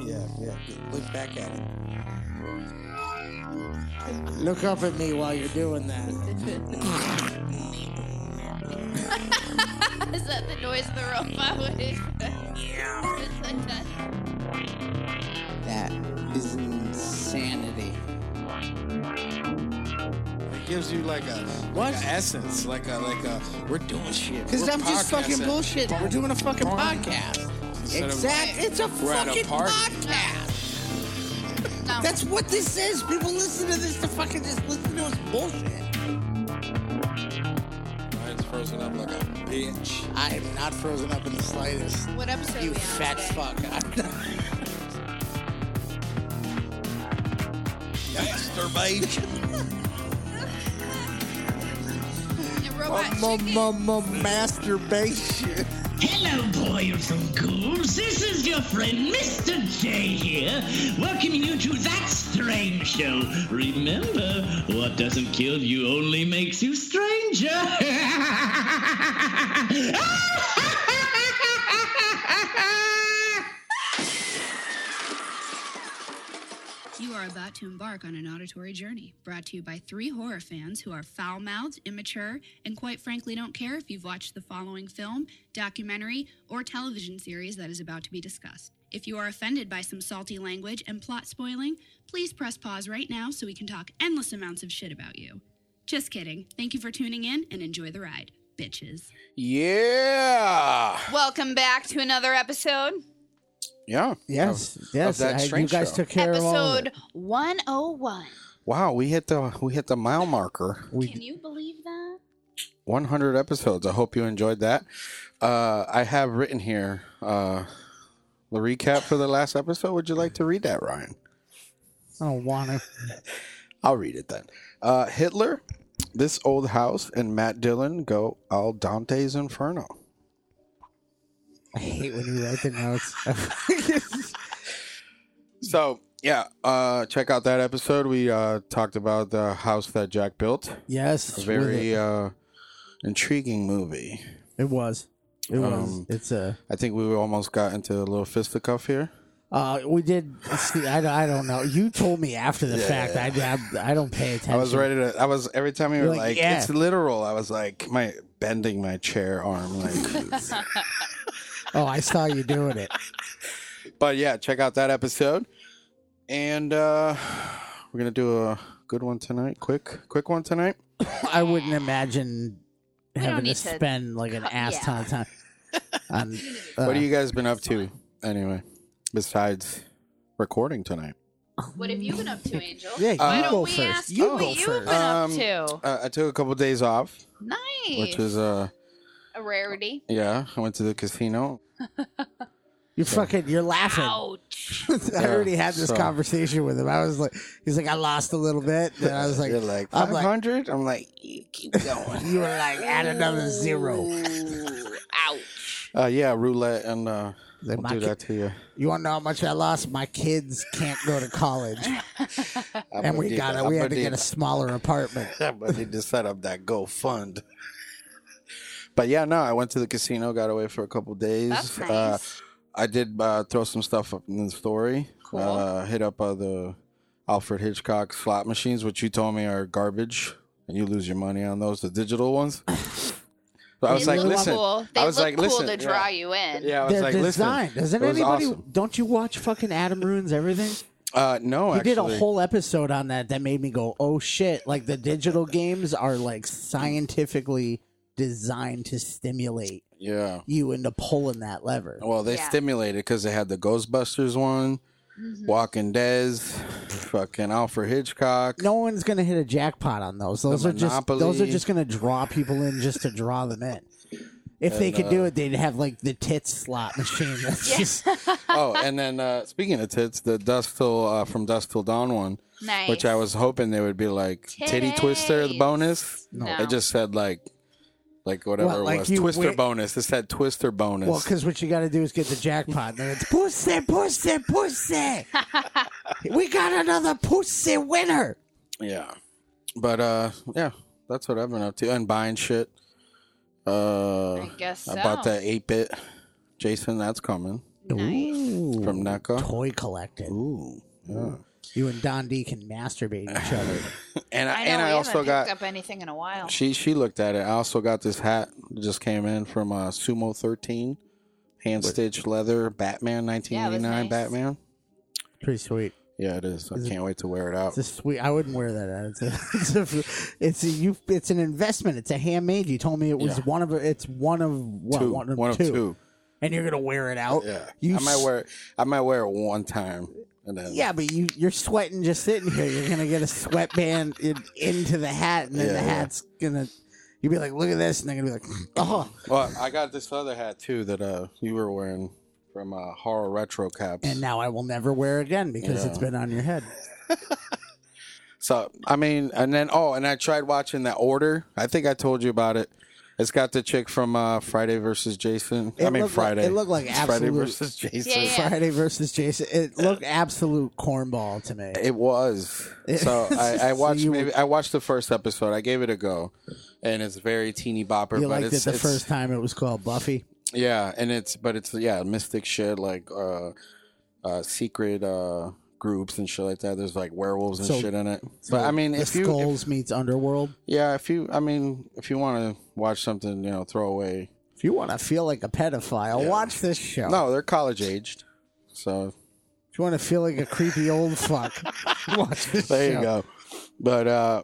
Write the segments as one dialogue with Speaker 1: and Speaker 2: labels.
Speaker 1: yeah, yeah. Look back at it. Look up at me while you're doing that.
Speaker 2: Is that the noise the robot would Yeah.
Speaker 3: That is insanity.
Speaker 4: It gives you like a
Speaker 1: What?
Speaker 4: like a essence, like a like a we're doing shit.
Speaker 3: Because
Speaker 4: We're
Speaker 3: I'm just fucking
Speaker 4: podcasting.
Speaker 3: bullshit. We're doing a fucking podcast.
Speaker 4: Instead of-
Speaker 3: Exactly. It's a
Speaker 4: We're at a
Speaker 3: fucking
Speaker 4: party.
Speaker 3: podcast. That's what this is. People listen to this to fucking just listen to us bullshit.
Speaker 4: Mine's frozen up like a bitch.
Speaker 3: I am not frozen up in the slightest.
Speaker 2: What episode
Speaker 3: You
Speaker 2: are we on
Speaker 3: fat
Speaker 2: today?
Speaker 3: fuck. I'm not-
Speaker 4: Masturbation.
Speaker 2: The robot chicken.
Speaker 1: Masturbation.
Speaker 5: Hello, boys and ghouls. This is your friend Mr. J here, welcoming you to That Strange Show. Remember, what doesn't kill you only makes you stranger.
Speaker 6: You are about to embark on an auditory journey brought to you by three horror fans who are foul mouthed, immature, and quite frankly don't care if you've watched the following film, documentary, or television series that is about to be discussed. If you are offended by some salty language and plot spoiling, please press pause right now so we can talk endless amounts of shit about you. Just kidding. Thank you for tuning in and enjoy the ride, bitches.
Speaker 4: Yeah.
Speaker 2: Welcome back to another episode.
Speaker 4: Yeah.
Speaker 1: Yes,
Speaker 4: Of-
Speaker 1: yes.
Speaker 4: of that
Speaker 1: I- you
Speaker 4: strange
Speaker 1: guys
Speaker 4: show.
Speaker 1: took care of all of
Speaker 2: episode
Speaker 1: it.
Speaker 2: 101.
Speaker 4: Wow, we hit the we hit the mile marker.
Speaker 6: Can you believe that?
Speaker 4: 100 episodes. I hope you enjoyed that. Uh, I have written here uh, the recap for the last episode. Would you like to read that, Ryan?
Speaker 1: I don't want to.
Speaker 4: I'll read it then. Uh, Hitler, this old house, and Matt Dillon go al Dante's Inferno.
Speaker 1: I hate when you write the notes.
Speaker 4: So yeah, uh, check out that episode. We uh, talked about the house that Jack built.
Speaker 1: yes,
Speaker 4: A
Speaker 1: with
Speaker 4: very
Speaker 1: it.
Speaker 4: uh, intriguing movie.
Speaker 1: It was. It was.
Speaker 4: um,
Speaker 1: It's a.
Speaker 4: I think we almost got into a little fisticuff here.
Speaker 1: Uh, we did. See, I, I don't know. You told me after the fact. I, I I don't pay attention.
Speaker 4: I was ready to. I was every time you were
Speaker 1: You're
Speaker 4: like,
Speaker 1: like, yeah.
Speaker 4: "It's literal." I was like, my bending my chair arm. Like,
Speaker 1: Oh, I saw you doing it.
Speaker 4: but yeah, check out that episode, and uh, we're gonna do a good one tonight. Quick, quick one tonight.
Speaker 1: I wouldn't imagine
Speaker 2: We don't
Speaker 1: having to
Speaker 2: need to-
Speaker 1: spend like an ass ton of time. On, uh,
Speaker 4: what have you guys been up to anyway, besides recording tonight?
Speaker 2: What have you been up to, Angel?
Speaker 1: Yeah,
Speaker 2: Why
Speaker 1: you
Speaker 2: don't
Speaker 1: go
Speaker 2: we
Speaker 1: first.
Speaker 2: ask
Speaker 1: You
Speaker 2: you what
Speaker 1: go
Speaker 2: you've
Speaker 1: first.
Speaker 2: been
Speaker 4: Um,
Speaker 2: up to?
Speaker 4: Uh, I took a couple days off,
Speaker 2: Nice.
Speaker 4: which was uh,
Speaker 2: a rarity.
Speaker 4: yeah. I went to the casino.
Speaker 1: You're fucking. You're laughing.
Speaker 2: Ouch.
Speaker 1: I already had this
Speaker 4: so-
Speaker 1: conversation with him. I was like, he's like, I lost a little bit. And I was like,
Speaker 4: You're like
Speaker 1: I'm
Speaker 4: five
Speaker 1: like-
Speaker 4: hundred. I'm like, you keep going.
Speaker 1: you were like, add another zero.
Speaker 2: Ooh, ouch.
Speaker 4: uh, yeah, roulette and uh,
Speaker 1: Like,
Speaker 4: we'll
Speaker 1: my
Speaker 4: do
Speaker 1: kid-
Speaker 4: that to you.
Speaker 1: You want to know how much I lost? My kids can't go to college, and we got it. We had to get a smaller apartment.
Speaker 4: but they just set up that GoFund. But yeah, no, I went to the casino, got away for a couple days.
Speaker 2: That's nice.
Speaker 4: Uh, I did uh, throw some stuff up in the story.
Speaker 2: Cool.
Speaker 4: Uh, hit up uh, the Alfred Hitchcock slot machines, which you told me are garbage, and you lose your money on those, the digital ones. So I was
Speaker 2: they
Speaker 4: like,
Speaker 2: look
Speaker 4: listen.
Speaker 2: cool. They
Speaker 4: I was
Speaker 2: look
Speaker 4: like,
Speaker 2: cool
Speaker 4: listen.
Speaker 2: to
Speaker 4: yeah.
Speaker 2: draw you in.
Speaker 4: Yeah, I was
Speaker 1: They're
Speaker 4: like,
Speaker 1: designed.
Speaker 4: listen.
Speaker 1: Doesn't
Speaker 4: it was
Speaker 1: anybody?
Speaker 4: awesome.
Speaker 1: Don't you watch fucking Adam ruins everything?
Speaker 4: Uh, no,
Speaker 1: He
Speaker 4: actually.
Speaker 1: did a whole episode on that that made me go, "Oh shit!" Like the digital games are like scientifically designed to stimulate
Speaker 4: Yeah.
Speaker 1: you into pulling that lever.
Speaker 4: Well, they
Speaker 2: Yeah. Mm-hmm.
Speaker 4: stimulated because they had the Ghostbusters one, Walking Dead, fucking Alfred Hitchcock.
Speaker 1: No one's gonna hit a jackpot on those. Those are just those are
Speaker 4: Monopoly.
Speaker 1: just gonna draw people in just to draw them in. If they
Speaker 4: And,
Speaker 1: could
Speaker 4: uh,
Speaker 1: do it, they'd have like the tits slot machine. That's just
Speaker 4: oh, and then uh, speaking of tits, the Dust Till uh, from Dust Till Dawn one,
Speaker 2: Nice.
Speaker 4: which I was hoping they would be like Titty Twister, the
Speaker 2: Titties.
Speaker 4: bonus.
Speaker 2: No.
Speaker 4: They just said like, like whatever
Speaker 1: What, like
Speaker 4: it was,
Speaker 1: you
Speaker 4: Twister
Speaker 1: wait-
Speaker 4: bonus. It said Twister bonus.
Speaker 1: well, because what you got to do is get the jackpot. And then it's pussy, pussy, pussy. we got another pussy winner.
Speaker 4: Yeah. But uh yeah, that's what I've been up to. And buying shit. Uh
Speaker 2: I guess
Speaker 4: I bought
Speaker 2: so.
Speaker 4: that eight bit. Jason, that's coming.
Speaker 2: Nice.
Speaker 4: from Neko.
Speaker 1: Toy collected.
Speaker 4: Ooh. yeah.
Speaker 1: You and Don D can masturbate each other.
Speaker 4: And I,
Speaker 2: I know
Speaker 4: and
Speaker 2: we
Speaker 4: I also
Speaker 2: haven't
Speaker 4: got
Speaker 2: picked up anything in a while.
Speaker 4: she she looked at it. I also got this hat that just came in from uh, Sumo 13, hand stitched leather Batman
Speaker 2: Yeah, it was
Speaker 4: 1989
Speaker 2: nice.
Speaker 4: Batman.
Speaker 1: Pretty sweet.
Speaker 4: Yeah, it is. I can't wait to wear it out.
Speaker 1: It's a sweet. I wouldn't wear that. out. It's a, it's a, it's a you. It's an investment. It's a handmade. You told me it was
Speaker 4: Yeah.
Speaker 1: one of. It's one of what?
Speaker 4: Two.
Speaker 1: One of,
Speaker 4: One of
Speaker 1: two.
Speaker 4: two.
Speaker 1: And you're gonna wear it out.
Speaker 4: Yeah,
Speaker 1: You
Speaker 4: I might
Speaker 1: s-
Speaker 4: wear it. I might wear it one time, and then
Speaker 1: Yeah, but you you're sweating just sitting here. You're gonna get a sweatband in, into the hat, and then
Speaker 4: Yeah,
Speaker 1: the
Speaker 4: yeah.
Speaker 1: hat's gonna. You'll be like, look at this, and they're gonna be like, oh,
Speaker 4: Well, I got this other hat too that uh you were wearing from uh, horror retro caps.
Speaker 1: and now I will never wear it again because it's been on your head.
Speaker 4: So I mean, and then oh, and I tried watching that order. I think I told you about it. It's got the chick from uh, Friday versus Jason.
Speaker 1: It
Speaker 4: I mean
Speaker 1: looked like-
Speaker 4: Friday.
Speaker 1: it looked like
Speaker 4: It's Friday
Speaker 1: absolute-
Speaker 4: versus Jason.
Speaker 2: Yeah, yeah.
Speaker 1: Friday versus Jason. It looked absolute cornball to me.
Speaker 4: It was. So I, I
Speaker 1: So
Speaker 4: watched
Speaker 1: you-
Speaker 4: maybe I watched the first episode. I gave it a go, and it's very teeny bopper.
Speaker 1: You
Speaker 4: but
Speaker 1: liked it
Speaker 4: it's,
Speaker 1: the
Speaker 4: it's-
Speaker 1: first time it was called Buffy.
Speaker 4: Yeah, and it's but it's yeah, mystic shit like uh uh secret uh groups and shit like that. There's like werewolves and
Speaker 1: So-
Speaker 4: shit in it. but I mean,
Speaker 1: the
Speaker 4: if you if-
Speaker 1: Skulls meets Underworld.
Speaker 4: yeah, if you I mean, if you want to watch something, you know, throw away.
Speaker 1: If you want to feel like a pedophile, watch this show.
Speaker 4: No, they're college aged. So
Speaker 1: If you want to feel like a creepy old fuck, watch this
Speaker 4: there
Speaker 1: show.
Speaker 4: you go. But uh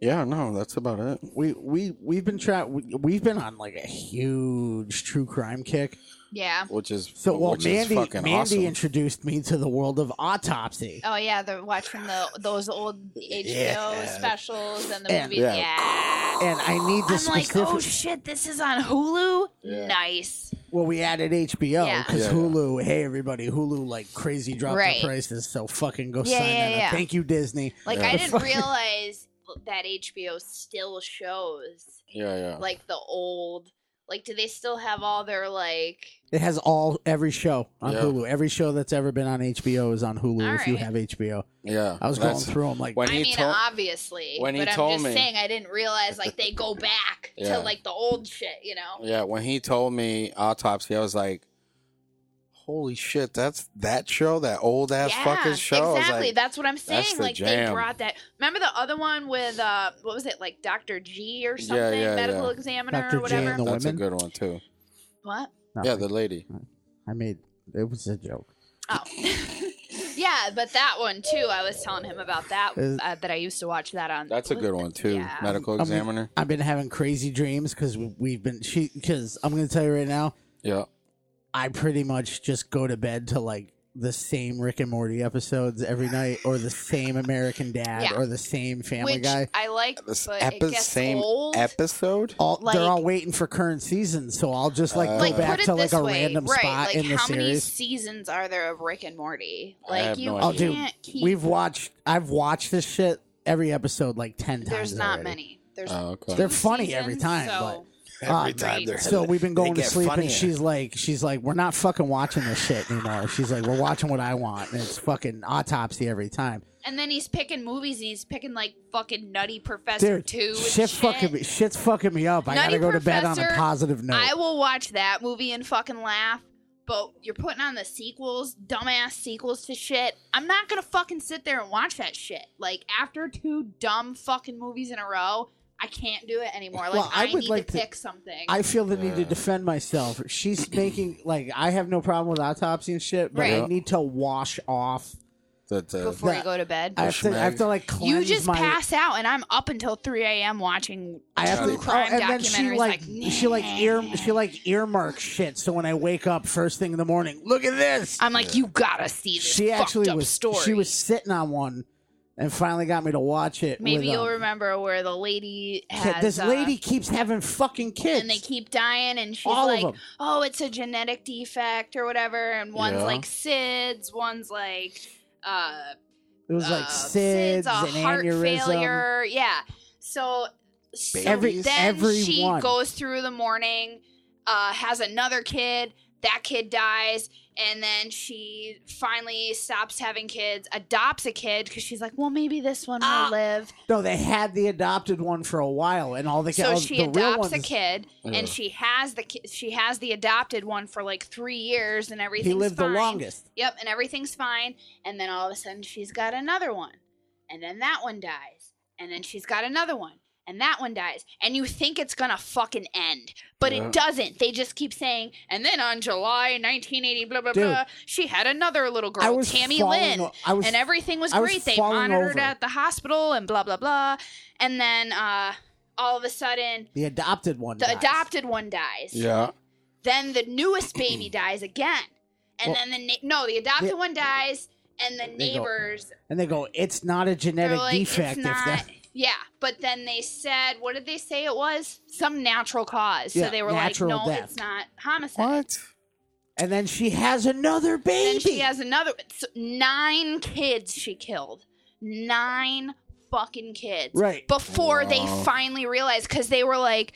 Speaker 4: yeah, no, that's about it.
Speaker 1: We we we've been trying. We, we've been on like a huge true crime kick.
Speaker 2: Yeah.
Speaker 4: Which is
Speaker 1: So well,
Speaker 4: which
Speaker 1: Mandy
Speaker 4: is fucking
Speaker 1: Mandy
Speaker 4: awesome.
Speaker 1: introduced me to the world of autopsy.
Speaker 2: Oh yeah, the watch from the those old HBO specials and the
Speaker 1: Yeah.
Speaker 2: movies.
Speaker 4: Yeah.
Speaker 2: Yeah.
Speaker 1: and I need to
Speaker 2: Oh, I'm like,
Speaker 1: specifically.
Speaker 2: oh shit, this is on Hulu.
Speaker 4: Yeah.
Speaker 2: Nice.
Speaker 1: well, we added HBO
Speaker 2: Yeah.
Speaker 1: because
Speaker 4: Yeah, yeah.
Speaker 1: Hulu. Hey, everybody, Hulu like crazy dropped
Speaker 2: Right.
Speaker 1: their prices. So fucking go
Speaker 2: Yeah,
Speaker 1: sign
Speaker 2: yeah,
Speaker 1: that up.
Speaker 2: yeah.
Speaker 1: Thank you, Disney.
Speaker 2: Like
Speaker 4: Yeah.
Speaker 2: I didn't realize that HBO still shows
Speaker 4: yeah, yeah.
Speaker 2: like the old. Like, do they still have all their like?
Speaker 1: It has all every show on
Speaker 4: Yeah.
Speaker 1: Hulu. Every show that's ever been on HBO is on Hulu.
Speaker 2: All
Speaker 1: if you
Speaker 2: right.
Speaker 1: have HBO,
Speaker 4: yeah.
Speaker 1: I was going
Speaker 4: That's-
Speaker 1: through them like
Speaker 4: when
Speaker 2: I
Speaker 4: he
Speaker 2: mean,
Speaker 4: told
Speaker 2: obviously,
Speaker 4: when he
Speaker 2: but I'm
Speaker 4: told
Speaker 2: just
Speaker 4: me-
Speaker 2: saying I didn't realize like they go back
Speaker 4: Yeah.
Speaker 2: to like the old shit, you know?
Speaker 4: Yeah, when he told me autopsy, I was like, "Holy shit, that's that show, that old ass fucking show." I
Speaker 2: exactly.
Speaker 4: was like,
Speaker 2: that's what I'm saying.
Speaker 4: the
Speaker 2: like they
Speaker 4: jam.
Speaker 2: brought that. Remember the other one with uh, what was it like, Doctor G or
Speaker 4: Yeah,
Speaker 2: something,
Speaker 4: yeah,
Speaker 2: medical
Speaker 4: yeah.
Speaker 2: examiner
Speaker 1: Dr. J
Speaker 2: or whatever.
Speaker 1: and the-
Speaker 4: that's a
Speaker 1: women?
Speaker 4: good one too.
Speaker 2: what?
Speaker 4: Yeah, the lady.
Speaker 1: I made it was a joke.
Speaker 2: Oh. yeah, but that one too. I was telling him about that
Speaker 1: Is-
Speaker 2: uh, that I used to watch that on.
Speaker 4: That's a good one too.
Speaker 2: Yeah.
Speaker 4: Medical
Speaker 1: I mean,
Speaker 4: examiner.
Speaker 1: I've been having crazy dreams because we've been she because I'm gonna tell you right now.
Speaker 4: Yeah,
Speaker 1: I pretty much just go to bed to like the same Rick and Morty episodes every night, or the same American Dad,
Speaker 2: Yeah.
Speaker 1: or the same Family
Speaker 2: Which
Speaker 1: Guy.
Speaker 2: I like,
Speaker 4: this
Speaker 2: but
Speaker 4: epi-
Speaker 2: it gets
Speaker 4: same
Speaker 2: old.
Speaker 4: episode.
Speaker 1: All,
Speaker 2: like-
Speaker 1: they're all waiting for current seasons, so I'll just like go
Speaker 2: like
Speaker 1: back
Speaker 2: put it
Speaker 1: to like
Speaker 2: this
Speaker 1: a
Speaker 2: way,
Speaker 1: random
Speaker 2: right?
Speaker 1: spot
Speaker 2: like
Speaker 1: in the
Speaker 2: how many
Speaker 1: series.
Speaker 2: seasons are there of Rick and Morty?
Speaker 4: I
Speaker 2: Like
Speaker 4: have
Speaker 2: you
Speaker 4: no
Speaker 1: Oh,
Speaker 4: idea.
Speaker 1: dude,
Speaker 2: can't keep.
Speaker 1: we've watched. I've watched this shit every episode like ten times.
Speaker 2: there's not
Speaker 1: already.
Speaker 2: many. There's
Speaker 4: Oh, okay.
Speaker 1: They're funny every time,
Speaker 2: so-
Speaker 1: but uh,
Speaker 2: time they're-
Speaker 1: so we've been going to
Speaker 4: get
Speaker 1: sleep,
Speaker 4: funnier.
Speaker 1: and she's like, she's like, we're not fucking watching this shit anymore. She's like, we're watching what I want, and it's fucking autopsy every time.
Speaker 2: and then he's picking movies and he's picking like fucking Nutty Professor
Speaker 1: Dude,
Speaker 2: Two. and
Speaker 1: shit, fucking me, shit's fucking me up. I
Speaker 2: Nutty
Speaker 1: gotta go to bed on a
Speaker 2: Professor,
Speaker 1: positive note.
Speaker 2: I will watch that movie and fucking laugh. But you're putting on the sequels, dumbass sequels to shit. I'm not gonna fucking sit there and watch that shit. Like after two dumb fucking movies in a row, I can't do it anymore. Like
Speaker 1: Well, I
Speaker 2: I,
Speaker 1: would
Speaker 2: need
Speaker 1: like
Speaker 2: to
Speaker 1: to-
Speaker 2: pick something.
Speaker 1: I feel the need to defend myself. She's making like I have no problem with autopsy and shit, but I
Speaker 2: Right.
Speaker 1: need to wash off.
Speaker 4: The- the-
Speaker 2: before
Speaker 1: that-
Speaker 2: you go to bed.
Speaker 1: I have to, I have to like cleanse
Speaker 2: You just
Speaker 1: my.
Speaker 2: pass out, and I'm up until 3 a.m. watching
Speaker 1: I have
Speaker 2: true
Speaker 1: to,
Speaker 2: crime
Speaker 1: oh, and then
Speaker 2: documentaries.
Speaker 1: she like, she like ear she like earmarks shit. So when I wake up first thing in the morning, look at this.
Speaker 2: I'm like, you gotta see this.
Speaker 1: she actually
Speaker 2: fucked up
Speaker 1: was
Speaker 2: story.
Speaker 1: she was sitting on one, and finally got me to watch it.
Speaker 2: Maybe
Speaker 1: with,
Speaker 2: you'll
Speaker 1: um,
Speaker 2: remember where the lady
Speaker 1: kid-
Speaker 2: has
Speaker 1: This
Speaker 2: uh,
Speaker 1: lady keeps having fucking kids.
Speaker 2: and they keep dying, and she's
Speaker 1: All of
Speaker 2: like,
Speaker 1: them.
Speaker 2: "Oh, it's a genetic defect or whatever." And one's
Speaker 4: Yeah.
Speaker 2: like SIDS, one's like uh,
Speaker 1: it was like
Speaker 2: uh,
Speaker 1: SIDS,
Speaker 2: a
Speaker 1: and
Speaker 2: heart
Speaker 1: aneurysm.
Speaker 2: failure. Yeah. So, so
Speaker 1: Every-
Speaker 2: then she
Speaker 1: everyone.
Speaker 2: goes through the morning, uh, has another kid. That kid dies, and then she finally stops having kids, adopts a kid because she's like, well, maybe this one will
Speaker 3: Ah.
Speaker 2: live.
Speaker 1: No, they had the adopted one for a while, and all the
Speaker 2: So
Speaker 1: all
Speaker 2: she
Speaker 1: the real
Speaker 2: adopts
Speaker 1: ones,
Speaker 2: a kid,
Speaker 4: Yeah.
Speaker 2: and she has the ki- she has the adopted one for like three years, and everything's
Speaker 1: He lived
Speaker 2: fine.
Speaker 1: the longest.
Speaker 2: Yep, and everything's fine. And then all of a sudden, she's got another one. And then that one dies. And then she's got another one. And that one dies. And you think it's going to fucking end. But
Speaker 4: Yeah.
Speaker 2: it doesn't. They just keep saying, and then on July 1980, blah, blah,
Speaker 1: Dude.
Speaker 2: blah, she had another little girl,
Speaker 1: I was
Speaker 2: Tammy
Speaker 1: falling
Speaker 2: Lynn.
Speaker 1: o- I was-
Speaker 2: and everything was
Speaker 1: I was
Speaker 2: great. they
Speaker 1: falling
Speaker 2: monitored
Speaker 1: over.
Speaker 2: at the hospital and blah, blah, blah. And then uh, all of a sudden,
Speaker 1: The adopted one.
Speaker 2: the
Speaker 1: dies.
Speaker 2: adopted one dies
Speaker 4: Yeah.
Speaker 2: then the newest baby dies again and
Speaker 1: Well-
Speaker 2: then the na- no the adopted
Speaker 1: Yeah.
Speaker 2: one dies and the
Speaker 1: They go-
Speaker 2: neighbors
Speaker 1: and they go, "It's not a
Speaker 2: they're
Speaker 1: genetic
Speaker 2: like
Speaker 1: defect."
Speaker 2: it's
Speaker 1: if that-
Speaker 2: not yeah but then they said what did they say it was some natural cause
Speaker 1: Yeah,
Speaker 2: so they were
Speaker 1: natural
Speaker 2: like no
Speaker 1: death.
Speaker 2: it's not homicide
Speaker 4: What?
Speaker 1: and then she has another
Speaker 2: then
Speaker 1: baby.
Speaker 2: she has another so nine kids she killed nine fucking kids
Speaker 1: Right.
Speaker 2: before
Speaker 4: Wow.
Speaker 2: they finally realized because they were like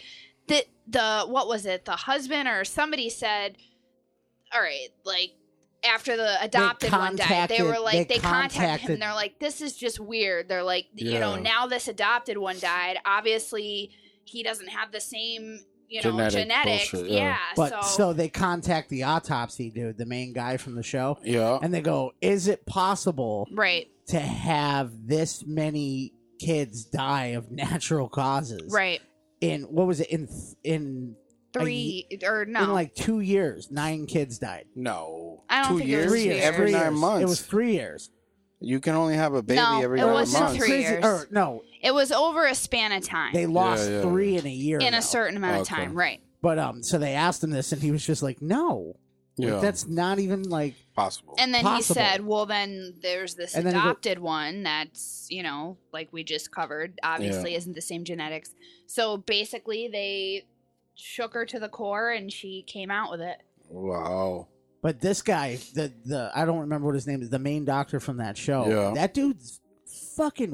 Speaker 2: the the what was it the husband or somebody said all right like after the adopted one died they
Speaker 1: contacted-
Speaker 2: were like
Speaker 1: they
Speaker 2: they, contacted, him
Speaker 1: contacted-
Speaker 2: and they're like this is just weird they're like you know
Speaker 4: Yeah.
Speaker 2: now this adopted one died obviously he doesn't have the same you know
Speaker 4: Genetic
Speaker 2: genetics
Speaker 4: bullshit,
Speaker 2: yeah,
Speaker 4: yeah.
Speaker 1: But
Speaker 2: so,
Speaker 1: so they contact the autopsy dude, the main guy from the show,
Speaker 4: Yeah.
Speaker 1: and they go, "Is it possible
Speaker 2: right
Speaker 1: to have this many kids die of natural causes?"
Speaker 2: right
Speaker 1: In what was it? In th- in a
Speaker 2: three or no
Speaker 1: in like two years, nine kids died.
Speaker 4: No.
Speaker 2: I don't
Speaker 4: two
Speaker 2: think it
Speaker 4: years?
Speaker 2: was
Speaker 1: Three years.
Speaker 4: Every
Speaker 1: three
Speaker 4: nine
Speaker 1: years.
Speaker 4: months.
Speaker 1: It was three years.
Speaker 4: you can only have a baby
Speaker 2: No,
Speaker 4: every
Speaker 2: it
Speaker 4: nine
Speaker 2: wasn't
Speaker 4: months.
Speaker 2: three. years.
Speaker 1: Or, no,
Speaker 2: it was over a span of time
Speaker 1: they lost
Speaker 4: yeah,
Speaker 1: three
Speaker 4: yeah.
Speaker 1: in a year.
Speaker 2: in
Speaker 1: though.
Speaker 2: a certain amount of
Speaker 4: Okay.
Speaker 2: time right
Speaker 1: But um, so they asked him this, and he was just like, "No, Like,
Speaker 4: Yeah.
Speaker 1: that's not even like."
Speaker 4: possible.
Speaker 2: And then
Speaker 1: possible.
Speaker 2: he said, "Well, then there's this
Speaker 1: And then he go-
Speaker 2: adopted one that's you know like we just covered. Obviously, isn't the same genetics. So basically, they shook her to the core, and she came out with it.
Speaker 4: wow.
Speaker 1: But this guy, the the I don't remember what his name is, the main doctor from that show.
Speaker 4: Yeah.
Speaker 1: That dude's fucking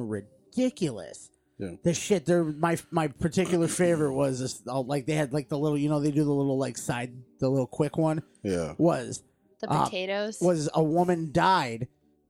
Speaker 1: ridiculous.
Speaker 4: Yeah.
Speaker 1: The shit. There, my my particular favorite was this, oh, like they had like the little, you know, they do the little like side, the little quick one
Speaker 4: Yeah.
Speaker 1: was
Speaker 2: The
Speaker 1: Uh,
Speaker 2: potatoes.
Speaker 1: was a woman died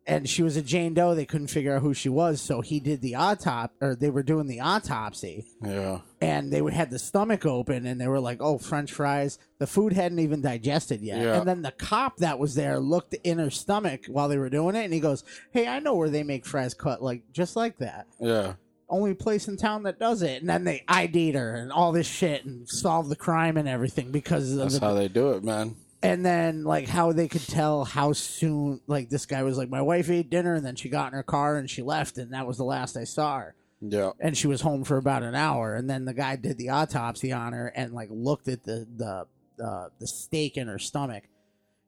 Speaker 1: and she was a Jane Doe. They couldn't figure out who she was, so he did the autopsy, or they were doing the autopsy,
Speaker 4: Yeah.
Speaker 1: and they had the stomach open, and they were like, "Oh, French fries." The food hadn't even digested yet,
Speaker 4: Yeah.
Speaker 1: and then the cop that was there looked in her stomach while they were doing it, and he goes, "Hey, I know where they make fries cut like just like that."
Speaker 4: Yeah.
Speaker 1: Only place in town that does it, and then they ID'd her and all this shit and solved the crime and everything because of
Speaker 4: That's
Speaker 1: the
Speaker 4: how they do it, man.
Speaker 1: and then like how they could tell how soon like this guy was like my wife ate dinner and then she got in her car and she left and that was the last i saw her
Speaker 4: Yeah.
Speaker 1: and she was home for about an hour and then the guy did the autopsy on her and like looked at the the uh, the steak in her stomach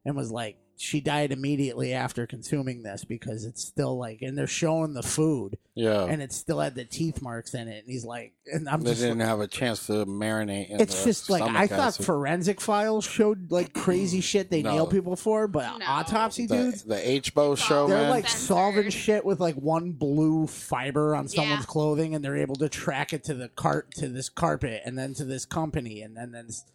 Speaker 1: and was like she died immediately after consuming this because it's still like and they're showing the food
Speaker 4: Yeah.
Speaker 1: and it still had the teeth marks in it and he's like and i'm
Speaker 4: they
Speaker 1: just
Speaker 4: didn't have a chance to marinate. In
Speaker 1: it's
Speaker 4: the
Speaker 1: just like
Speaker 4: stomach
Speaker 1: I thought
Speaker 4: acid.
Speaker 1: forensic files showed like crazy shit they
Speaker 4: No.
Speaker 1: nail people for, but
Speaker 2: No.
Speaker 1: autopsy
Speaker 4: the,
Speaker 1: dudes,
Speaker 4: the H-Bow show,
Speaker 1: they're
Speaker 4: man.
Speaker 1: like
Speaker 2: Censored.
Speaker 1: solving shit with like one blue fiber on someone's
Speaker 2: Yeah.
Speaker 1: clothing, and they're able to track it to the cart to this carpet, and then to this company, and then then s-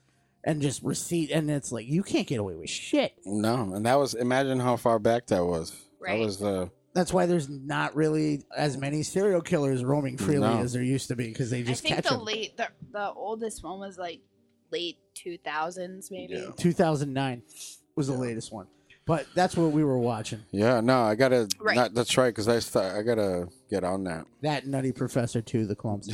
Speaker 1: and just receipt, and it's like you can't get away with shit.
Speaker 4: no, and that was imagine how far back that was.
Speaker 2: Right.
Speaker 4: That was uh, the
Speaker 1: That's why there's not really as many serial killers roaming freely
Speaker 4: No.
Speaker 1: as there used to be because they
Speaker 2: I
Speaker 1: just
Speaker 2: think
Speaker 1: catch
Speaker 2: the
Speaker 1: them.
Speaker 2: late the, the oldest one was like late two thousands maybe.
Speaker 4: Yeah.
Speaker 1: 2009 was the latest one, but that's what we were watching.
Speaker 4: yeah. No, I gotta.
Speaker 2: Right.
Speaker 4: Not, that's right, because I start, I gotta get on that.
Speaker 1: That Nutty Professor too, the clumps.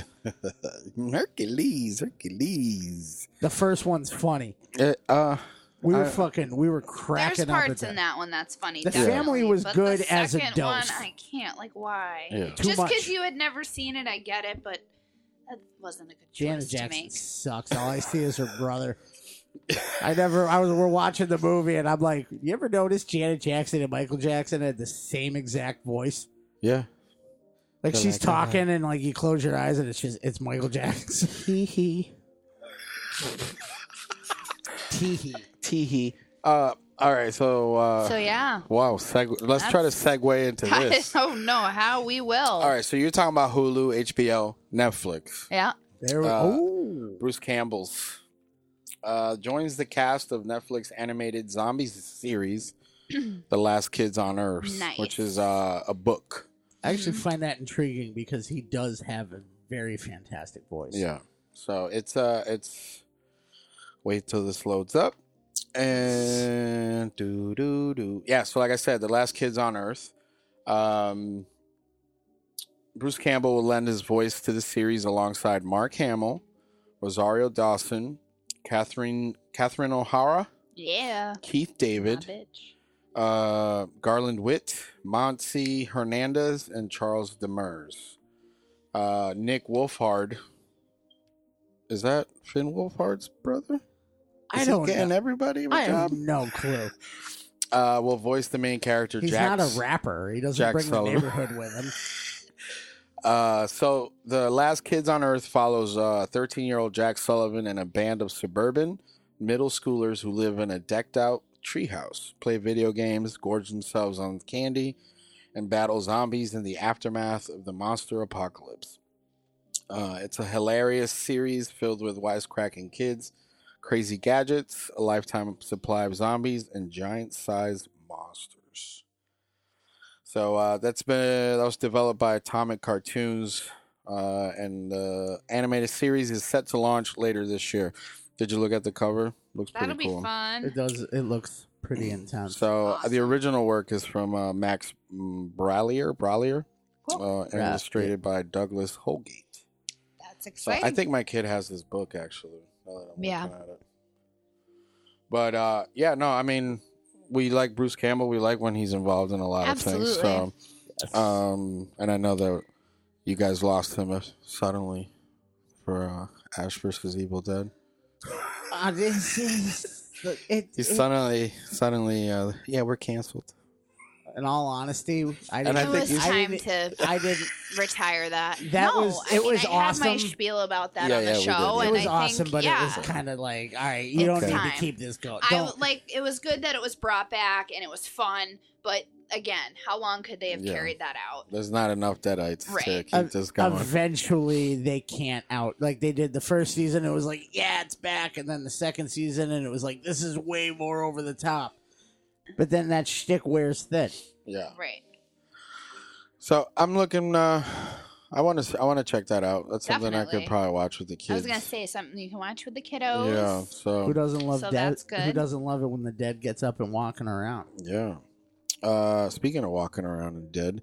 Speaker 4: Hercules, Hercules.
Speaker 1: The first one's funny.
Speaker 4: It, uh,
Speaker 1: We were
Speaker 4: I-
Speaker 1: fucking, we were
Speaker 2: There's
Speaker 1: cracking up at
Speaker 2: parts
Speaker 1: that.
Speaker 2: in that one that's funny.
Speaker 1: The
Speaker 2: definitely,
Speaker 1: family was
Speaker 2: but
Speaker 1: good
Speaker 2: the
Speaker 1: as a
Speaker 2: second one,
Speaker 1: dose.
Speaker 2: I can't like why.
Speaker 4: yeah.
Speaker 1: Too
Speaker 2: Just
Speaker 1: much.
Speaker 2: because you had never seen it, I get it, but that wasn't a good choice
Speaker 1: Janet
Speaker 2: to
Speaker 1: Jackson
Speaker 2: make.
Speaker 1: sucks. All I see is her brother. I never. I was. We're watching the movie, and I'm like, "You ever notice Janet Jackson and Michael Jackson had the same exact voice?
Speaker 4: Yeah.
Speaker 1: Like
Speaker 4: They're
Speaker 1: she's
Speaker 4: like,
Speaker 1: talking, and like you close your eyes, and it's just it's Michael Jackson. Hee hee. Tee hee.
Speaker 4: Teehee. Uh, all right. So. Uh,
Speaker 2: So yeah.
Speaker 4: Wow. Seg- let's try to segue into
Speaker 2: I
Speaker 4: this.
Speaker 2: don't know how we will.
Speaker 4: All right. So you're talking about Hulu, HBO, Netflix.
Speaker 2: Yeah.
Speaker 1: There we
Speaker 4: Uh,
Speaker 1: oh.
Speaker 4: Bruce Campbell's uh, joins the cast of Netflix animated zombies series, The Last Kids on Earth,
Speaker 2: Nice.
Speaker 4: which is uh, a book.
Speaker 1: I actually find that intriguing because he does have a very fantastic voice.
Speaker 4: Yeah. So it's uh it's wait till this loads up. And do do do. Yeah, so like I said, the last kids on earth. Um Bruce Campbell will lend his voice to the series alongside Mark Hamill, Rosario Dawson, Catherine Catherine O'Hara,
Speaker 2: Yeah.
Speaker 4: Keith
Speaker 2: my
Speaker 4: David,
Speaker 2: bitch.
Speaker 4: uh, Garland Witt, Monty Hernandez, and Charles Demers. Uh, Nick Wolfhard. Is that Finn Wolfhard's brother? Is
Speaker 1: I
Speaker 4: he
Speaker 1: don't
Speaker 4: getting
Speaker 1: know.
Speaker 4: everybody a
Speaker 1: I have
Speaker 4: job?
Speaker 1: no clue.
Speaker 4: Uh, will voice the main character.
Speaker 1: He's
Speaker 4: Jax.
Speaker 1: not a rapper. He doesn't
Speaker 4: Jack
Speaker 1: bring
Speaker 4: Sullivan.
Speaker 1: the neighborhood with him.
Speaker 4: Uh, so the last kids on earth follows uh 13 year old Jack Sullivan and a band of suburban middle schoolers who live in a decked out treehouse, play video games, gorge themselves on candy, and battle zombies in the aftermath of the monster apocalypse. Uh, it's a hilarious series filled with wisecracking kids, crazy gadgets, a lifetime supply of zombies, and giant sized monsters. So uh, that's been that was developed by Atomic Cartoons, uh, and the animated series is set to launch later this year. Did you look at the cover? Looks
Speaker 2: That'll
Speaker 4: pretty cool.
Speaker 2: be fun.
Speaker 1: It does. It looks pretty intense.
Speaker 4: So uh,
Speaker 2: Awesome.
Speaker 4: the original work is from uh, Max mm, Brallier, Brallier, uh, and
Speaker 1: Yeah.
Speaker 4: illustrated by Douglas Holgate.
Speaker 2: That's
Speaker 4: So
Speaker 2: exciting.
Speaker 4: I think my kid has this book actually. now that I'm
Speaker 2: Yeah.
Speaker 4: looking at it. But uh, yeah, no, I mean, we like Bruce Campbell. We like when he's involved in a lot of things. So,
Speaker 2: Absolutely.
Speaker 4: um, and I know that you guys lost him uh, suddenly for uh, Ash versus Evil Dead.
Speaker 1: Uh, this is- look, it-
Speaker 4: He
Speaker 1: it-
Speaker 4: suddenly, suddenly, uh, yeah, we're canceled.
Speaker 1: in all honesty, I
Speaker 4: And
Speaker 1: didn't.
Speaker 4: I
Speaker 2: it
Speaker 4: think
Speaker 2: was
Speaker 4: you-
Speaker 1: I
Speaker 2: time
Speaker 1: didn't-
Speaker 2: to
Speaker 1: I didn't.
Speaker 2: retire that.
Speaker 1: That
Speaker 2: no,
Speaker 1: was-
Speaker 2: I
Speaker 1: it
Speaker 2: mean,
Speaker 1: was
Speaker 2: I had my
Speaker 1: awesome.
Speaker 2: spiel about that
Speaker 4: Yeah,
Speaker 2: on the
Speaker 4: yeah, we
Speaker 2: show,
Speaker 4: did,
Speaker 1: It
Speaker 2: and
Speaker 1: was
Speaker 2: I
Speaker 1: awesome,
Speaker 2: think
Speaker 1: but
Speaker 2: yeah,
Speaker 1: it was kind of like, all right, you
Speaker 2: It's
Speaker 1: don't need
Speaker 2: time.
Speaker 1: to keep this going.
Speaker 2: I
Speaker 1: Don't.
Speaker 2: w- like it was good that it was brought back and it was fun, but again, how long could they have
Speaker 4: Yeah.
Speaker 2: carried that out?
Speaker 4: There's not enough deadites to
Speaker 2: Right.
Speaker 4: keep
Speaker 1: Ev-
Speaker 4: this going.
Speaker 1: Eventually, they can't out like they did the first season. It was like, yeah, it's back, and then the second season, and it was like, this is way more over the top. But then that shtick wears thin.
Speaker 4: yeah.
Speaker 2: Right.
Speaker 4: So I'm looking. Uh, I want to. I want to check that out. That's something I
Speaker 2: Definitely.
Speaker 4: could probably watch with the kids.
Speaker 2: I was gonna say something you can watch with the
Speaker 4: Yeah.
Speaker 2: kiddos.
Speaker 1: Who
Speaker 4: So
Speaker 1: doesn't love
Speaker 2: So
Speaker 1: dead?
Speaker 2: that's good.
Speaker 1: Who doesn't love it when the dead gets up and walking around?
Speaker 4: yeah. Uh, speaking of walking around and dead,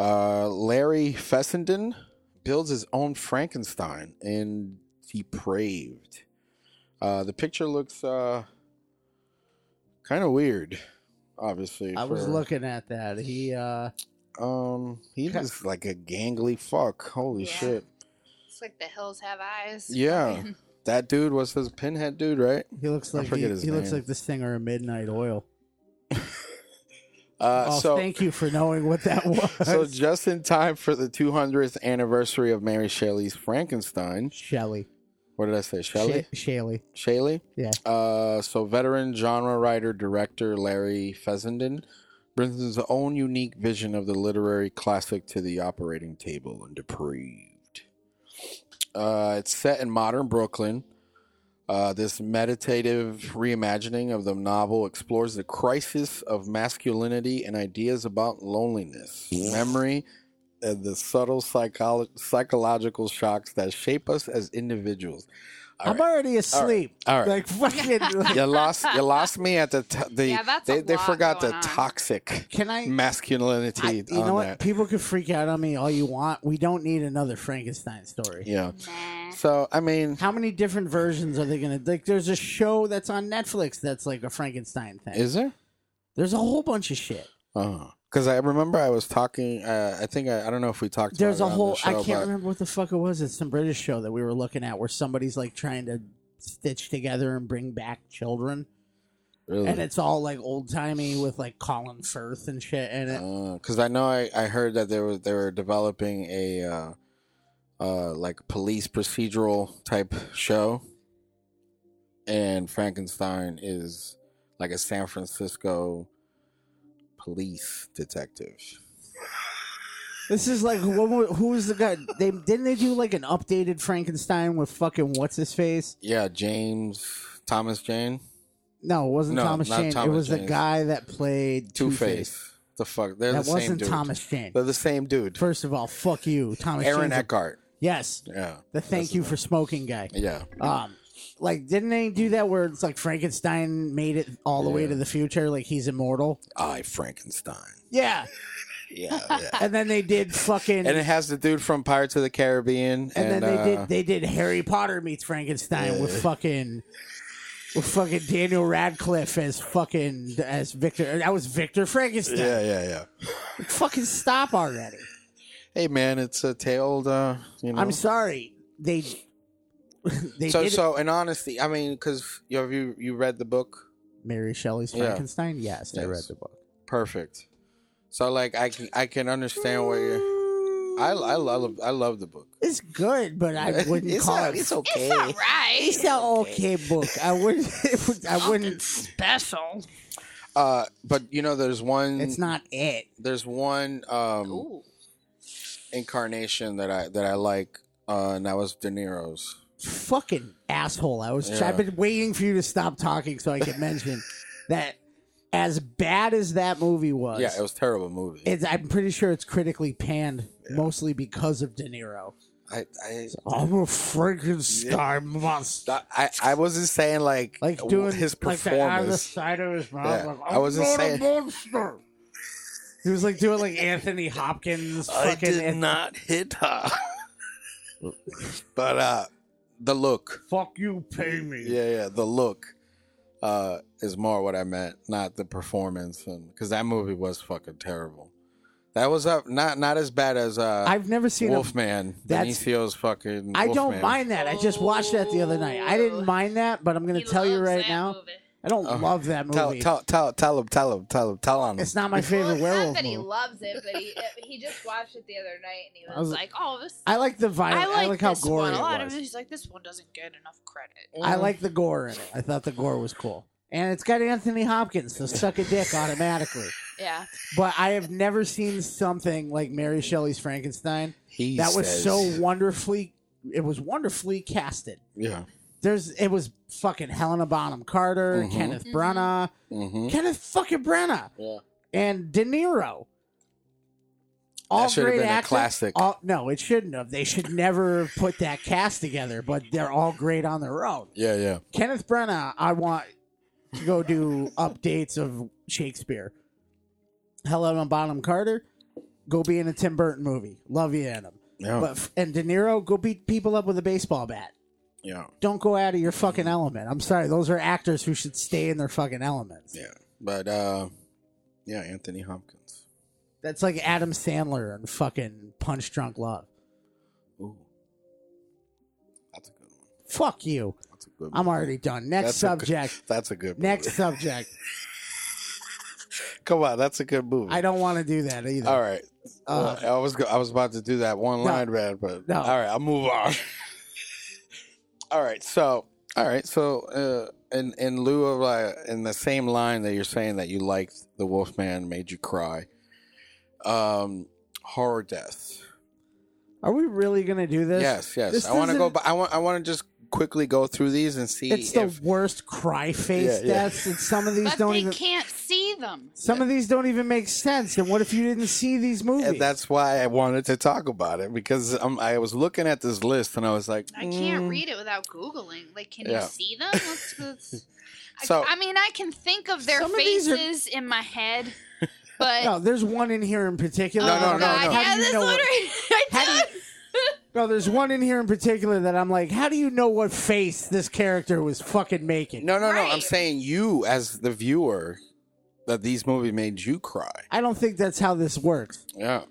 Speaker 4: uh, Larry Fessenden builds his own Frankenstein in Depraved. Uh, the picture looks uh, kind of weird. Obviously,
Speaker 1: I was
Speaker 4: for-
Speaker 1: looking at that. He uh
Speaker 4: Um, he was like a gangly fuck. Holy
Speaker 2: Yeah.
Speaker 4: shit!
Speaker 2: It's like the hills have eyes.
Speaker 4: Yeah, that dude was his pinhead dude, right?
Speaker 1: he looks
Speaker 4: I
Speaker 1: like
Speaker 4: forget
Speaker 1: he,
Speaker 4: his
Speaker 1: he looks
Speaker 4: name.
Speaker 1: like the singer of Midnight Oil.
Speaker 4: Uh,
Speaker 1: oh,
Speaker 4: so
Speaker 1: thank you for knowing what that was.
Speaker 4: So just in time for the 200th anniversary of Mary Shelley's Frankenstein.
Speaker 1: Shelley.
Speaker 4: What did I say? Shelley?
Speaker 1: Sh- Shaley.
Speaker 4: Shelley?
Speaker 1: Yeah.
Speaker 4: Uh, so veteran genre writer director Larry Fessenden brings his own unique vision of the literary classic to the operating table in Depraved. Uh, it's set in modern Brooklyn. Uh, this meditative reimagining of the novel explores the crisis of masculinity and ideas about loneliness, memory, and the subtle psycholo- psychological shocks that shape us as individuals. All
Speaker 1: I'm
Speaker 4: right.
Speaker 1: already asleep.
Speaker 4: All right.
Speaker 1: Like fucking. like-
Speaker 4: you lost. You lost me at the. T- the
Speaker 2: Yeah, that's a
Speaker 4: they they
Speaker 2: lot
Speaker 4: forgot the
Speaker 2: going on.
Speaker 4: toxic
Speaker 1: can I?
Speaker 4: masculinity.
Speaker 1: I- you
Speaker 4: on
Speaker 1: know what?
Speaker 4: that.
Speaker 1: People can freak out on me all you want. We don't need another Frankenstein story.
Speaker 4: Yeah.
Speaker 2: Nah.
Speaker 4: So I mean,
Speaker 1: How many different versions are they gonna like? There's a show that's on Netflix that's like a Frankenstein thing.
Speaker 4: is there?
Speaker 1: there's a whole bunch of shit.
Speaker 4: Because I remember I was talking. Uh, I think I, I don't know if we talked.
Speaker 1: There's a
Speaker 4: about it on the
Speaker 1: whole. I
Speaker 4: show,
Speaker 1: can't
Speaker 4: but-
Speaker 1: remember what the fuck it was. It's some British show that we were looking at where somebody's like trying to stitch together and bring back children,
Speaker 4: Really?
Speaker 1: and it's all like old timey with like Colin Firth and shit in
Speaker 4: Oh.
Speaker 1: it.
Speaker 4: because Uh, I know I, I heard that they were they were developing a uh, uh, like police procedural type show, and Frankenstein is like a San Francisco police detective.
Speaker 1: This is like what, wa- who was the guy? They didn't they do like an updated Frankenstein with fucking what's his face?
Speaker 4: Yeah, James Thomas Jane,
Speaker 1: No, it wasn't
Speaker 4: No,
Speaker 1: Thomas
Speaker 4: not
Speaker 1: Jane. it
Speaker 4: Thomas
Speaker 1: was the
Speaker 4: Jane.
Speaker 1: guy that played
Speaker 4: Two
Speaker 1: Two
Speaker 4: Face. The fuck, they're
Speaker 1: That
Speaker 4: the same
Speaker 1: wasn't
Speaker 4: dude.
Speaker 1: Thomas Jane.
Speaker 4: They're the same dude.
Speaker 1: First of all, fuck you, Thomas
Speaker 4: Aaron
Speaker 1: Jane's a-
Speaker 4: Eckhart.
Speaker 1: yes,
Speaker 4: Yeah,
Speaker 1: the thank you for smoking guy.
Speaker 4: yeah.
Speaker 1: Um, like didn't they do that where it's like Frankenstein made it all the way
Speaker 4: Yeah.
Speaker 1: to the future, like he's immortal?
Speaker 4: I Frankenstein.
Speaker 1: Yeah,
Speaker 4: Yeah, yeah.
Speaker 1: and then they did fucking.
Speaker 4: and it has the dude from Pirates of the Caribbean.
Speaker 1: and
Speaker 4: And,
Speaker 1: then they
Speaker 4: uh,
Speaker 1: did they did Harry Potter meets Frankenstein with fucking with fucking Daniel Radcliffe as fucking as Victor. That was Victor Frankenstein.
Speaker 4: Yeah, yeah, yeah.
Speaker 1: Fucking stop already.
Speaker 4: Hey man, it's a tailed. Uh, you know.
Speaker 1: I'm sorry. They they
Speaker 4: so
Speaker 1: did
Speaker 4: so in honesty, I mean, because you have you you read the book.
Speaker 1: Mary Shelley's
Speaker 4: Yeah.
Speaker 1: Frankenstein. Yes, I
Speaker 4: Yes.
Speaker 1: read the book.
Speaker 4: Perfect. So like I can I can understand why you. I I love I love the book.
Speaker 1: Mm, It's good, but I wouldn't
Speaker 4: it's
Speaker 1: call
Speaker 4: not-
Speaker 1: it.
Speaker 4: It's okay.
Speaker 2: It's all right.
Speaker 1: It's an okay book. I wouldn't. It would, I
Speaker 2: Nothing
Speaker 1: wouldn't.
Speaker 2: special.
Speaker 4: Uh, but you know, there's one.
Speaker 1: It's not it.
Speaker 4: There's one um
Speaker 2: Ooh.
Speaker 4: incarnation that I that I like, uh, and that was De Niro's.
Speaker 1: Fucking asshole. I was.
Speaker 4: Yeah.
Speaker 1: I've been waiting for you to stop talking so I could mention that. As bad as that movie was,
Speaker 4: Yeah, it was a terrible movie.
Speaker 1: it's, I'm pretty sure it's critically panned mostly because of De Niro.
Speaker 4: I, I
Speaker 1: I'm a Frankenstein monster.
Speaker 4: I I wasn't saying like
Speaker 1: Like
Speaker 4: w-
Speaker 1: doing
Speaker 4: his
Speaker 1: like the, out of the
Speaker 4: performance.
Speaker 1: side of his mouth.
Speaker 4: Yeah.
Speaker 1: Like,
Speaker 4: I
Speaker 1: I'm
Speaker 4: wasn't
Speaker 1: not a
Speaker 4: saying-
Speaker 1: monster. He was like doing like Anthony Hopkins. Fucking and
Speaker 4: not hit her. but uh, the look,
Speaker 1: fuck you, pay me.
Speaker 4: yeah, yeah, the look uh, is more what I meant, not the performance, and because that movie was fucking terrible. That was up, not not as bad as uh,
Speaker 1: I've never seen a
Speaker 4: Wolfman.
Speaker 1: that's-
Speaker 4: Benicio's fucking.
Speaker 1: I don't
Speaker 4: Wolfman.
Speaker 1: mind that. I just watched that the other night. I didn't mind that, but I'm going
Speaker 2: He
Speaker 1: to tell you
Speaker 2: loves
Speaker 1: right
Speaker 2: that
Speaker 1: now,
Speaker 2: movie.
Speaker 1: I don't
Speaker 4: Okay.
Speaker 1: love that movie.
Speaker 4: Oh, Tell tell tell tell him tell him tell him tell him.
Speaker 1: It's not my
Speaker 7: Well,
Speaker 1: favorite
Speaker 7: it's
Speaker 1: werewolf
Speaker 7: not that he
Speaker 1: movie.
Speaker 7: loves it, but he he just watched it the other night and he was,
Speaker 1: was-
Speaker 7: like, "Oh, this."
Speaker 1: I like the
Speaker 2: I
Speaker 1: violence.
Speaker 2: like,
Speaker 1: I like how
Speaker 2: this
Speaker 1: gory
Speaker 2: one. A lot of
Speaker 1: it was.
Speaker 2: movies like this one doesn't get enough credit.
Speaker 1: I like the gore in it. I thought the gore was cool. And it's got Anthony Hopkins, so suck a dick automatically.
Speaker 2: Yeah.
Speaker 1: But I have never seen something like Mary Shelley's Frankenstein
Speaker 4: He
Speaker 1: that was
Speaker 4: says-
Speaker 1: so wonderfully. It was wonderfully casted.
Speaker 4: yeah.
Speaker 1: There's it was fucking Helena Bonham Carter,
Speaker 4: Mhm.
Speaker 1: Kenneth
Speaker 2: Mm-hmm.
Speaker 1: Branagh,
Speaker 4: Mm-hmm.
Speaker 1: Kenneth fucking Branagh,
Speaker 4: Yeah.
Speaker 1: and De Niro. All
Speaker 4: That should have
Speaker 1: great
Speaker 4: been a
Speaker 1: actors.
Speaker 4: classic.
Speaker 1: all- no, it shouldn't have. They should never have put that cast together. But they're all great on their own.
Speaker 4: Yeah, yeah.
Speaker 1: Kenneth Brenna, I want to go do updates of Shakespeare. Helena Bonham Carter, go be in a Tim Burton movie. Love you in him.
Speaker 4: Yeah.
Speaker 1: But f- and De Niro, go beat people up with a baseball bat.
Speaker 4: yeah.
Speaker 1: Don't go out of your fucking element. I'm sorry, those are actors who should stay in their fucking elements.
Speaker 4: Yeah. But uh yeah, Anthony Hopkins.
Speaker 1: That's like Adam Sandler and fucking Punch Drunk Love.
Speaker 4: Ooh. That's a good one.
Speaker 1: Fuck you.
Speaker 4: That's a good one.
Speaker 1: I'm already done. Next
Speaker 4: That's a good-
Speaker 1: subject.
Speaker 4: that's a good
Speaker 1: Next
Speaker 4: movie.
Speaker 1: subject.
Speaker 4: Come on, that's a good movie.
Speaker 1: I don't want to do that either.
Speaker 4: All right.
Speaker 1: Uh,
Speaker 4: Well, I was go- I was about to do that one
Speaker 1: No.
Speaker 4: line, man, but
Speaker 1: No.
Speaker 4: all right, I'll move on. all right, so all right, so uh, in in lieu of uh, in the same line that you're saying that you liked the Wolfman made you cry, um, horror death.
Speaker 1: Are we really gonna do this?
Speaker 4: yes, yes.
Speaker 1: this
Speaker 4: I want to go.
Speaker 1: doesn't-
Speaker 4: But I want I want to just quickly go through these and see
Speaker 1: It's the
Speaker 4: if
Speaker 1: worst cry
Speaker 4: Yeah,
Speaker 1: face
Speaker 4: yeah.
Speaker 1: deaths, and some of these
Speaker 2: But
Speaker 1: don't
Speaker 2: they
Speaker 1: even
Speaker 2: can't see them.
Speaker 1: some of these don't even make sense. And what if you didn't see these movies?
Speaker 4: and that's why I wanted to talk about it because um, I was looking at this list and I was like,
Speaker 2: I can't
Speaker 4: mm,
Speaker 2: read it without googling. Like, can
Speaker 4: Yeah.
Speaker 2: you see them? Let's, let's- I-
Speaker 4: So-
Speaker 2: I, mean, I can think of their
Speaker 1: Some of these are-
Speaker 2: faces in my head, but
Speaker 1: no, there's one in here in particular.
Speaker 4: No, no,
Speaker 2: Oh,
Speaker 4: no,
Speaker 2: God,
Speaker 4: no.
Speaker 1: How
Speaker 2: Yeah,
Speaker 1: do you
Speaker 2: this
Speaker 1: know
Speaker 2: one
Speaker 1: what-
Speaker 2: right- I
Speaker 1: how do you-
Speaker 2: don't-
Speaker 1: no, there's one in here in particular that I'm like, how do you know what face this character was fucking making?
Speaker 4: No, no, no. I'm
Speaker 2: Right.
Speaker 4: saying you, as the viewer, that these movies made you cry.
Speaker 1: I don't think that's how this works.
Speaker 4: Yeah,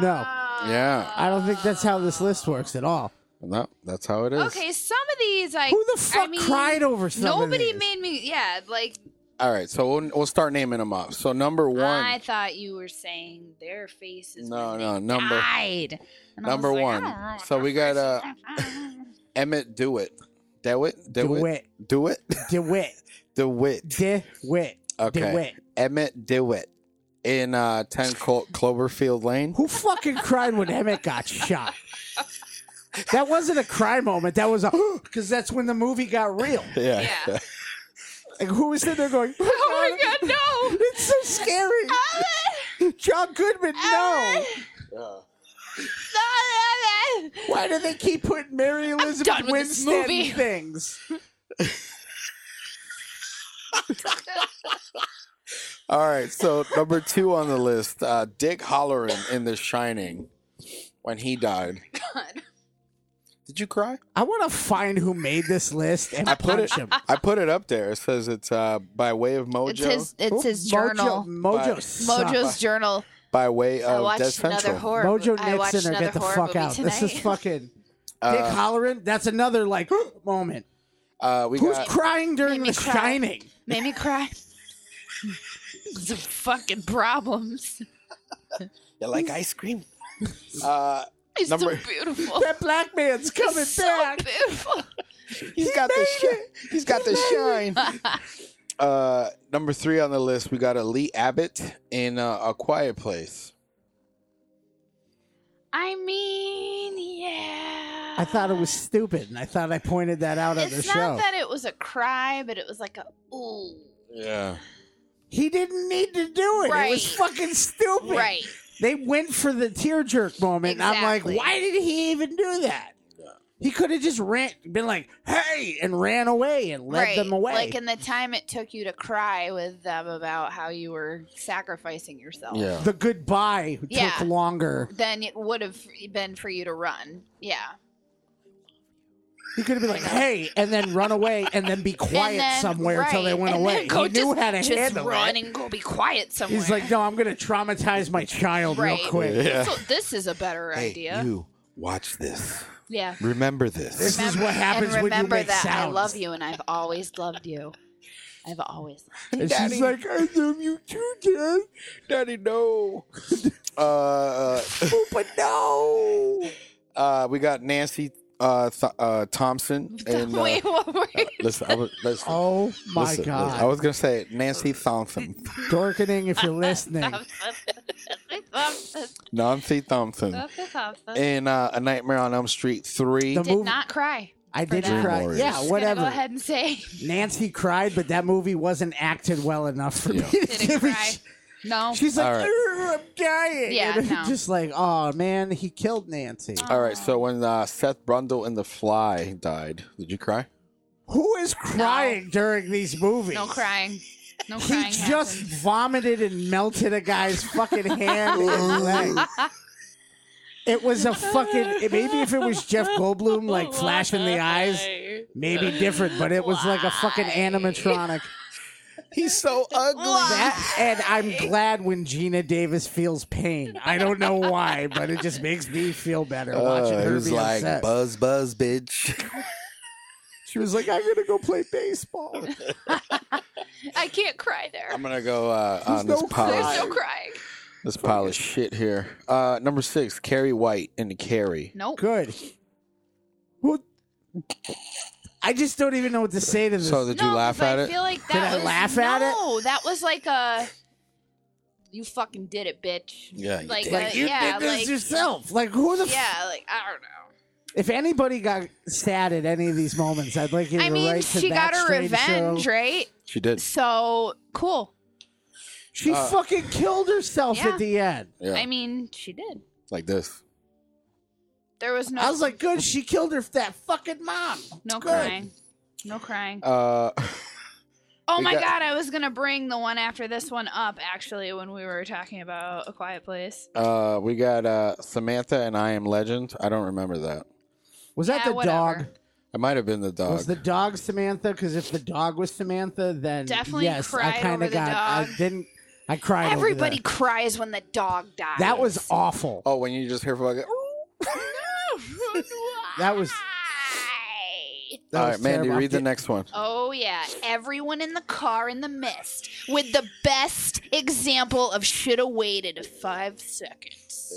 Speaker 1: No,
Speaker 2: Ah.
Speaker 4: yeah.
Speaker 1: I don't think that's how this list works at all.
Speaker 4: No, that's how it is.
Speaker 2: Okay, some of these, I
Speaker 1: Who the fuck
Speaker 2: I mean,
Speaker 1: cried over some of
Speaker 2: Nobody
Speaker 1: these?
Speaker 2: made me. Yeah, like
Speaker 4: All right. So we'll, we'll start naming them off. So number one,
Speaker 2: I thought you were saying their faces.
Speaker 4: No,
Speaker 2: when
Speaker 4: no,
Speaker 2: they
Speaker 4: number-
Speaker 2: died. And I
Speaker 4: number
Speaker 2: was like, "Ah, I
Speaker 4: one.
Speaker 2: don't know what
Speaker 4: So
Speaker 2: their
Speaker 4: we got, uh,
Speaker 2: faces-
Speaker 4: Emmett Dewitt. Dewitt. Dewitt.
Speaker 1: DeWitt,
Speaker 4: Dewitt.
Speaker 1: DeWitt,
Speaker 4: Dewitt.
Speaker 1: DeWitt,
Speaker 4: Okay.
Speaker 1: DeWitt.
Speaker 4: Emmett Dewitt in uh, 10 Clo- Cloverfield Lane.
Speaker 1: Who fucking cried when Emmett got shot? That wasn't a cry moment. That was a because that's when the movie got real.
Speaker 4: Yeah.
Speaker 2: Yeah.
Speaker 1: Like who was in there going?
Speaker 2: Oh my god, no!
Speaker 1: It's so scary. John Goodman, no.
Speaker 4: Uh,
Speaker 2: No, no, no.
Speaker 1: Why do they keep putting Mary Elizabeth
Speaker 2: done with this
Speaker 1: Winstead
Speaker 2: movie.
Speaker 1: in things?
Speaker 4: All right. So number two on the list, uh, Dick Holleran in The Shining, when he died.
Speaker 2: Oh God.
Speaker 4: Did you cry?
Speaker 1: I want to find who made this list and
Speaker 4: I put it.
Speaker 1: punch him.
Speaker 4: I put it up there. It says it's uh, by way of Mojo,
Speaker 2: It's his. It's his
Speaker 1: Mojo-
Speaker 2: journal.
Speaker 1: Mojo,
Speaker 4: But-
Speaker 1: sucked.
Speaker 2: Mojo's journal.
Speaker 4: by way
Speaker 2: I
Speaker 4: of Oh, Death
Speaker 2: watched another
Speaker 4: Central.
Speaker 2: horror.
Speaker 1: Mojo
Speaker 2: I watched
Speaker 1: Nixon or
Speaker 2: another
Speaker 1: get the
Speaker 2: horror
Speaker 1: fuck
Speaker 2: movie
Speaker 1: out.
Speaker 2: Tonight.
Speaker 1: This is fucking Dick
Speaker 4: uh,
Speaker 1: Holleran. That's another like moment.
Speaker 4: uh, we
Speaker 1: Who's
Speaker 4: got
Speaker 1: crying during
Speaker 2: made me
Speaker 1: The
Speaker 2: cry.
Speaker 1: Shining?
Speaker 2: Made me cry. Some fucking problems.
Speaker 4: you like ice cream. uh,
Speaker 2: He's
Speaker 4: Number-
Speaker 2: so beautiful.
Speaker 1: That black man's coming
Speaker 2: so
Speaker 1: back.
Speaker 2: beautiful.
Speaker 4: he's got the shi- he's got the shine. uh, number three on the list, we got a Lee Abbott in uh, A Quiet Place.
Speaker 2: I mean, yeah.
Speaker 1: I thought it was stupid, and I thought I pointed that out at the
Speaker 2: It's not
Speaker 1: show.
Speaker 2: that it was a cry, but it was like a ooh.
Speaker 4: Yeah.
Speaker 1: He didn't need to do it. It was
Speaker 2: Right.
Speaker 1: fucking stupid.
Speaker 2: Right.
Speaker 1: They went for the tear jerk moment. and I'm like,
Speaker 2: Exactly.
Speaker 1: why did he even do that? He could have just ran, been like, "Hey!" and ran away and led
Speaker 2: right.
Speaker 1: them away.
Speaker 2: Like in the time it took you to cry with them about how you were sacrificing yourself.
Speaker 4: Yeah.
Speaker 1: the goodbye
Speaker 2: Yeah.
Speaker 1: took longer.
Speaker 2: Then it would have been for you to run. Yeah.
Speaker 1: He could have been like, "Hey," and then run away, and then be quiet
Speaker 2: and then,
Speaker 1: somewhere until they
Speaker 2: right,
Speaker 1: went
Speaker 2: and
Speaker 1: away.
Speaker 2: Then go
Speaker 1: he knew
Speaker 2: just,
Speaker 1: how to
Speaker 2: just
Speaker 1: handle
Speaker 2: run
Speaker 1: it.
Speaker 2: and go be quiet somewhere.
Speaker 1: He's like, "No, I'm going to traumatize my child
Speaker 2: Right.
Speaker 1: real quick."
Speaker 4: Yeah.
Speaker 2: So this is a better idea.
Speaker 4: Hey, you watch this.
Speaker 2: yeah.
Speaker 4: Remember this.
Speaker 1: This is what
Speaker 2: And
Speaker 1: happens when you
Speaker 2: remember
Speaker 1: make
Speaker 2: that
Speaker 1: sounds.
Speaker 2: I love you and I've always loved you. I've always
Speaker 1: And she's like, "I love you too, Dad."
Speaker 4: Daddy, no. uh,
Speaker 1: But no.
Speaker 4: uh, we got Nancy uh, Th- uh, Thompson and uh,
Speaker 2: Wait, what were you-
Speaker 4: listen. I was, listen
Speaker 1: Oh my
Speaker 4: listen,
Speaker 1: god.
Speaker 4: listen, I was gonna say Nancy Thompson,
Speaker 1: Dorkening, if you're listening.
Speaker 4: Nancy Thompson, in uh, A Nightmare on Elm Street three.
Speaker 1: The
Speaker 2: did
Speaker 1: movie-
Speaker 2: not cry.
Speaker 1: I
Speaker 2: For
Speaker 1: did
Speaker 2: that.
Speaker 1: cry.
Speaker 4: Warriors.
Speaker 1: Yeah,
Speaker 2: Just
Speaker 1: Uh, whatever.
Speaker 2: Gonna go ahead and say
Speaker 1: Nancy cried, but that movie wasn't acted well enough for
Speaker 4: Yeah.
Speaker 1: me to
Speaker 2: Didn't
Speaker 1: give a
Speaker 2: cry.
Speaker 1: sh-
Speaker 2: no.
Speaker 1: She's like,
Speaker 4: All right.
Speaker 1: "Ugh, I'm dying.
Speaker 2: Yeah,
Speaker 1: And
Speaker 2: no.
Speaker 1: just like, oh man, he killed Nancy.
Speaker 4: All right, so when uh, Seth Brundle in The Fly died, did you cry?
Speaker 1: Who is crying during these movies?
Speaker 2: No crying. No
Speaker 1: He
Speaker 2: crying.
Speaker 1: just
Speaker 2: happened.
Speaker 1: vomited and melted a guy's fucking hand and leg. It was a fucking. it- Maybe if it was Jeff Goldblum, like flashing the eyes, maybe different. But it was like a fucking animatronic.
Speaker 4: He's so ugly.
Speaker 1: That and I'm glad when Gina Davis feels pain. I don't know why, but it just makes me feel better watching
Speaker 4: Uh,
Speaker 1: her
Speaker 4: it was
Speaker 1: be
Speaker 4: like
Speaker 1: upset.
Speaker 4: buzz, buzz, bitch.
Speaker 1: she was like, "I'm gonna go play baseball."
Speaker 2: I can't cry there.
Speaker 4: I'm gonna go uh, on
Speaker 1: There's
Speaker 4: this
Speaker 1: no
Speaker 4: pile.
Speaker 2: There's
Speaker 1: crying.
Speaker 2: no crying.
Speaker 4: This pile of shit here. Uh, number six, Carrie White and Carrie.
Speaker 2: Nope.
Speaker 1: Good. What? I just don't even know what to say to this.
Speaker 4: So did you
Speaker 2: no,
Speaker 4: laugh
Speaker 2: 'cause
Speaker 4: at
Speaker 2: I
Speaker 4: it?
Speaker 2: feel like that
Speaker 1: Did I
Speaker 2: was,
Speaker 1: laugh at it?
Speaker 2: No, that was like a. You fucking did it, bitch.
Speaker 4: Yeah, you
Speaker 2: like
Speaker 4: did.
Speaker 2: uh,
Speaker 1: like you
Speaker 2: yeah,
Speaker 1: did this
Speaker 2: like
Speaker 1: yourself. Like who the? F-
Speaker 2: yeah, like I don't know.
Speaker 1: if anybody got sad at any of these moments, I'd like you to
Speaker 2: I mean,
Speaker 1: write to
Speaker 2: she got her
Speaker 1: Backstreet Show.
Speaker 2: revenge, right?
Speaker 4: she did.
Speaker 2: So cool.
Speaker 1: She
Speaker 4: Uh,
Speaker 1: fucking killed herself
Speaker 2: Yeah.
Speaker 1: at the end.
Speaker 4: Yeah,
Speaker 2: I mean, she did.
Speaker 4: like this.
Speaker 2: There was no
Speaker 1: I was like, good, she killed her that fucking mom.
Speaker 2: no
Speaker 1: good.
Speaker 2: crying. No crying.
Speaker 4: Uh,
Speaker 2: Oh
Speaker 4: we
Speaker 2: my
Speaker 4: got-
Speaker 2: god, I was gonna bring the one after this one up actually when we were talking about a quiet place.
Speaker 4: uh, we got uh, Samantha and I Am Legend. I don't remember that.
Speaker 1: Was that
Speaker 2: Yeah,
Speaker 1: the
Speaker 2: whatever.
Speaker 1: dog?
Speaker 4: I might have been the dog.
Speaker 1: Was the dog Samantha? Because if the dog was Samantha, then
Speaker 2: Definitely
Speaker 1: yes,
Speaker 2: cried
Speaker 1: I kind
Speaker 2: over
Speaker 1: of
Speaker 2: the
Speaker 1: got. I
Speaker 2: dog.
Speaker 1: didn't. I cried. over
Speaker 2: Everybody
Speaker 1: that.
Speaker 2: cries when the dog dies.
Speaker 1: That was awful.
Speaker 4: oh, when you just hear fucking.
Speaker 1: That was. That
Speaker 4: All
Speaker 1: was
Speaker 4: right, Mandy,
Speaker 1: terrible.
Speaker 4: read the
Speaker 1: Did-
Speaker 4: next one.
Speaker 2: Oh yeah, everyone in the car in the mist with the best example of shoulda waited 5 seconds.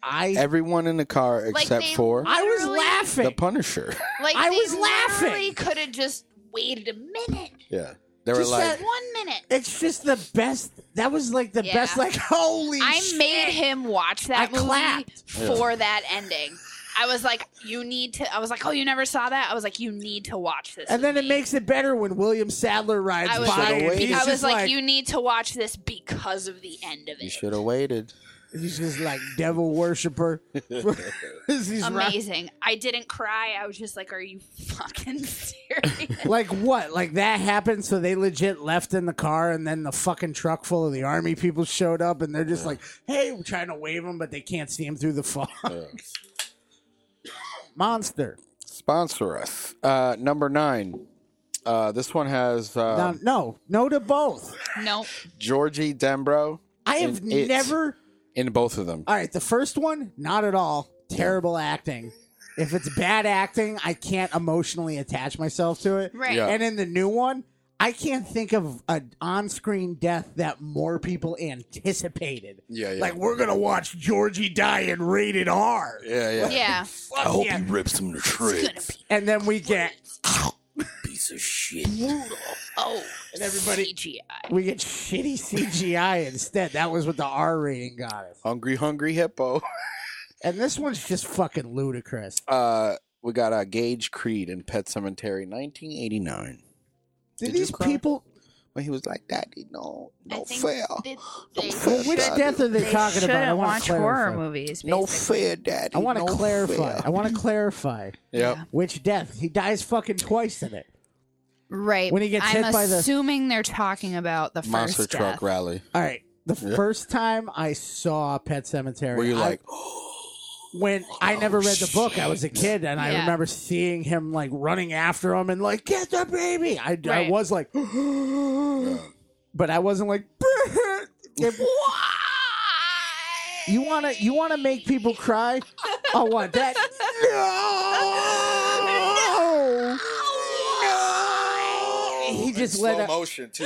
Speaker 1: I.
Speaker 4: Everyone in the car except
Speaker 2: they-
Speaker 4: for
Speaker 1: I was
Speaker 2: literally-
Speaker 1: laughing.
Speaker 4: the Punisher.
Speaker 2: Like
Speaker 1: I
Speaker 2: they
Speaker 1: was laughing.
Speaker 2: Could have just waited a minute,
Speaker 4: yeah, they were
Speaker 1: Just
Speaker 4: like,
Speaker 1: that-
Speaker 2: one minute.
Speaker 1: it's just the best. That was like the
Speaker 2: Yeah.
Speaker 1: best. Like holy.
Speaker 2: I
Speaker 1: shit.
Speaker 2: made him watch that
Speaker 1: I
Speaker 2: movie
Speaker 1: clapped.
Speaker 2: for that ending. I was like, you need to. I was like, oh, you never saw that. I was like, you need to watch this.
Speaker 1: And
Speaker 2: with
Speaker 1: then it
Speaker 2: me.
Speaker 1: makes it better when William Sadler rides
Speaker 2: I was
Speaker 1: by.
Speaker 4: like-
Speaker 1: and he's
Speaker 2: I was
Speaker 1: just
Speaker 2: like, you need to watch this because of the end of
Speaker 4: You
Speaker 2: it.
Speaker 4: should have waited.
Speaker 1: He's just like devil worshiper. He's ri-
Speaker 2: Amazing. I didn't cry. I was just like, are you fucking serious?
Speaker 1: like what? Like that happened, so they legit left in the car, and then the fucking truck full of the army people showed up, and they're just like, "Hey, we're trying to wave him, but they can't see him through the fog."
Speaker 4: Yeah.
Speaker 1: Monster.
Speaker 4: Sponsor us. Uh, number nine. Uh, this one has uh,
Speaker 1: Now, no, no to both.
Speaker 2: no.
Speaker 4: Georgie Dembro
Speaker 1: I have
Speaker 4: And it.
Speaker 1: never.
Speaker 4: in both of them.
Speaker 1: All right, the first one, not at all. Terrible acting. If it's bad acting, I can't emotionally attach myself to it.
Speaker 2: Right.
Speaker 4: Yeah.
Speaker 1: And in the new one, I can't think of an on-screen death that more people anticipated.
Speaker 4: Yeah, yeah.
Speaker 1: Like we're gonna watch Georgie die in rated R.
Speaker 4: yeah, yeah.
Speaker 2: Yeah.
Speaker 1: Fuck yeah.
Speaker 4: rips him to shreds.
Speaker 1: and then we get
Speaker 4: Piece of shit.
Speaker 2: Oh.
Speaker 1: And everybody-
Speaker 2: CGI.
Speaker 1: we get shitty CGI instead. That was what the R rating got us.
Speaker 4: Hungry, hungry hippo.
Speaker 1: And this one's just fucking ludicrous.
Speaker 4: Uh, we got uh, Gage Creed in Pet Cemetery, 1989.
Speaker 1: Did,
Speaker 4: Did you
Speaker 1: these
Speaker 4: cry?
Speaker 1: people?
Speaker 4: When he was like, "Daddy, no,
Speaker 2: I
Speaker 4: no
Speaker 2: think
Speaker 4: fair,
Speaker 2: that
Speaker 4: no
Speaker 2: they
Speaker 4: fair,
Speaker 1: Which
Speaker 4: Daddy.
Speaker 1: death are they,
Speaker 2: They
Speaker 1: talking about? I
Speaker 2: shouldn't
Speaker 1: want
Speaker 2: watch
Speaker 1: to clarify.
Speaker 2: horror movies.
Speaker 4: no
Speaker 2: basically.
Speaker 4: fair, Daddy."
Speaker 1: I want to
Speaker 4: no
Speaker 1: clarify.
Speaker 4: fair."
Speaker 1: I want to clarify
Speaker 4: Yep.
Speaker 1: which death. He dies fucking twice in it.
Speaker 2: Right.
Speaker 1: When he gets
Speaker 2: I'm
Speaker 1: hit by the-
Speaker 2: assuming they're talking about the
Speaker 4: Monster
Speaker 2: first
Speaker 4: truck
Speaker 2: death.
Speaker 4: rally.
Speaker 1: All right. The first time I saw Pet Cemetery,
Speaker 4: Were you
Speaker 1: I-
Speaker 4: like, oh,
Speaker 1: when I never read the book, I was a kid, and I
Speaker 2: Yeah.
Speaker 1: remember seeing him like running after him and like get the baby. I, I
Speaker 2: Right.
Speaker 1: was like, but I wasn't like. If- you wanna you wanna make people cry? I want that. No. He just let out.
Speaker 4: "Oh, motion too.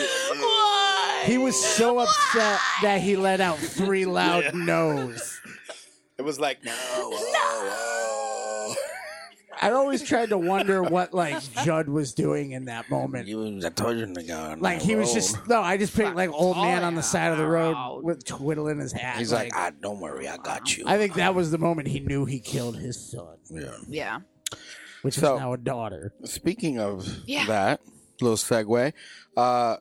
Speaker 1: He was so upset that he let out three loud no's.
Speaker 4: It was like, no. oh,
Speaker 1: I always tried to wonder what like Judd was doing in that
Speaker 4: oh.
Speaker 1: moment.
Speaker 4: You was a Trojan again.
Speaker 1: Like he was just no, I just picked like old man on the side of the road with twiddling his hat.
Speaker 4: He's like, ah, don't worry, I got you.
Speaker 1: I think that was the moment he knew he killed his son,
Speaker 4: yeah.
Speaker 2: Yeah.
Speaker 1: which
Speaker 4: So-
Speaker 1: is now a daughter.
Speaker 4: Speaking of
Speaker 2: Yeah.
Speaker 4: that, little segue. Uh,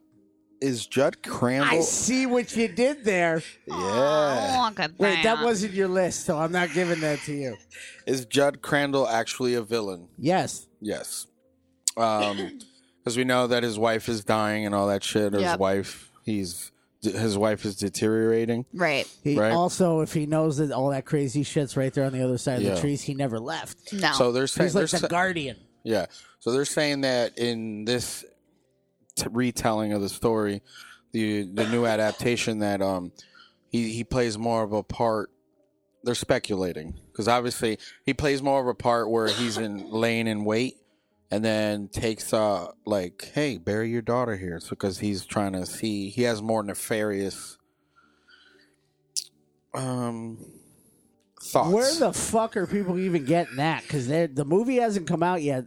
Speaker 4: is Judd
Speaker 1: I
Speaker 4: Crandall?
Speaker 1: see what you did there.
Speaker 4: yeah.
Speaker 2: Oh, look at
Speaker 1: Wait, that wasn't your list, so I'm not giving that to you.
Speaker 4: Is Judd Crandall actually a villain?
Speaker 1: Yes.
Speaker 4: Yes. Um, because we know that his wife is dying and all that shit. Or His
Speaker 2: Yep.
Speaker 4: wife, he's his wife is deteriorating.
Speaker 2: right.
Speaker 1: He
Speaker 4: Right.
Speaker 1: also, if he knows that all that crazy shit's right there on the other side of
Speaker 4: Yeah.
Speaker 1: the trees, he never left.
Speaker 2: No.
Speaker 4: So they're saying
Speaker 1: He's like
Speaker 4: they're
Speaker 1: the
Speaker 4: sa-
Speaker 1: guardian.
Speaker 4: yeah. So they're saying that in this t- retelling of the story, the the new adaptation that um he he plays more of a part. They're speculating because obviously he plays more of a part where he's in laying in wait. And then takes uh like, hey, bury your daughter here, so because he's trying to see he has more nefarious um thoughts.
Speaker 1: Where the fuck are people even getting that? Because the movie hasn't come out yet.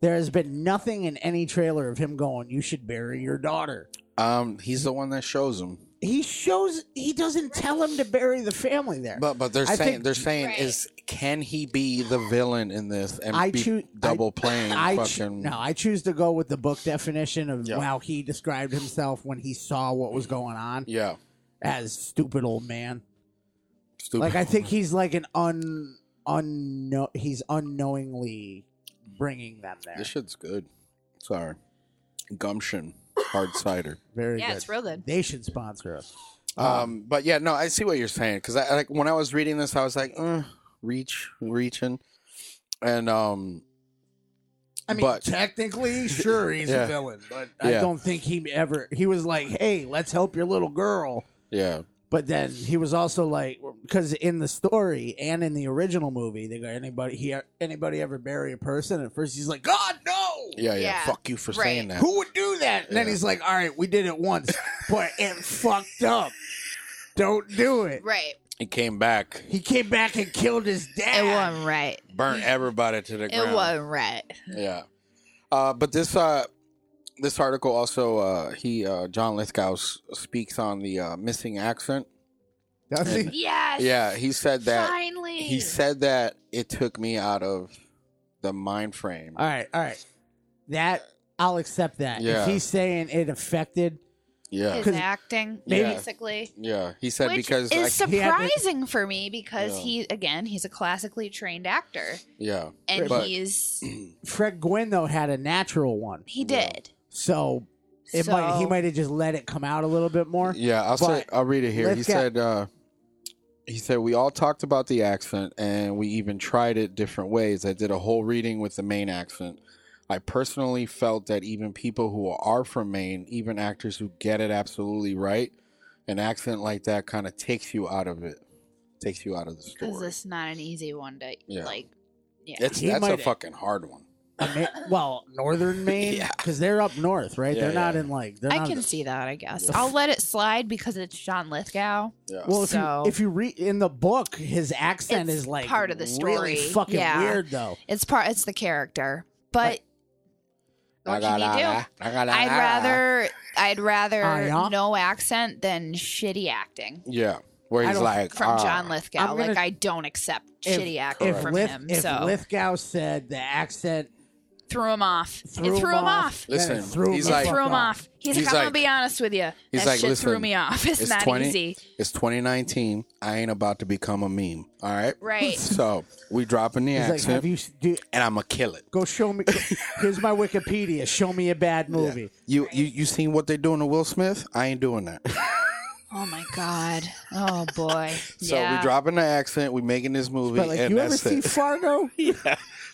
Speaker 1: There has been nothing in any trailer of him going, "You should bury your daughter."
Speaker 4: um he's the one that shows him.
Speaker 1: He shows he doesn't tell him to bury the family there.
Speaker 4: But but they're
Speaker 1: I
Speaker 4: saying
Speaker 1: think-
Speaker 4: they're saying
Speaker 2: Right.
Speaker 4: is can he be the villain in this and
Speaker 1: I
Speaker 4: be
Speaker 1: choo- I-
Speaker 4: double playing
Speaker 1: I choo-
Speaker 4: fucking
Speaker 1: no, I choose to go with the book definition of
Speaker 4: Yeah.
Speaker 1: how he described himself when he saw what was going on
Speaker 4: yeah
Speaker 1: as stupid old man.
Speaker 4: stupid
Speaker 1: Like I think he's like an un unknow he's unknowingly bringing them there.
Speaker 4: this shit's good sorry gumption hard cider
Speaker 1: Very
Speaker 2: yeah,
Speaker 1: good.
Speaker 2: it's real good.
Speaker 1: They should sponsor us. Oh.
Speaker 4: um but yeah no I see what you're saying because I like when I was reading this I was like uh, reach reaching and um
Speaker 1: I mean,
Speaker 4: But-
Speaker 1: technically, sure, he's
Speaker 4: Yeah.
Speaker 1: a villain, but I
Speaker 4: Yeah.
Speaker 1: don't think he ever. He was like, "Hey, let's help your little girl,"
Speaker 4: yeah
Speaker 1: but then he was also like, because in the story and in the original movie, they go, "anybody he anybody ever bury a person?" At first, he's like, "God, no!
Speaker 4: yeah yeah,
Speaker 2: Yeah.
Speaker 4: fuck you for
Speaker 2: Right.
Speaker 4: saying that
Speaker 1: Who would do that?" And then
Speaker 4: Yeah.
Speaker 1: he's like, "All right, we did it once, but it fucked up. Don't do it."
Speaker 2: Right.
Speaker 4: he came back
Speaker 1: He came back and killed his
Speaker 2: It
Speaker 1: dad.
Speaker 2: wasn't right.
Speaker 4: burnt everybody to the ground
Speaker 2: It wasn't right.
Speaker 4: Yeah. Uh, but this uh, this article also uh, he uh, John Lithgow s- speaks on the uh, missing accent.
Speaker 1: Does he?
Speaker 2: Yes.
Speaker 4: Yeah, he said that
Speaker 2: Finally. Really?
Speaker 4: He said that it took me out of the mind frame.
Speaker 1: All right, all right. That I'll accept that.
Speaker 4: Yeah.
Speaker 1: If he's saying it affected,
Speaker 4: yeah,
Speaker 2: his
Speaker 1: Because-
Speaker 2: acting,
Speaker 4: Yeah.
Speaker 2: basically.
Speaker 4: yeah. He said
Speaker 2: Which
Speaker 4: because I,
Speaker 2: is
Speaker 1: he had to-
Speaker 2: surprising for me because
Speaker 4: Yeah.
Speaker 2: he, again, he's a classically trained actor,
Speaker 4: yeah,
Speaker 2: and
Speaker 4: But-
Speaker 2: he's
Speaker 1: Fred Gwynn though had a natural one,
Speaker 2: he
Speaker 4: Yeah.
Speaker 2: did.
Speaker 1: so it might he
Speaker 2: So-
Speaker 1: might have just let it come out a little bit more.
Speaker 4: yeah. I'll say
Speaker 1: But
Speaker 4: I'll read it here.
Speaker 1: let's
Speaker 4: He
Speaker 1: get-
Speaker 4: said. uh he said we all talked about the accent and we even tried it different ways. I did a whole reading with the Maine accent. I personally felt that even people who are from Maine, even actors who get it absolutely right, an accent like that kind of takes you out of it. Takes you out of the story.
Speaker 2: Because it's not an easy one to
Speaker 4: Yeah.
Speaker 2: like. Yeah.
Speaker 4: It's
Speaker 1: He
Speaker 4: that's a
Speaker 1: might-
Speaker 4: fucking hard one.
Speaker 1: I mean, well, northern Maine,
Speaker 4: Yeah.
Speaker 1: because they're up north, right?
Speaker 4: Yeah,
Speaker 1: they're not
Speaker 4: yeah.
Speaker 1: in like they're
Speaker 2: I
Speaker 1: not
Speaker 2: can
Speaker 1: in-
Speaker 2: see that. I guess
Speaker 4: Yeah.
Speaker 2: I'll let it slide because it's John Lithgow.
Speaker 4: Yeah.
Speaker 1: Well, if
Speaker 2: So-
Speaker 1: you if you read in the book, his accent
Speaker 2: It's
Speaker 1: is like
Speaker 2: part of the story.
Speaker 1: Really fucking
Speaker 2: Yeah.
Speaker 1: weird though.
Speaker 2: It's part. It's the character, but what can you do? I'd
Speaker 4: I'd
Speaker 2: rather I'd rather
Speaker 1: Ah, yeah?
Speaker 2: no accent than shitty acting
Speaker 4: Yeah, where
Speaker 1: I
Speaker 4: he's
Speaker 1: don't-
Speaker 4: like
Speaker 2: from
Speaker 4: ah.
Speaker 2: John Lithgow.
Speaker 1: I'm gonna-
Speaker 2: like I don't accept
Speaker 1: If-
Speaker 2: shitty acting
Speaker 1: if
Speaker 2: from
Speaker 1: Lith-
Speaker 2: him.
Speaker 1: if
Speaker 2: so
Speaker 1: Lithgow said the accent
Speaker 2: threw him off.
Speaker 1: threw,
Speaker 2: it threw him off.
Speaker 1: then it
Speaker 4: Listen,
Speaker 1: threw
Speaker 4: he's
Speaker 1: him the
Speaker 4: like-
Speaker 1: fuck
Speaker 2: Threw him off. He's,
Speaker 4: He's
Speaker 2: like, I'm
Speaker 4: like-
Speaker 2: gonna be honest with you.
Speaker 4: he's
Speaker 2: that
Speaker 4: like,
Speaker 2: shit threw
Speaker 4: "Listen,
Speaker 2: me off. It's,
Speaker 4: it's
Speaker 2: not
Speaker 4: 20
Speaker 2: easy.
Speaker 4: It's 2019. I ain't about to become a meme. All right,
Speaker 2: Right.
Speaker 4: So we dropping the
Speaker 1: He's like,
Speaker 4: accent,
Speaker 1: have you s- do,
Speaker 4: and I'm gonna kill it.
Speaker 1: go show me? here's my Wikipedia. Show me a bad movie.
Speaker 4: You you you seen what they doing to Will Smith? I ain't doing that.
Speaker 2: Oh my god. Oh boy.
Speaker 4: so
Speaker 2: yeah.
Speaker 4: we dropping the accent. We making this movie,
Speaker 1: But like,
Speaker 4: and
Speaker 1: you ever
Speaker 4: that's
Speaker 1: see
Speaker 4: it.
Speaker 1: Fargo?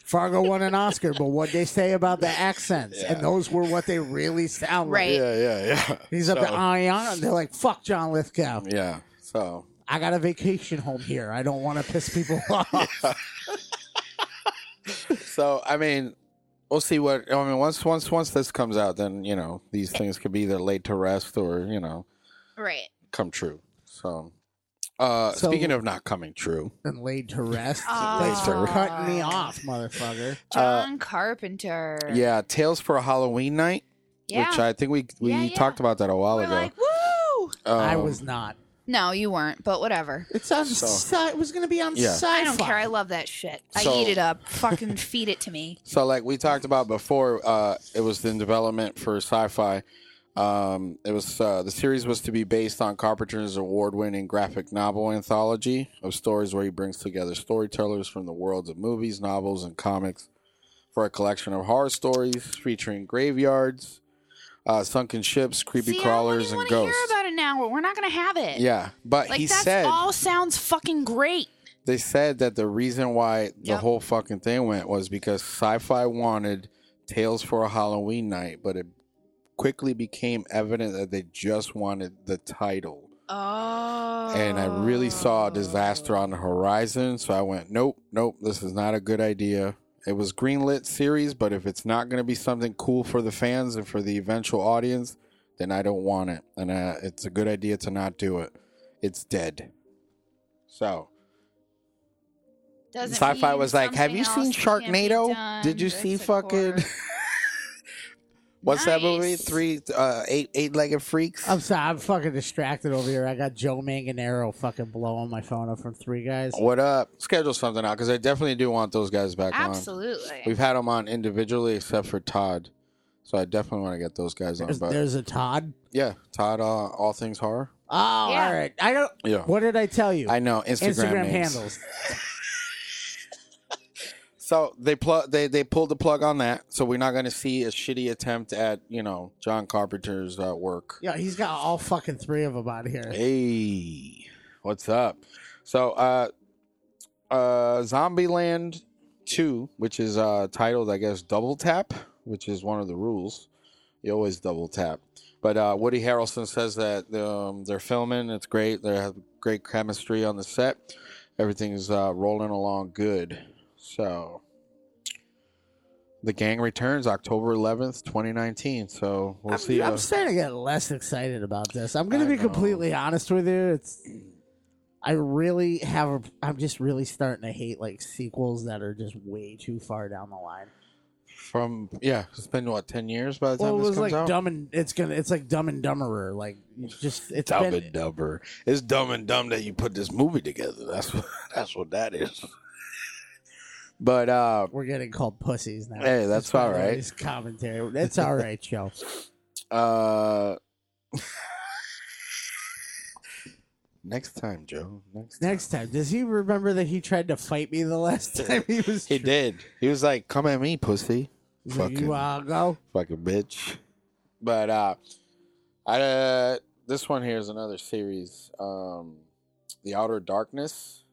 Speaker 1: Fargo won an Oscar, but what they say about the accents,
Speaker 4: Yeah.
Speaker 1: and those were what they really sound like.
Speaker 2: Right.
Speaker 4: yeah, yeah, yeah.
Speaker 1: He's up
Speaker 4: so,
Speaker 1: to Ariana. They're like, "Fuck John Lithgow.
Speaker 4: Yeah. So
Speaker 1: I got a vacation home here. I don't want to piss people off."
Speaker 4: So I mean, we'll see what I mean. Once once once this comes out, then you know these things could be either laid to rest or you know
Speaker 2: right.
Speaker 4: come true. So, uh,
Speaker 1: So-
Speaker 4: speaking of not coming true,
Speaker 1: and laid to rest.
Speaker 2: Ah.
Speaker 1: Thanks for cutting me off, motherfucker.
Speaker 2: John Carpenter.
Speaker 4: yeah, Tales for Halloween Night,
Speaker 2: Yeah.
Speaker 4: which I think we we
Speaker 2: Yeah, yeah.
Speaker 4: talked about that a while
Speaker 2: We're
Speaker 4: ago.
Speaker 2: like, woo.
Speaker 1: I
Speaker 4: Um,
Speaker 1: was not.
Speaker 2: No, you weren't. But whatever.
Speaker 1: It's on.
Speaker 4: So-
Speaker 1: sci- it was going to be on
Speaker 4: Yeah.
Speaker 1: sci-fi.
Speaker 2: I don't care. I love that shit.
Speaker 4: So-
Speaker 2: I eat it up. Fucking feed it to me.
Speaker 4: So, like we talked about before, uh, it was in development for sci-fi. Um, it was uh, the series was to be based on Carpenter's award-winning graphic novel anthology of stories where he brings together storytellers from the worlds of movies, novels, and comics for a collection of horror stories featuring graveyards, uh, sunken ships, creepy
Speaker 2: See,
Speaker 4: crawlers,
Speaker 2: I don't
Speaker 4: and
Speaker 2: even wanna
Speaker 4: ghosts.
Speaker 2: hear about it now. We're not gonna have it.
Speaker 4: yeah, but
Speaker 2: Like
Speaker 4: he
Speaker 2: that's
Speaker 4: said
Speaker 2: all sounds fucking great.
Speaker 4: they said that the reason why the
Speaker 2: Yep.
Speaker 4: whole fucking thing went was because sci-fi wanted tales for a halloween night but it quickly became evident that they just wanted the title
Speaker 2: Oh.
Speaker 4: and i really saw a disaster on the horizon so i went nope nope this is not a good idea it was greenlit series but if it's not going to be something cool for the fans and for the eventual audience then i don't want it and uh, it's a good idea to not do it it's dead so
Speaker 2: Doesn't
Speaker 4: Sci-fi
Speaker 2: mean
Speaker 4: was like, "Have you
Speaker 2: something
Speaker 4: seen
Speaker 2: else can't be
Speaker 4: Sharknado? Did
Speaker 2: done.
Speaker 4: you see
Speaker 2: It's a horror."
Speaker 4: fucking what's that movie?
Speaker 2: Nice.
Speaker 4: Three uh, eight eight legged freaks."
Speaker 1: I'm sorry. I'm fucking distracted over here. I got Joe Manganero fucking blowing my phone up from three guys.
Speaker 4: what up? Schedule something out because I definitely do want those guys back on.
Speaker 2: Absolutely.
Speaker 4: We've had them on individually except for Todd, so I definitely want to get those guys on.
Speaker 1: There's,
Speaker 4: But
Speaker 1: there's a Todd.
Speaker 4: yeah, Todd, uh, all things horror.
Speaker 1: Oh,
Speaker 2: Yeah.
Speaker 1: all right. I don't.
Speaker 4: Yeah,
Speaker 1: What did I tell you?
Speaker 4: I know Instagram,
Speaker 1: Instagram
Speaker 4: names.
Speaker 1: handles.
Speaker 4: So they pl- they they pulled the plug on that. So we're not going to see a shitty attempt at you know John Carpenter's uh, work.
Speaker 1: Yeah, he's got all fucking three of them out here.
Speaker 4: Hey, what's up? So, uh, uh, Zombieland 2, which is uh, titled, I guess, Double Tap, which is one of the rules. You always double tap. But uh, Woody Harrelson says that um, they're filming. It's great. They have great chemistry on the set. Everything's uh, rolling along good. So, the gang returns October 11th, 2019. So, we'll
Speaker 1: I'm,
Speaker 4: see.
Speaker 1: I'm
Speaker 4: uh,
Speaker 1: starting to get less excited about this. I'm going
Speaker 4: I
Speaker 1: to be
Speaker 4: know.
Speaker 1: completely honest with you. It's I really have. A, I'm just really starting to hate like sequels that are just way too far down the line.
Speaker 4: From yeah, it's been what ten years by the time
Speaker 1: Well, it
Speaker 4: this
Speaker 1: was like
Speaker 4: comes out.
Speaker 1: dumb and it's gonna it's like dumb and dumberer. Like it's just it's
Speaker 4: Dumb
Speaker 1: been-
Speaker 4: and Dumber. It's dumb and dumb that you put this movie together. That's what that's what that is. But uh
Speaker 1: we're getting called pussies now.
Speaker 4: Hey, that's
Speaker 1: by
Speaker 4: all
Speaker 1: the
Speaker 4: right.
Speaker 1: way, it's commentary. That's all right, Joe.
Speaker 4: uh next time, Joe. Next time.
Speaker 1: Next time, does he remember that he tried to fight me the last time he was?
Speaker 4: He did. He was like, Come at me, pussy.
Speaker 1: He's like,
Speaker 4: fucking-
Speaker 1: you all go.
Speaker 4: Fucking bitch. But uh I uh this one here is another series. Um The Outer Darkness.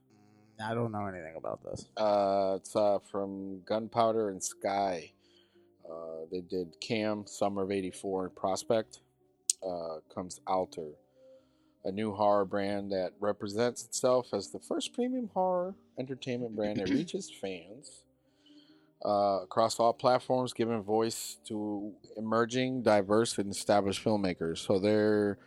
Speaker 1: I don't know anything about this.
Speaker 4: Uh, it's uh, from Gunpowder and Sky. Uh, they did Cam, Summer of '84, and Prospect. Uh, comes Alter, a new horror brand that represents itself as the first premium horror entertainment brand that reaches fans uh, across all platforms, giving voice to emerging, diverse, and established filmmakers. So their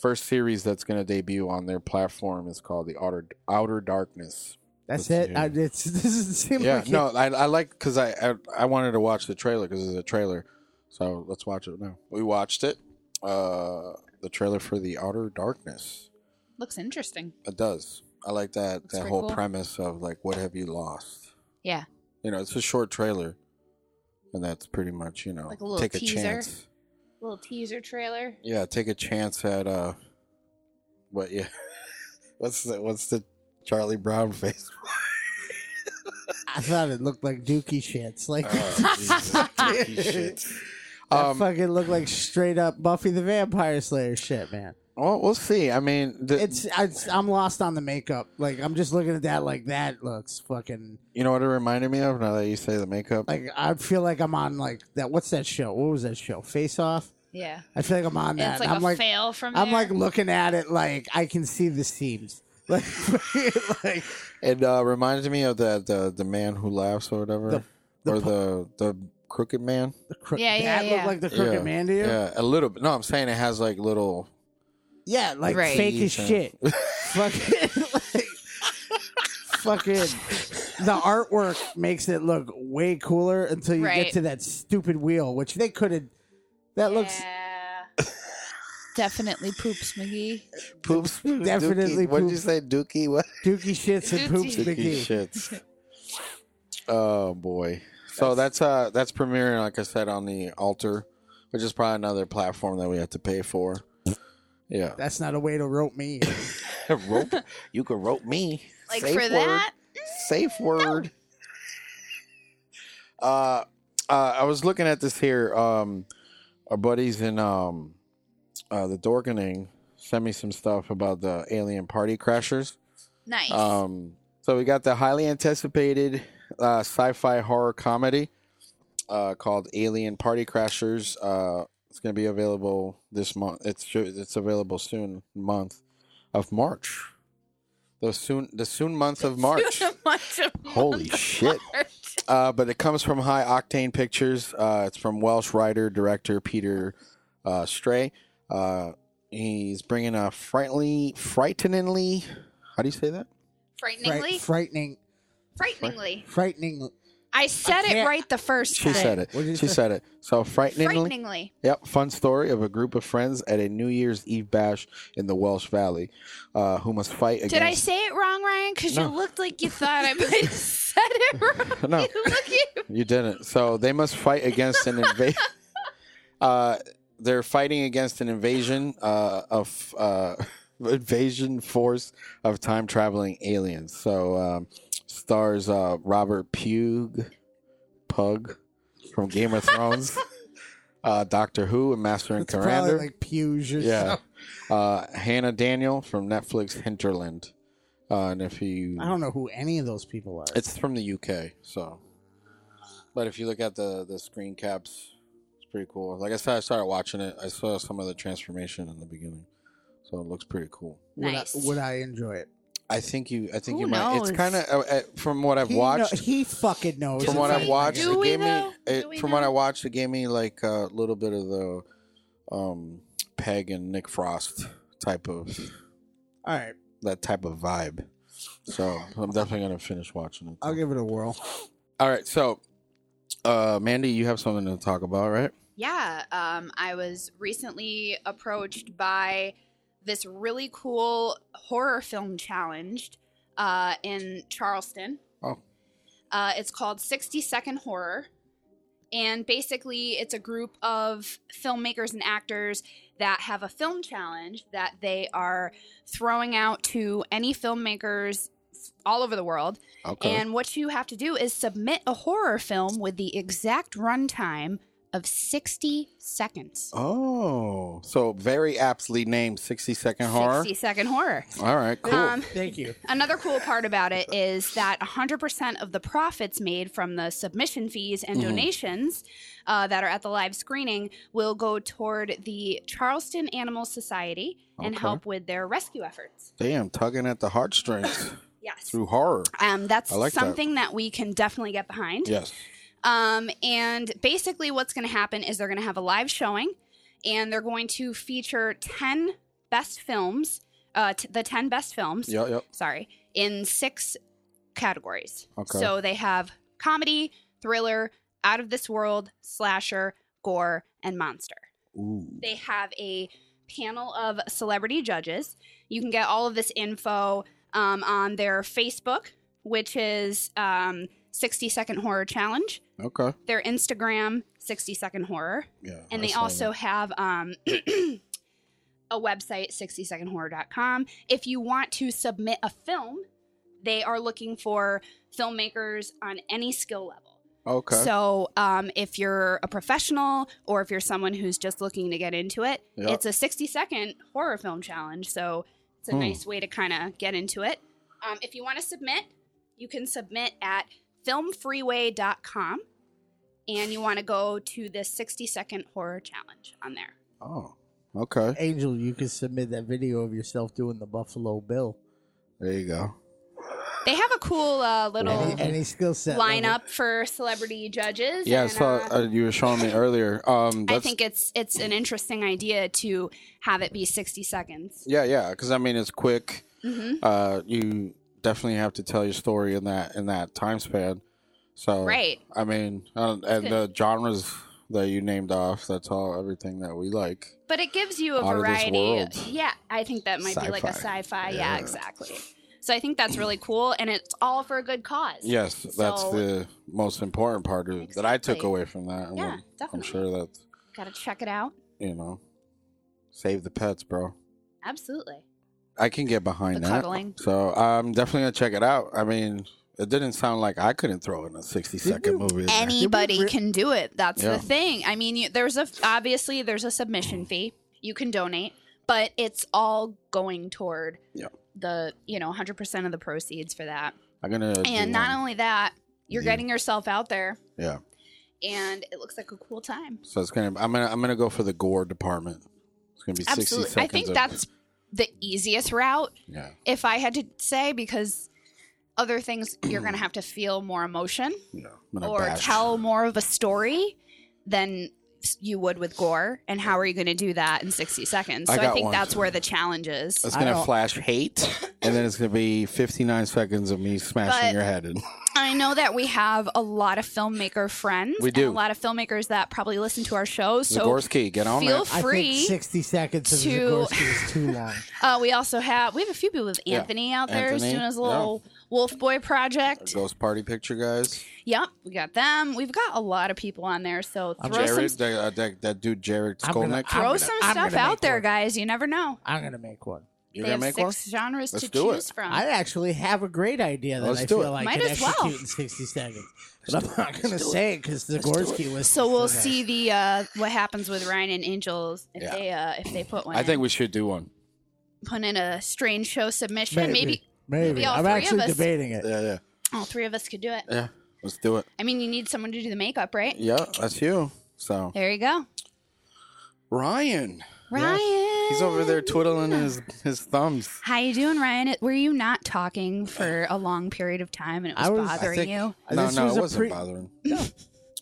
Speaker 4: first series that's going to debut on their platform is called the Outer Outer Darkness.
Speaker 1: That's
Speaker 4: Let's
Speaker 1: it. I,
Speaker 4: see.
Speaker 1: it's this doesn't seem
Speaker 4: Yeah,
Speaker 1: like
Speaker 4: no,
Speaker 1: It.
Speaker 4: I, I like because I, I I wanted to watch the trailer because it's a trailer, so let's watch it now. We watched it, uh, the trailer for the Outer Darkness.
Speaker 2: Looks interesting.
Speaker 4: It does. I like that
Speaker 2: Looks
Speaker 4: that
Speaker 2: pretty
Speaker 4: whole
Speaker 2: cool.
Speaker 4: premise of like what have you lost?
Speaker 2: Yeah.
Speaker 4: You know, it's a short trailer, and that's pretty much you know
Speaker 2: Like a little
Speaker 4: take
Speaker 2: teaser.
Speaker 4: a chance.
Speaker 7: Little teaser trailer.
Speaker 4: Yeah, take a chance at uh, what yeah, what's the what's the Charlie Brown face?
Speaker 1: I thought it looked like dookie shits. Like
Speaker 4: Oh, Jesus, Turkey shit.
Speaker 1: that
Speaker 4: Um,
Speaker 1: fucking looked like straight up Buffy the Vampire Slayer shit, man.
Speaker 4: Well, we'll see. I mean, the,
Speaker 1: It's, it's I'm lost on the makeup. Like I'm just looking at that. Like that looks fucking.
Speaker 4: you know what it reminded me of now that you say the makeup.
Speaker 1: Like I feel like I'm on like that. What's that show? What was that show? Face Off.
Speaker 2: Yeah.
Speaker 1: I feel like I'm on that.
Speaker 2: it's like
Speaker 1: and I'm
Speaker 2: a
Speaker 1: like
Speaker 2: fail from
Speaker 1: I'm
Speaker 2: there.
Speaker 1: like looking at it. Like I can see the seams. Like, like
Speaker 4: It uh, reminded me of the, the the man who laughs or whatever,
Speaker 1: The- the
Speaker 4: or
Speaker 1: pu-
Speaker 4: the the crooked man.
Speaker 1: the crook.
Speaker 2: Yeah, yeah,
Speaker 1: that
Speaker 2: yeah.
Speaker 1: looked like the crooked
Speaker 4: Yeah,
Speaker 1: man to you.
Speaker 4: Yeah, a little bit. No, I'm saying it has like little.
Speaker 1: Yeah, like
Speaker 2: Right.
Speaker 1: fake as
Speaker 4: Yeah.
Speaker 1: shit. fucking, like, fucking, the artwork makes it look way cooler until you
Speaker 2: Right.
Speaker 1: get to that stupid wheel, which they could have. That looks
Speaker 7: Yeah.
Speaker 2: Definitely poops McGee.
Speaker 4: Poops,
Speaker 1: Definitely
Speaker 4: Dookie. What did you
Speaker 1: poops.
Speaker 4: say, Dookie? What
Speaker 1: dookie shits and poops
Speaker 2: Dookie.
Speaker 1: McGee.
Speaker 4: shits? oh boy! So that's uh that's premiering, like I said, on the altar, which is probably another platform that we have to pay for. Yeah,
Speaker 1: That's not a way to rope me.
Speaker 4: rope. You can rope me.
Speaker 2: Like
Speaker 4: Safe
Speaker 2: for
Speaker 4: word.
Speaker 2: that,
Speaker 4: Safe word. Uh, uh, I was looking at this here. Um, our buddies in um, uh, the Dorkening sent me some stuff about the alien party crashers.
Speaker 2: nice.
Speaker 4: Um, so we got the highly anticipated uh, sci-fi horror comedy uh, called Alien Party Crashers. Uh, it's going to be available this month. It's it's available soon, month of March. The soon the soon month of March.
Speaker 2: Bunch of
Speaker 4: Holy shit! Uh, but it comes from High Octane Pictures. Uh, it's from Welsh writer director Peter uh, Stray. Uh, he's bringing a frighteningly, frighteningly. How do you say that?
Speaker 2: frighteningly,
Speaker 1: Fright, frightening,
Speaker 2: frighteningly.
Speaker 1: frightening.
Speaker 2: I said it
Speaker 1: can't-
Speaker 2: right the first
Speaker 4: She
Speaker 2: time.
Speaker 4: said it.
Speaker 1: What did you
Speaker 4: She
Speaker 1: say?
Speaker 4: said it. So frighteningly.
Speaker 2: frighteningly.
Speaker 4: Yep. Fun story of a group of friends at a New Year's Eve bash in the Welsh Valley, uh, who must fight against.
Speaker 2: Did I say it wrong, Ryan? Because
Speaker 4: No.
Speaker 2: you looked like you thought I might have said it wrong.
Speaker 4: No.
Speaker 2: Look at you.
Speaker 4: You didn't. So they must fight against an invasion. uh, they're fighting against an invasion uh, of uh, invasion force of time traveling aliens. So um, stars uh, Robert Pugh, Pug from Game of Thrones, uh, Doctor Who, and Master and
Speaker 1: It's probably
Speaker 4: Commander.
Speaker 1: like pews or
Speaker 4: yeah,
Speaker 1: something.
Speaker 4: uh, Hannah Daniel from Netflix Hinterland. Uh, and if you,
Speaker 1: I don't know who any of those people are.
Speaker 4: it's from the UK, so. But if you look at the the screen caps, it's pretty cool. Like I said, I started watching it. I saw some of the transformation in the beginning, so it looks pretty cool.
Speaker 1: would,
Speaker 2: Nice.
Speaker 1: I, would I enjoy it?
Speaker 4: I think you. I think
Speaker 2: Who
Speaker 4: you might. It's
Speaker 2: knows?
Speaker 4: kind of uh, uh, from what I've
Speaker 1: He kno-
Speaker 4: watched.
Speaker 1: he fucking knows.
Speaker 4: from
Speaker 2: Do
Speaker 4: what
Speaker 2: we-
Speaker 4: I've watched,
Speaker 2: do
Speaker 4: it
Speaker 2: we
Speaker 4: gave me.
Speaker 2: know?
Speaker 4: It,
Speaker 2: Do we
Speaker 4: from what
Speaker 2: know?
Speaker 4: I watched, it gave me like a little bit of the, um, Peg and Nick Frost type of
Speaker 1: All right,
Speaker 4: that type of vibe. So I'm definitely gonna finish watching it.
Speaker 1: I'll give it a whirl.
Speaker 4: All right, so Uh, Mandy, you have something to talk about, right?
Speaker 2: Yeah, um, I was recently approached by this really cool horror film challenge uh, in Charleston.
Speaker 4: Oh.
Speaker 2: Uh, it's called 60 Second Horror. And basically, it's a group of filmmakers and actors that have a film challenge that they are throwing out to any filmmakers f- all over the world.
Speaker 4: Okay.
Speaker 2: And what you have to do is submit a horror film with the exact runtime of 60 seconds.
Speaker 4: oh, so very aptly named 60 Second Horror.
Speaker 2: 60 second horror.
Speaker 4: All right, Oh, cool.
Speaker 2: Um,
Speaker 1: Thank you.
Speaker 2: another cool part about it is that 100% of the profits made from the submission fees and
Speaker 4: Mhm.
Speaker 2: donations uh, that are at the live screening will go toward the Charleston Animal Society and
Speaker 4: Okay.
Speaker 2: help with their rescue efforts.
Speaker 4: Damn, tugging at the heartstrings
Speaker 2: Yes.
Speaker 4: through horror.
Speaker 2: Um, that's
Speaker 4: I like that.
Speaker 2: something that. we can definitely get behind.
Speaker 4: Yes.
Speaker 2: Um, and basically, what's going to happen is they're going to have a live showing and they're going to feature 10 best films, uh, t- the 10 best films.
Speaker 4: Yep, yep.
Speaker 2: sorry, in six categories.
Speaker 4: Okay.
Speaker 2: So they have comedy, thriller, out of this world, slasher, gore, and monster.
Speaker 4: Ooh.
Speaker 2: They have a panel of celebrity judges. You can get all of this info um, on their Facebook, which is um, 60 Second Horror Challenge,
Speaker 4: Okay.
Speaker 2: their Instagram, 60 Second Horror,
Speaker 4: Yeah.
Speaker 2: and
Speaker 4: I
Speaker 2: they
Speaker 4: saw
Speaker 2: also
Speaker 4: that.
Speaker 2: have um, a website 60secondhorror.com if you want to submit a film they are looking for filmmakers on any skill level
Speaker 4: Okay.
Speaker 2: so um, if you're a professional or if you're someone who's just looking to get into it
Speaker 4: Yeah.
Speaker 2: it's a 60 second horror film challenge so it's a
Speaker 4: Hmm.
Speaker 2: nice way to kind of get into it um, if you want to submit you can submit at filmfreeway.com and you want to go to the 60 second horror challenge on there
Speaker 4: oh, okay.
Speaker 1: Angel, you can submit that video of yourself doing the Buffalo Bill.
Speaker 4: There you go.
Speaker 2: they have a cool uh, little
Speaker 1: Any, any skill set. level.
Speaker 2: lineup for celebrity judges
Speaker 4: Yeah,
Speaker 2: and,
Speaker 4: so
Speaker 2: uh,
Speaker 4: uh, you were showing me earlier. Um,
Speaker 2: I
Speaker 4: that's,
Speaker 2: think it's it's an interesting idea to have it be 60 seconds.
Speaker 4: Yeah, yeah, because I mean it's quick.
Speaker 2: hmm
Speaker 4: Uh, you definitely have to tell your story in that in that time span. So
Speaker 2: Right.
Speaker 4: I mean, I don't- and the genres that you named off, that's all everything that we like.
Speaker 2: But it gives you a
Speaker 4: Out of this
Speaker 2: variety.
Speaker 4: world.
Speaker 2: Yeah, I think that might be like a
Speaker 4: Sci-fi.
Speaker 2: sci-fi. Yeah.
Speaker 4: Yeah.
Speaker 2: exactly. So I think that's really cool and it's all for a good cause.
Speaker 4: Yes, that's
Speaker 2: So-
Speaker 4: the most important part of, that I took
Speaker 2: Exactly.
Speaker 4: away from that. and
Speaker 2: Yeah,
Speaker 4: I'm- I'm
Speaker 2: definitely.
Speaker 4: sure that's
Speaker 2: Got to check it out.
Speaker 4: you know, save the pets, bro.
Speaker 2: Absolutely.
Speaker 4: I can get behind
Speaker 2: The
Speaker 4: that.
Speaker 2: cuddling.
Speaker 4: So I'm definitely gonna check it out. I mean, it didn't sound like I couldn't throw in a 60 second movie. in there.
Speaker 2: Anybody can do it. That's
Speaker 4: Yeah.
Speaker 2: the thing. I mean, you, there's a obviously there's a submission fee. You can donate, but it's all going toward
Speaker 4: Yeah.
Speaker 2: the, you know, 100% of the proceeds for that.
Speaker 4: I'm gonna do
Speaker 2: And not
Speaker 4: one.
Speaker 2: only that, you're
Speaker 4: Yeah.
Speaker 2: getting yourself out there
Speaker 4: yeah.
Speaker 2: and it looks like a cool time.
Speaker 4: So it's gonna. I'm gonna. I'm gonna go for the gore department. It's gonna be
Speaker 2: Absolutely.
Speaker 4: 60
Speaker 2: I
Speaker 4: seconds.
Speaker 2: think
Speaker 4: of-
Speaker 2: that's the easiest route
Speaker 4: yeah.
Speaker 2: if I had to say because other things you're going to have to feel more emotion
Speaker 4: Yeah. I'm gonna
Speaker 2: or
Speaker 4: bash.
Speaker 2: tell more of a story than s- you would with gore and how are you going to do that in 60 seconds
Speaker 4: I
Speaker 2: so i,
Speaker 4: got
Speaker 2: think
Speaker 4: one.
Speaker 2: that's where the challenge is
Speaker 4: It's
Speaker 1: I
Speaker 4: gonna
Speaker 1: don't-
Speaker 4: flash hate, and then it's gonna be 59 seconds of me smashing
Speaker 2: But-
Speaker 4: your head in.
Speaker 2: i know that we have a lot of filmmaker friends
Speaker 4: We
Speaker 2: and
Speaker 4: do.
Speaker 2: a lot of filmmakers that probably listen to our show so
Speaker 4: Zagorski, get on
Speaker 2: feel
Speaker 4: it.
Speaker 1: I
Speaker 2: free
Speaker 1: think 60 seconds of
Speaker 2: to-
Speaker 1: Zagorski is too long.
Speaker 2: Uh, we also have we have a few people with
Speaker 4: Yeah.
Speaker 2: Anthony out there
Speaker 4: Anthony,
Speaker 2: who's doing his
Speaker 4: yeah.
Speaker 2: little Wolf Boy project.
Speaker 4: Ghost party picture, guys.
Speaker 2: Yep, we got them. We've got a lot of people on there, so
Speaker 1: I'm
Speaker 2: throw some
Speaker 4: Jared, that, uh, that, that dude Jared
Speaker 1: I'm gonna-
Speaker 4: Skolnick.
Speaker 1: I'm
Speaker 2: throw
Speaker 1: gonna-
Speaker 2: some
Speaker 1: I'm
Speaker 2: stuff
Speaker 1: gonna
Speaker 2: out
Speaker 1: make
Speaker 2: there,
Speaker 1: one.
Speaker 2: guys. You never know.
Speaker 1: I'm going to make one.
Speaker 4: You're
Speaker 2: they
Speaker 4: gonna
Speaker 2: have
Speaker 4: make one.
Speaker 2: six genres
Speaker 4: Let's
Speaker 2: to
Speaker 4: do it.
Speaker 2: choose from.
Speaker 1: I actually have a great idea that
Speaker 4: Let's
Speaker 1: I
Speaker 4: do
Speaker 1: feel
Speaker 4: it.
Speaker 1: like I
Speaker 2: Um, Might
Speaker 1: can
Speaker 2: as
Speaker 1: execute
Speaker 2: well.
Speaker 1: in 60 seconds. But I'm not going to say it because Zagorski was.
Speaker 2: so we'll
Speaker 1: so bad.
Speaker 2: see the uh, what happens with Ryan and Angels if
Speaker 4: Yeah.
Speaker 2: they uh, if they put one.
Speaker 4: I
Speaker 2: in.
Speaker 4: think we should do one.
Speaker 2: put in a strange show submission. Maybe.
Speaker 1: Maybe.
Speaker 2: maybe all
Speaker 1: I'm
Speaker 2: three of
Speaker 1: actually
Speaker 2: us-
Speaker 1: debating it.
Speaker 4: Yeah, yeah,
Speaker 2: all three of us could do it.
Speaker 4: yeah. Let's do it.
Speaker 2: I mean, you need someone to do the makeup, right?
Speaker 4: Yeah, that's you. So
Speaker 2: There you go,
Speaker 4: Ryan,
Speaker 2: Ryan.
Speaker 4: he's over there twiddling his his thumbs.
Speaker 2: How you doing, Ryan? It- Were you not talking for a long period of time and it was,
Speaker 1: I was- I
Speaker 2: bothering you?
Speaker 4: No,
Speaker 1: This
Speaker 4: no,
Speaker 1: was
Speaker 4: it
Speaker 1: a
Speaker 4: wasn't
Speaker 1: pre-
Speaker 4: bothering.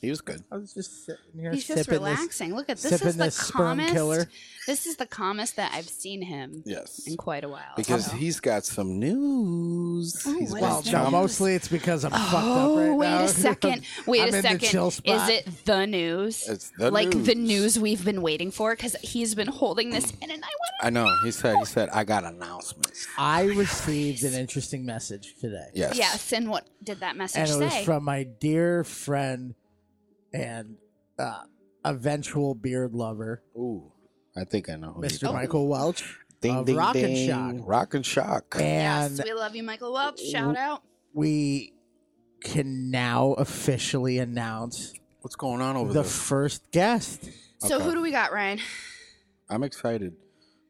Speaker 4: He was good.
Speaker 1: I was just sitting here
Speaker 2: He's
Speaker 1: sipping
Speaker 2: just relaxing. Look at
Speaker 1: this,
Speaker 2: this
Speaker 1: sipping
Speaker 2: is the
Speaker 1: this sperm
Speaker 2: calmest.
Speaker 1: killer.
Speaker 2: This is the calmest that I've seen him
Speaker 4: Yes.
Speaker 2: in quite a while.
Speaker 4: Because he's got some news.
Speaker 2: Ooh,
Speaker 4: he's
Speaker 2: Oh, what
Speaker 1: Well,
Speaker 4: got
Speaker 2: is
Speaker 1: no,
Speaker 2: that?
Speaker 4: some-
Speaker 1: mostly it's because I'm fucked up
Speaker 2: Oh,
Speaker 1: right
Speaker 2: wait
Speaker 1: now.
Speaker 2: a second. Wait
Speaker 1: I'm in
Speaker 2: a
Speaker 1: the
Speaker 2: second.
Speaker 1: chill
Speaker 2: Is
Speaker 1: spot.
Speaker 2: it the news?
Speaker 4: It's the
Speaker 2: like the
Speaker 4: news.
Speaker 2: news we've been waiting for because he's been holding this in, and I want.
Speaker 4: I know. He said. He said. I got announcements.
Speaker 1: I received an interesting message today.
Speaker 4: Yes.
Speaker 2: Yes, and what did that message
Speaker 1: and it was
Speaker 2: say?
Speaker 1: from my dear friend and uh, eventual beard lover,
Speaker 4: Ooh. I think I know. who
Speaker 1: Mr.
Speaker 4: you-
Speaker 1: Michael Welch
Speaker 4: Ding
Speaker 1: of
Speaker 4: ding
Speaker 1: uh, Rock and
Speaker 4: ding.
Speaker 1: Shock.
Speaker 4: Rock and shock.
Speaker 1: And
Speaker 8: yes, we love you, Michael Welch. Shout out.
Speaker 1: we can now officially announce
Speaker 4: What's going on over
Speaker 1: the
Speaker 4: there?
Speaker 1: first guest.
Speaker 8: So
Speaker 4: Okay.
Speaker 8: who do we got, Ryan?
Speaker 4: I'm excited.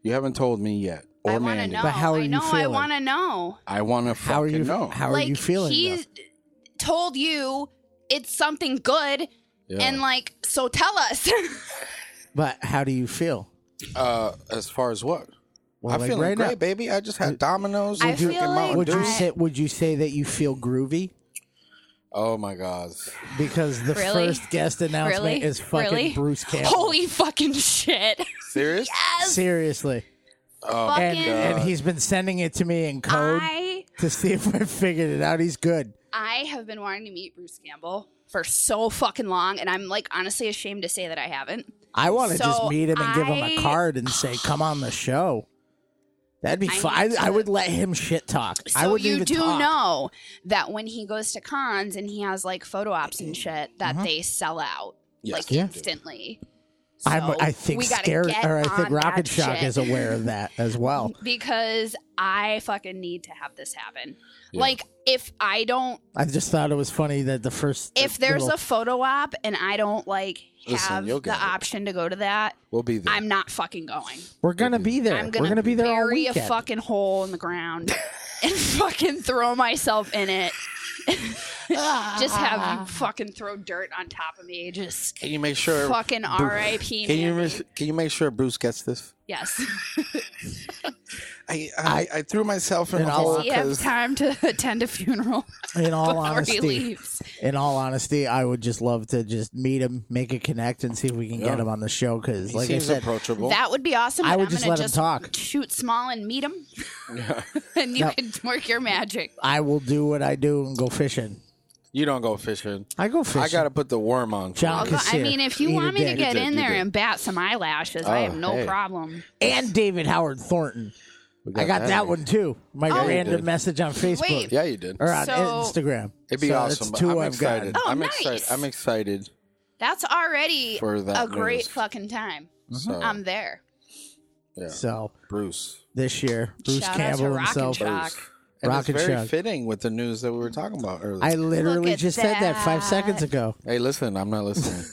Speaker 4: You haven't told me yet, or
Speaker 2: I want to
Speaker 4: Mandy.
Speaker 2: know.
Speaker 1: But how are
Speaker 2: I
Speaker 1: you
Speaker 2: know. I
Speaker 1: feeling?
Speaker 2: want to know.
Speaker 4: I want to
Speaker 1: How are you?
Speaker 4: know.
Speaker 1: How are
Speaker 8: like
Speaker 1: you feeling?
Speaker 8: he
Speaker 1: though?
Speaker 8: told you it's something good,
Speaker 4: Yeah.
Speaker 8: and like so tell us.
Speaker 1: But how do you feel?
Speaker 4: uh, as far as what?
Speaker 1: Well,
Speaker 4: I'm
Speaker 1: like
Speaker 4: feeling
Speaker 1: right
Speaker 4: great,
Speaker 1: now,
Speaker 4: baby. I just had Domino's.
Speaker 2: I
Speaker 4: and drinking
Speaker 2: feel like
Speaker 4: Mountain
Speaker 1: would you
Speaker 4: Dew.
Speaker 2: I-
Speaker 1: say? Would you say that you feel groovy?
Speaker 4: Oh my God!
Speaker 1: Because the
Speaker 2: Really?
Speaker 1: first guest announcement
Speaker 2: Really?
Speaker 1: is fucking
Speaker 2: Really?
Speaker 1: Bruce Campbell.
Speaker 2: Holy fucking shit!
Speaker 4: Serious?
Speaker 1: Seriously,
Speaker 4: Oh,
Speaker 2: Fuck.
Speaker 1: and,
Speaker 2: Fucking-
Speaker 1: and he's been sending it to me in code
Speaker 2: I
Speaker 1: to see if I figured it out. He's good.
Speaker 2: I have been wanting to meet Bruce Campbell for so fucking long, and I'm like honestly ashamed to say that I haven't.
Speaker 1: I want to
Speaker 2: So
Speaker 1: just meet him and give him a
Speaker 2: I-
Speaker 1: card and say, "Come on the show." That'd be
Speaker 2: I
Speaker 1: fun. I,
Speaker 2: need
Speaker 1: I
Speaker 2: to-
Speaker 1: would let him shit talk.
Speaker 2: So
Speaker 1: I would
Speaker 2: you
Speaker 1: even
Speaker 2: do
Speaker 1: talk.
Speaker 2: know that when he goes to cons and he has like photo ops and shit, that
Speaker 1: Uh-huh.
Speaker 2: they sell out
Speaker 4: Yes,
Speaker 2: like
Speaker 4: they do.
Speaker 2: instantly.
Speaker 1: I'm,
Speaker 2: So
Speaker 1: I think
Speaker 2: we gotta
Speaker 1: scared,
Speaker 2: get
Speaker 1: or I think
Speaker 2: on
Speaker 1: Rocket
Speaker 2: that
Speaker 1: Shock
Speaker 2: shit.
Speaker 1: is aware of that as well.
Speaker 2: because I fucking need to have this happen.
Speaker 4: Yeah.
Speaker 2: Like if I don't,
Speaker 1: I just thought it was funny that the first
Speaker 2: if there's
Speaker 1: little-
Speaker 2: a photo op and I don't like
Speaker 4: Listen,
Speaker 2: have
Speaker 4: you'll
Speaker 2: the
Speaker 4: get it.
Speaker 2: option to go to that,
Speaker 4: We'll be there.
Speaker 2: I'm not fucking going.
Speaker 1: we're gonna be there.
Speaker 2: I'm gonna,
Speaker 1: we're gonna be there all
Speaker 2: bury
Speaker 1: weekend.
Speaker 2: a fucking hole in the ground and fucking throw myself in it. just have you fucking throw dirt on top of me. Just
Speaker 4: Can you make sure?
Speaker 2: fucking R.I.P.
Speaker 4: Can you
Speaker 2: Mandy.
Speaker 4: make- can you make sure Bruce gets this?
Speaker 2: yes.
Speaker 4: I I, I threw myself in
Speaker 1: And
Speaker 4: a
Speaker 1: I'll-
Speaker 4: hole
Speaker 2: Do you have
Speaker 4: 'cause-
Speaker 2: time to attend a funeral
Speaker 1: in all
Speaker 2: before he
Speaker 1: honesty,
Speaker 2: leaves?
Speaker 1: in all honesty, I would just love to just meet him, make a connect, and see if we can get
Speaker 4: Yeah.
Speaker 1: him on the show. Because
Speaker 4: He
Speaker 1: like I
Speaker 4: seems
Speaker 1: said,
Speaker 4: approachable.
Speaker 2: That would be awesome.
Speaker 1: I
Speaker 2: but
Speaker 1: would
Speaker 2: I'm
Speaker 1: just
Speaker 2: gonna
Speaker 1: let him talk.
Speaker 2: Shoot small and meet him, and you
Speaker 1: No.
Speaker 2: can work your magic.
Speaker 1: I will do what I do and go fishing.
Speaker 4: you don't go fishing.
Speaker 1: I go fishing.
Speaker 4: I gotta put the worm on.
Speaker 1: John-
Speaker 4: for you.
Speaker 2: Although, I
Speaker 1: Consider-
Speaker 2: mean, if you
Speaker 1: eat a
Speaker 2: want me to
Speaker 1: dick.
Speaker 2: get
Speaker 4: You did,
Speaker 2: in
Speaker 4: you
Speaker 2: there
Speaker 4: did.
Speaker 2: and bat some eyelashes, I
Speaker 4: Oh,
Speaker 2: have no
Speaker 4: hey.
Speaker 2: problem.
Speaker 1: and David Howard Thornton.
Speaker 4: We
Speaker 1: I got that one too. My
Speaker 4: Oh.
Speaker 1: random message on Facebook
Speaker 8: Wait.
Speaker 4: Yeah, you did.
Speaker 1: or on
Speaker 8: So-
Speaker 1: Instagram.
Speaker 4: It'd be
Speaker 1: So that's
Speaker 4: awesome. But
Speaker 1: 2
Speaker 4: I'm
Speaker 1: I've gotten.
Speaker 4: excited.
Speaker 2: Oh,
Speaker 4: I'm
Speaker 2: nice.
Speaker 4: excited. I'm excited
Speaker 2: That's already
Speaker 4: for that.
Speaker 2: a great
Speaker 4: news.
Speaker 2: fucking time.
Speaker 4: So,
Speaker 2: I'm there.
Speaker 4: yeah.
Speaker 1: So
Speaker 4: Bruce.
Speaker 1: this year, Bruce
Speaker 2: Shout out to
Speaker 1: Campbell
Speaker 2: Rock and
Speaker 1: himself.
Speaker 2: Shock.
Speaker 4: Bruce. And
Speaker 1: Rock
Speaker 4: it's
Speaker 1: and
Speaker 4: very
Speaker 1: shock.
Speaker 4: fitting with the news that we were talking about earlier.
Speaker 1: I literally
Speaker 2: at
Speaker 1: just said that five
Speaker 2: that.
Speaker 1: seconds ago.
Speaker 4: hey, listen, I'm not listening.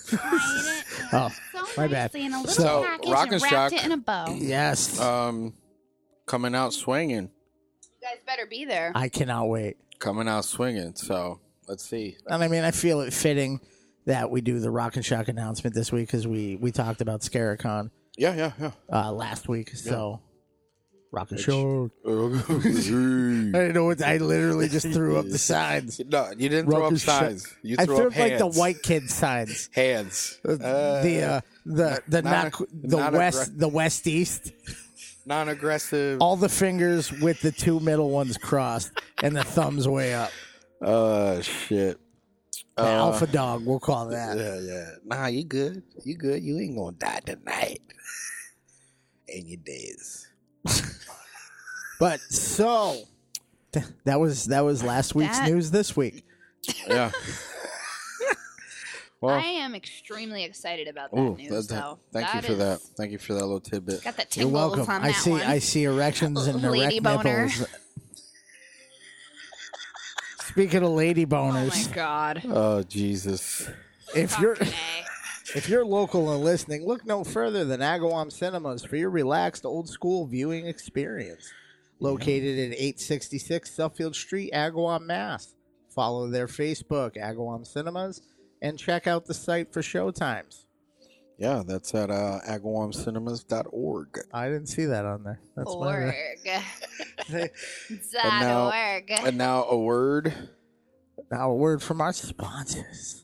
Speaker 1: Oh, my bad.
Speaker 2: In a little
Speaker 4: So,
Speaker 2: package
Speaker 4: Rock
Speaker 2: and
Speaker 4: and
Speaker 2: wrapped
Speaker 4: Shock-
Speaker 2: it in a bow.
Speaker 1: Yes.
Speaker 4: um, coming out swinging,
Speaker 8: You guys better be there.
Speaker 1: I cannot wait.
Speaker 4: coming out swinging. So let's see.
Speaker 1: And I mean, I feel it fitting that we do the Rock and Shock announcement this week because we, we talked about Scaricon
Speaker 4: Yeah, yeah, yeah.
Speaker 1: uh, last week. So, Rock and Shock. I
Speaker 4: no,
Speaker 1: didn't know what I literally just threw up the signs.
Speaker 4: you didn't
Speaker 1: Rock
Speaker 4: throw up
Speaker 1: and shock.
Speaker 4: signs. You
Speaker 1: I
Speaker 4: threw,
Speaker 1: threw
Speaker 4: up,
Speaker 1: up like the
Speaker 4: hands.
Speaker 1: white kid signs.
Speaker 4: hands. Uh,
Speaker 1: the uh, the the
Speaker 4: not
Speaker 1: not,
Speaker 4: a-
Speaker 1: the
Speaker 4: not a
Speaker 1: west
Speaker 4: gra-
Speaker 1: the west east
Speaker 4: non-aggressive.
Speaker 1: all the fingers with the two middle ones crossed and the thumbs way up
Speaker 4: Uh, shit.
Speaker 1: The
Speaker 4: Uh,
Speaker 1: alpha dog we'll call that
Speaker 4: Yeah, yeah. Nah, you good. You good. You ain't gonna die tonight. In your days.
Speaker 1: but so th- that was that was last week's
Speaker 2: That-
Speaker 1: news this week
Speaker 4: Yeah. well,
Speaker 2: I am extremely excited about that
Speaker 4: ooh,
Speaker 2: news,
Speaker 4: that- that-
Speaker 2: though.
Speaker 4: thank you for
Speaker 2: is-
Speaker 4: that. Thank you for that little tidbit.
Speaker 2: Got the
Speaker 1: you're
Speaker 2: tingles
Speaker 1: welcome
Speaker 2: on
Speaker 1: i
Speaker 2: that
Speaker 1: see
Speaker 2: one.
Speaker 1: i see erections and
Speaker 2: Lady
Speaker 1: erect
Speaker 2: boner.
Speaker 1: nipples speaking of lady
Speaker 2: oh
Speaker 1: boners
Speaker 2: my god.
Speaker 4: Oh Jesus.
Speaker 1: if you're
Speaker 2: Fucking A.
Speaker 1: If you're local and listening, look no further than Agawam Cinemas for your relaxed old school viewing experience. Located at 866 Suffield Street, Agawam, Mass. Follow their Facebook, Agawam Cinemas, and check out the site for showtimes.
Speaker 4: Yeah, that's at uh, agawamcinemas.org.
Speaker 1: I didn't see that on there. That's my
Speaker 2: Org.
Speaker 1: bad.
Speaker 2: Dot
Speaker 4: now-
Speaker 2: org.
Speaker 4: And now a word.
Speaker 1: Now, a word from our sponsors.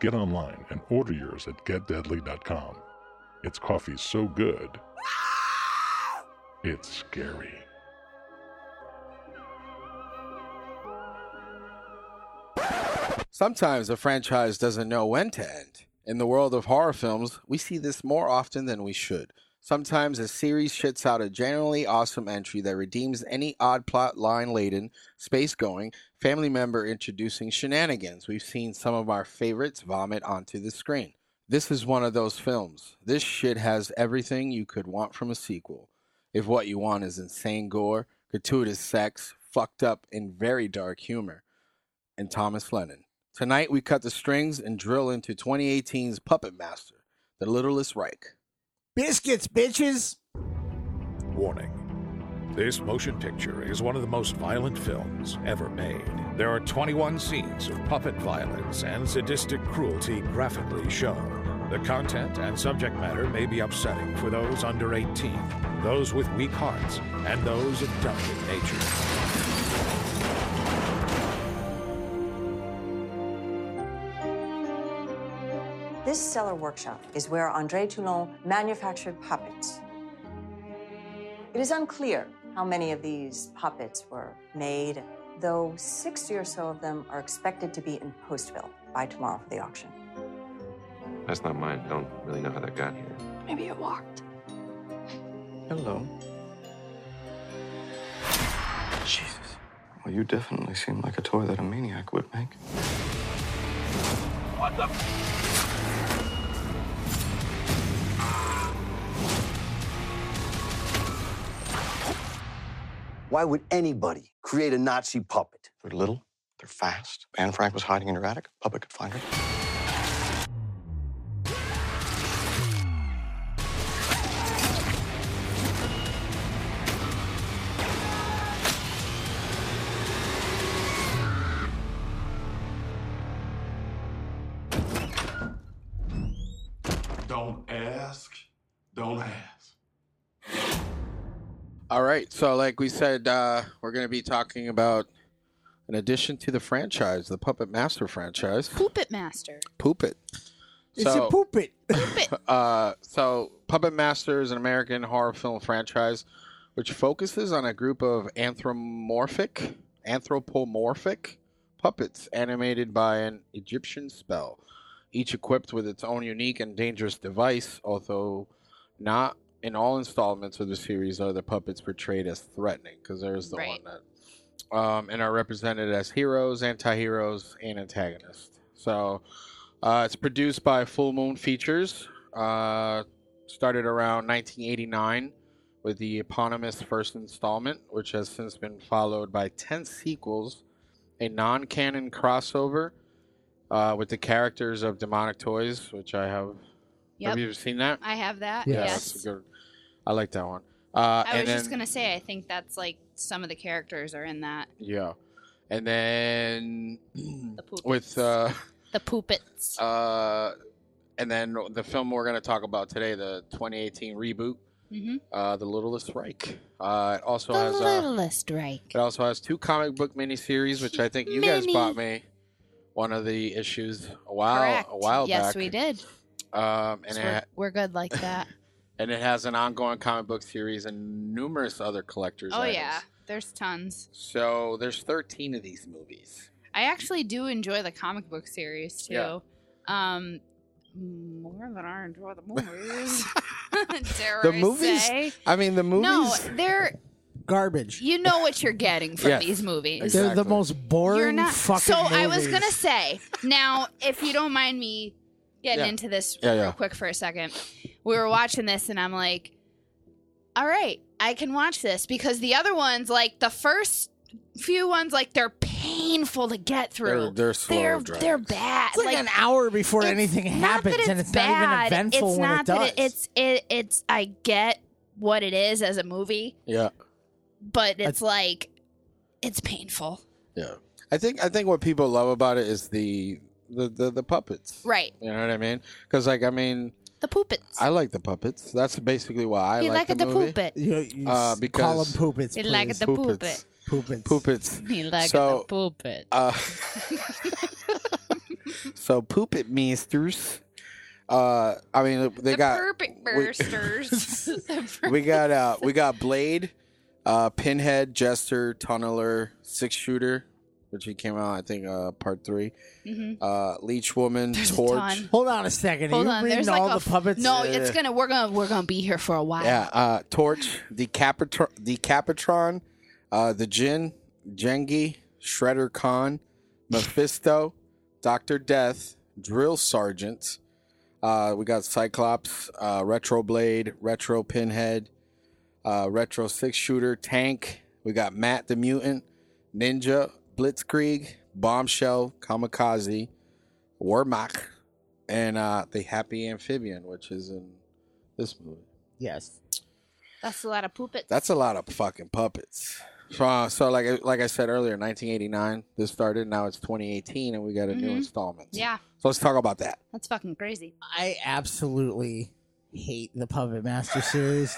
Speaker 9: get online and order yours at getdeadly.com. It's coffee so good, it's scary.
Speaker 4: Sometimes a franchise doesn't know when to end. In the world of horror films, we see this more often than we should. Sometimes a series shits out a generally awesome entry that redeems any odd plot line laden, space going, family member introducing shenanigans. We've seen some of our favorites vomit onto the screen. This is one of those films. This shit has everything you could want from a sequel. If what you want is insane gore, gratuitous sex, fucked up, and very dark humor. And Thomas Lennon. Tonight, we cut the strings and drill into 2018's Puppet Master, The Littlest Reich.
Speaker 3: Biscuits, bitches.
Speaker 10: Warning. This motion picture is one of the most violent films ever made. There are 21 scenes of puppet violence and sadistic cruelty graphically shown. The content and subject matter may be upsetting for those under 18, those with weak hearts, and those of delicate nature.
Speaker 11: This cellar workshop is where André Toulon manufactured puppets. It is unclear how many of these puppets were made, though 60 or so of them are expected to be in Postville by tomorrow for the auction.
Speaker 12: That's not mine. Don't really know how that got here.
Speaker 7: Maybe it walked.
Speaker 12: Hello. Jesus. Well, you definitely seem like a toy that a maniac would make. What the?
Speaker 13: Why would anybody create a Nazi puppet?
Speaker 12: They're little. They're fast. Anne Frank was hiding in her attic. Puppet could find her.
Speaker 14: Don't ask. Don't ask.
Speaker 4: All right. So, like we said, uh, we're going to be talking about, in addition to the franchise, the Puppet Master franchise,
Speaker 7: Poopit Master.
Speaker 4: Poop It.
Speaker 1: It's
Speaker 4: So-
Speaker 1: a poop it.
Speaker 4: Uh, so, Puppet Master is an American horror film franchise which focuses on a group of anthropomorphic, anthropomorphic puppets animated by an Egyptian spell, each equipped with its own unique and dangerous device, although not in all installments of the series are the puppets portrayed as threatening, because there's the
Speaker 7: Right.
Speaker 4: one that. Um, and are represented as heroes, anti heroes, and antagonists. So uh, it's produced by Full Moon Features. Uh, started around 1989 with the eponymous first installment, which has since been followed by 10 sequels, a non canon crossover uh, with the characters of Demonic Toys, which I have.
Speaker 7: Yep.
Speaker 4: Have you ever seen that?
Speaker 7: I have that.
Speaker 1: Yeah,
Speaker 7: Yes.
Speaker 4: That's a good, I like that one. Uh,
Speaker 7: I was
Speaker 4: and then,
Speaker 7: just gonna say, I think that's like some of the characters are in that.
Speaker 4: Yeah. And then
Speaker 7: poop
Speaker 4: with.
Speaker 7: is-
Speaker 4: Uh,
Speaker 7: The poopits.
Speaker 4: Uh, and then the film we're going to talk about today, the 2018 reboot,
Speaker 7: hmm
Speaker 4: uh, The Littlest Reich. Uh, it also
Speaker 7: The
Speaker 4: has uh,
Speaker 7: littlest Reich.
Speaker 4: it also has two comic book miniseries, which I think you guys
Speaker 7: Mini.
Speaker 4: bought me one of the issues a while
Speaker 7: Correct.
Speaker 4: a while
Speaker 7: yes,
Speaker 4: back.
Speaker 7: we did.
Speaker 4: Um, and
Speaker 7: So
Speaker 4: it
Speaker 7: we're,
Speaker 4: ha-
Speaker 7: we're good like that.
Speaker 4: and it has an ongoing comic book series and numerous other collectors.
Speaker 7: oh
Speaker 4: items.
Speaker 7: yeah, there's tons.
Speaker 4: So there's 13 of these movies.
Speaker 7: I actually do enjoy the comic book series too.
Speaker 4: Yeah.
Speaker 7: Um, more than I enjoy the movies. Dare
Speaker 4: The
Speaker 7: I
Speaker 4: movies-
Speaker 7: say.
Speaker 4: I mean the movies.
Speaker 7: No, they're
Speaker 1: Garbage.
Speaker 7: you know what you're getting from
Speaker 4: Yes.
Speaker 7: these movies.
Speaker 4: Exactly.
Speaker 1: They're the most boring
Speaker 7: You're not.
Speaker 1: fucking
Speaker 7: So I was
Speaker 1: movies.
Speaker 7: gonna say now, if you don't mind me getting
Speaker 4: Yeah.
Speaker 7: into this
Speaker 4: Yeah,
Speaker 7: real
Speaker 4: yeah.
Speaker 7: quick for a second, we were watching this and I'm like, all right, I can watch this because the other ones, like the first few ones, like they're
Speaker 2: painful to get through.
Speaker 4: They're- they're slow
Speaker 2: They're,
Speaker 4: drives.
Speaker 2: they're bad.
Speaker 1: It's like, an hour before anything happens,
Speaker 2: that
Speaker 1: and it's not even eventful
Speaker 2: it's
Speaker 1: when
Speaker 2: not
Speaker 1: it does.
Speaker 2: That it, it's it, it's I get what it is as a movie,
Speaker 4: Yeah.
Speaker 2: but it's like it's painful.
Speaker 4: Yeah. I think I think what people love about it is the the the, the puppets.
Speaker 2: Right.
Speaker 4: You know what I mean? Because like I mean,
Speaker 2: The poopits.
Speaker 4: I like the puppets. That's basically why I
Speaker 2: You
Speaker 4: like,
Speaker 2: like
Speaker 4: the,
Speaker 2: the
Speaker 4: movie.
Speaker 2: poopit.
Speaker 1: You- you
Speaker 4: uh,
Speaker 1: s-
Speaker 4: because
Speaker 1: call 'em poopits,
Speaker 2: You like please. the
Speaker 4: Poopits.
Speaker 1: Poopits.
Speaker 4: Poopits.
Speaker 15: He like
Speaker 4: so,
Speaker 15: the pulpit.
Speaker 4: Uh, so poopit meesters. Uh, I mean, they
Speaker 7: the
Speaker 4: got
Speaker 7: perfect
Speaker 4: we-
Speaker 7: bursters. The
Speaker 4: we got uh we got Blade, uh Pinhead, Jester, Tunneler, Six Shooter, which he came out I think uh part 3.
Speaker 2: Mhm.
Speaker 4: Uh Leech Woman, Torch.
Speaker 2: ton.
Speaker 1: Hold on a second.
Speaker 2: Hold on, there's like a f- No,
Speaker 4: Yeah.
Speaker 2: it's gonna we're gonna we're gonna be here for a while.
Speaker 4: Yeah, uh Torch, Decapitron, Decapitron, uh the Jin, Jengi, Shredder Khan, Mephisto, Doctor Death, Drill Sergeant. Uh we got Cyclops, uh Retro Blade, Retro Pinhead, uh, Retro Six Shooter, Tank. We got Matt the Mutant, Ninja, Blitzkrieg, Bombshell, Kamikaze, Warmach, and uh, the Happy Amphibian, which is in this movie.
Speaker 1: Yes.
Speaker 2: That's a lot of poopits.
Speaker 4: That's a lot of fucking puppets. So, uh, so like like I said earlier, 1989 this started. Now it's 2018, and we got a new
Speaker 2: Mhm.
Speaker 4: installment.
Speaker 2: Yeah.
Speaker 4: So let's talk about that.
Speaker 2: That's fucking crazy.
Speaker 1: I absolutely hate the Puppet Master series.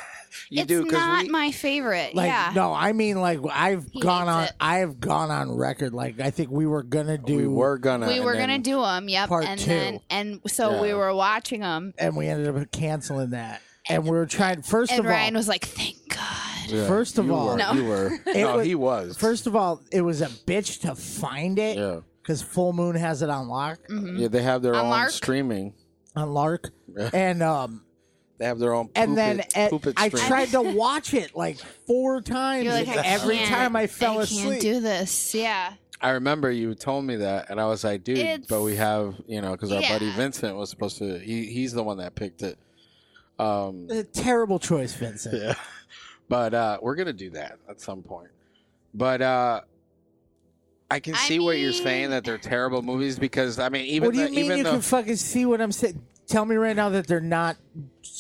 Speaker 4: You
Speaker 2: it's not my favorite.
Speaker 1: Like
Speaker 2: yeah.
Speaker 1: no, I mean like I've
Speaker 2: He
Speaker 1: gone
Speaker 2: hates
Speaker 1: on.
Speaker 2: it.
Speaker 1: I've gone on record. Like I think we were gonna do.
Speaker 4: We were gonna.
Speaker 2: we
Speaker 4: and
Speaker 2: were
Speaker 4: then-
Speaker 2: gonna do them, yep,
Speaker 1: Part
Speaker 2: and
Speaker 1: two.
Speaker 2: then and so we
Speaker 1: Yeah.
Speaker 2: were watching them,
Speaker 1: and we ended up canceling that. And we were trying. First
Speaker 2: and
Speaker 1: of all,
Speaker 2: Ryan was like, "Thank
Speaker 4: Yeah,
Speaker 1: First of
Speaker 4: you
Speaker 1: all-
Speaker 4: were,
Speaker 1: No.
Speaker 4: you were.
Speaker 1: It
Speaker 4: no,
Speaker 1: was-
Speaker 4: he was.
Speaker 1: First of all, it was a bitch to find it.
Speaker 4: Yeah.
Speaker 2: Mm-hmm.
Speaker 1: Because Full Moon has it on lock,
Speaker 4: Yeah, they have their
Speaker 1: On
Speaker 4: own
Speaker 1: Lark?
Speaker 4: streaming.
Speaker 1: on Lark,
Speaker 4: Yeah.
Speaker 1: and um,
Speaker 4: They have their own.
Speaker 1: and then
Speaker 4: poopit-
Speaker 1: at-
Speaker 4: poopit
Speaker 1: I
Speaker 4: stream.
Speaker 1: tried to watch it like four times.
Speaker 2: You're like,
Speaker 1: and
Speaker 2: "I
Speaker 1: every
Speaker 2: can't.
Speaker 1: time I fell
Speaker 2: I
Speaker 1: asleep,
Speaker 2: can't do this." Yeah,
Speaker 4: I remember you told me that, and I was like, dude,
Speaker 2: It's-
Speaker 4: but we have, you know, because our
Speaker 2: Yeah.
Speaker 4: buddy Vincent was supposed to. He, he's the one that picked it. Um,
Speaker 1: A terrible choice, Vincent.
Speaker 4: yeah, but uh, we're gonna do that at some point. But uh, I can see what you're saying that they're terrible movies because I mean, even
Speaker 1: what do you
Speaker 4: the,
Speaker 1: mean
Speaker 4: even
Speaker 1: you
Speaker 4: the,
Speaker 1: can fucking see what I'm saying? Tell me right now that they're not.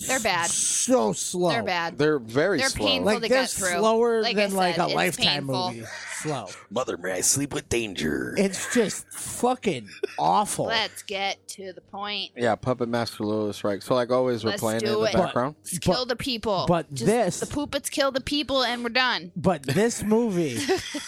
Speaker 2: they're bad.
Speaker 1: So slow.
Speaker 2: They're bad.
Speaker 4: They're very
Speaker 2: They're
Speaker 4: slow.
Speaker 2: painful
Speaker 1: Like
Speaker 2: to
Speaker 1: they're
Speaker 2: get through.
Speaker 1: slower
Speaker 2: Like I
Speaker 1: than like
Speaker 2: said,
Speaker 1: a
Speaker 2: it's
Speaker 1: lifetime
Speaker 2: painful.
Speaker 1: movie. Slow.
Speaker 4: Mother, may I sleep with danger?
Speaker 1: It's just fucking awful.
Speaker 2: Let's get to the point.
Speaker 4: yeah, Puppet Master Lewis, right? So like always, we're
Speaker 2: Let's
Speaker 4: playing it in
Speaker 2: do
Speaker 4: the
Speaker 2: it.
Speaker 4: background.
Speaker 2: Let's kill the people.
Speaker 1: but
Speaker 2: Just
Speaker 1: this-
Speaker 2: the poopits kill the people, and we're done.
Speaker 1: But this movie,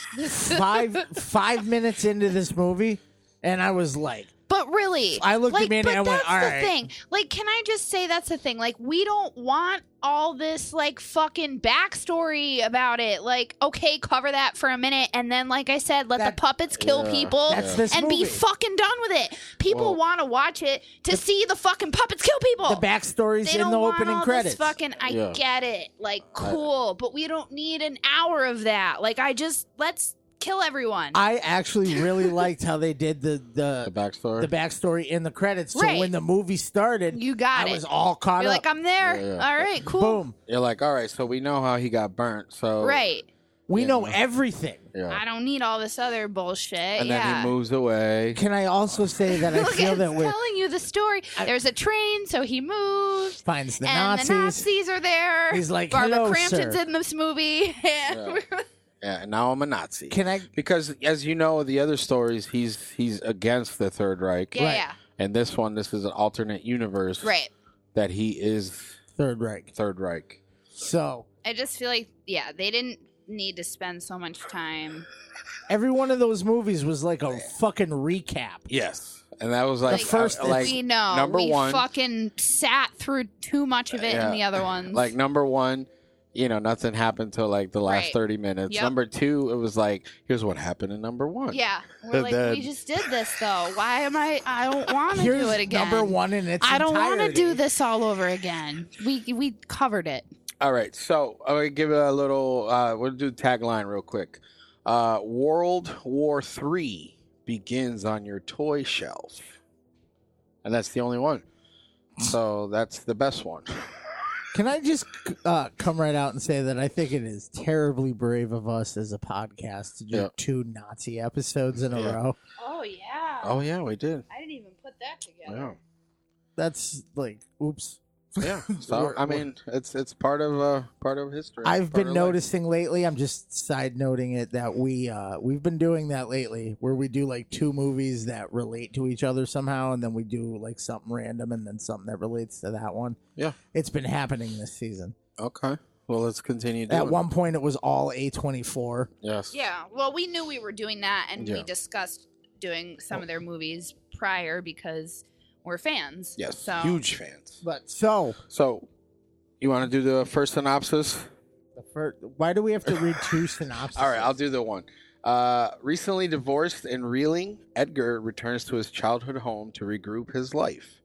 Speaker 1: five five minutes into this movie, and I was like,
Speaker 2: But really,
Speaker 1: I looked at
Speaker 2: like,
Speaker 1: Mandy
Speaker 2: but
Speaker 1: and I went,
Speaker 2: that's
Speaker 1: "All
Speaker 2: the
Speaker 1: right."
Speaker 2: thing. Like, can I just say that's the thing? Like, we don't want all this like fucking backstory about it. Like, okay, cover that for a minute, and then, like I said, let
Speaker 1: That-
Speaker 2: the puppets kill
Speaker 4: Yeah,
Speaker 2: people
Speaker 1: That's this
Speaker 2: and be
Speaker 1: movie.
Speaker 2: fucking done with it. People
Speaker 4: Well,
Speaker 2: want to watch it to see the fucking puppets kill people.
Speaker 1: the backstory's
Speaker 2: Oh, they
Speaker 1: in
Speaker 2: don't
Speaker 1: the
Speaker 2: want
Speaker 1: opening
Speaker 2: all
Speaker 1: credits.
Speaker 2: This fucking, I
Speaker 4: Yeah.
Speaker 2: get it. Like, cool, but we don't need an hour of that. Like, I just let's kill everyone.
Speaker 1: I actually really liked how they did the
Speaker 4: The
Speaker 1: the
Speaker 4: backstory.
Speaker 1: the backstory in the credits. So
Speaker 2: Right.
Speaker 1: when the movie started,
Speaker 2: you got
Speaker 1: I
Speaker 2: it.
Speaker 1: was all caught
Speaker 2: You're
Speaker 1: up.
Speaker 2: like, I'm there.
Speaker 4: Yeah, yeah.
Speaker 2: All right, cool.
Speaker 1: Boom,
Speaker 4: You're like, all right, so we know how he got burnt. So
Speaker 2: Right.
Speaker 1: we
Speaker 4: Yeah.
Speaker 1: know everything.
Speaker 4: Oh, Yeah.
Speaker 2: I don't need all this other bullshit.
Speaker 4: and then
Speaker 2: yeah.
Speaker 4: he moves away.
Speaker 1: Can I also say that I
Speaker 2: Look,
Speaker 1: feel
Speaker 2: it's
Speaker 1: that we're
Speaker 2: telling you the story. There's a train, so he moved.
Speaker 1: finds the
Speaker 2: and
Speaker 1: Nazis.
Speaker 2: the Nazis are there.
Speaker 1: He's like,
Speaker 2: Barbara
Speaker 1: "Hello,
Speaker 2: Crampton's
Speaker 1: sir."
Speaker 2: in this movie. And
Speaker 4: Yeah, and now I'm a Nazi.
Speaker 1: Can I?
Speaker 4: because as you know, the other stories he's he's against the Third Reich.
Speaker 2: Yeah, Right. yeah.
Speaker 4: And this one, this is an alternate universe.
Speaker 2: right.
Speaker 4: That he is
Speaker 1: Third Reich.
Speaker 4: Third Reich.
Speaker 1: So
Speaker 2: I just feel like, yeah, they didn't need to spend so much time.
Speaker 1: every one of those movies was like a fucking recap.
Speaker 4: Yes. And that was like
Speaker 2: Like,
Speaker 1: first-
Speaker 4: uh, like
Speaker 2: we know.
Speaker 4: number
Speaker 2: we
Speaker 4: one.
Speaker 2: fucking sat through too much of it
Speaker 4: Yeah.
Speaker 2: in the other ones.
Speaker 4: Like number one, you know, nothing happened till like the last
Speaker 2: Right.
Speaker 4: thirty minutes.
Speaker 2: Yep.
Speaker 4: Number two, it was like, here's what happened in number one.
Speaker 2: yeah. We're
Speaker 4: And
Speaker 2: like,
Speaker 4: then-
Speaker 2: we just did this, though. Why am I? I don't want to
Speaker 1: Here's
Speaker 2: do it again.
Speaker 1: number one in its
Speaker 2: I don't
Speaker 1: want to
Speaker 2: do this all over again. We we covered it.
Speaker 4: All right, so I'm gonna give it a little. Uh, we'll do tagline real quick. Uh, World War Three begins on your toy shelf, and that's the only one. So that's the best one.
Speaker 1: Can I just uh, come right out and say that I think it is terribly brave of us as a podcast to do
Speaker 4: Yeah.
Speaker 1: two Nazi episodes in a
Speaker 4: Yeah.
Speaker 1: row?
Speaker 2: Oh yeah.
Speaker 4: Oh, yeah, we did.
Speaker 2: I didn't even put that together.
Speaker 4: Yeah.
Speaker 1: That's like, oops.
Speaker 4: Yeah. So
Speaker 1: We're-
Speaker 4: I mean, it's it's part of uh part of history.
Speaker 1: I've
Speaker 4: Part
Speaker 1: been
Speaker 4: of life.
Speaker 1: noticing lately. I'm just side noting it that we uh, we've been doing that lately, where we do like two movies that relate to each other somehow, and then we do like something random, and then something that relates to that one.
Speaker 4: Yeah.
Speaker 1: it's been happening this season.
Speaker 4: Okay. Well, let's continue. Doing
Speaker 1: At one point, it was all A24.
Speaker 4: it. Yes.
Speaker 2: Yeah. Well, we knew we were doing that, and
Speaker 1: Yeah. Oh.
Speaker 2: we discussed doing some of their movies prior because we're fans.
Speaker 4: Yes.
Speaker 2: So
Speaker 4: Huge fans.
Speaker 1: But so
Speaker 4: So, you want to do the first synopsis?
Speaker 1: the first, why do we have to read two synopses?
Speaker 4: All right, I'll do the one. Uh, recently divorced and reeling, Edgar returns to his childhood home to regroup his life.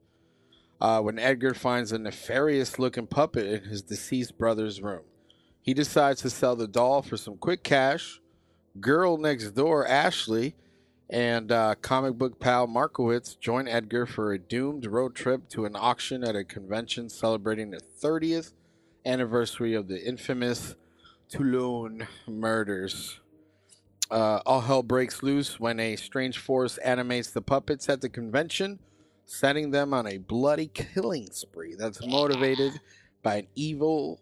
Speaker 4: Uh, when Edgar finds a nefarious looking puppet in his deceased brother's room, he decides to sell the doll for some quick cash. Girl next door, Ashley, and uh, comic book pal Markowitz join Edgar for a doomed road trip to an auction at a convention celebrating the 30th anniversary of the infamous Toulon murders. Uh, all hell breaks loose when a strange force animates the puppets at the convention, sending them on a bloody killing spree that's motivated by an evil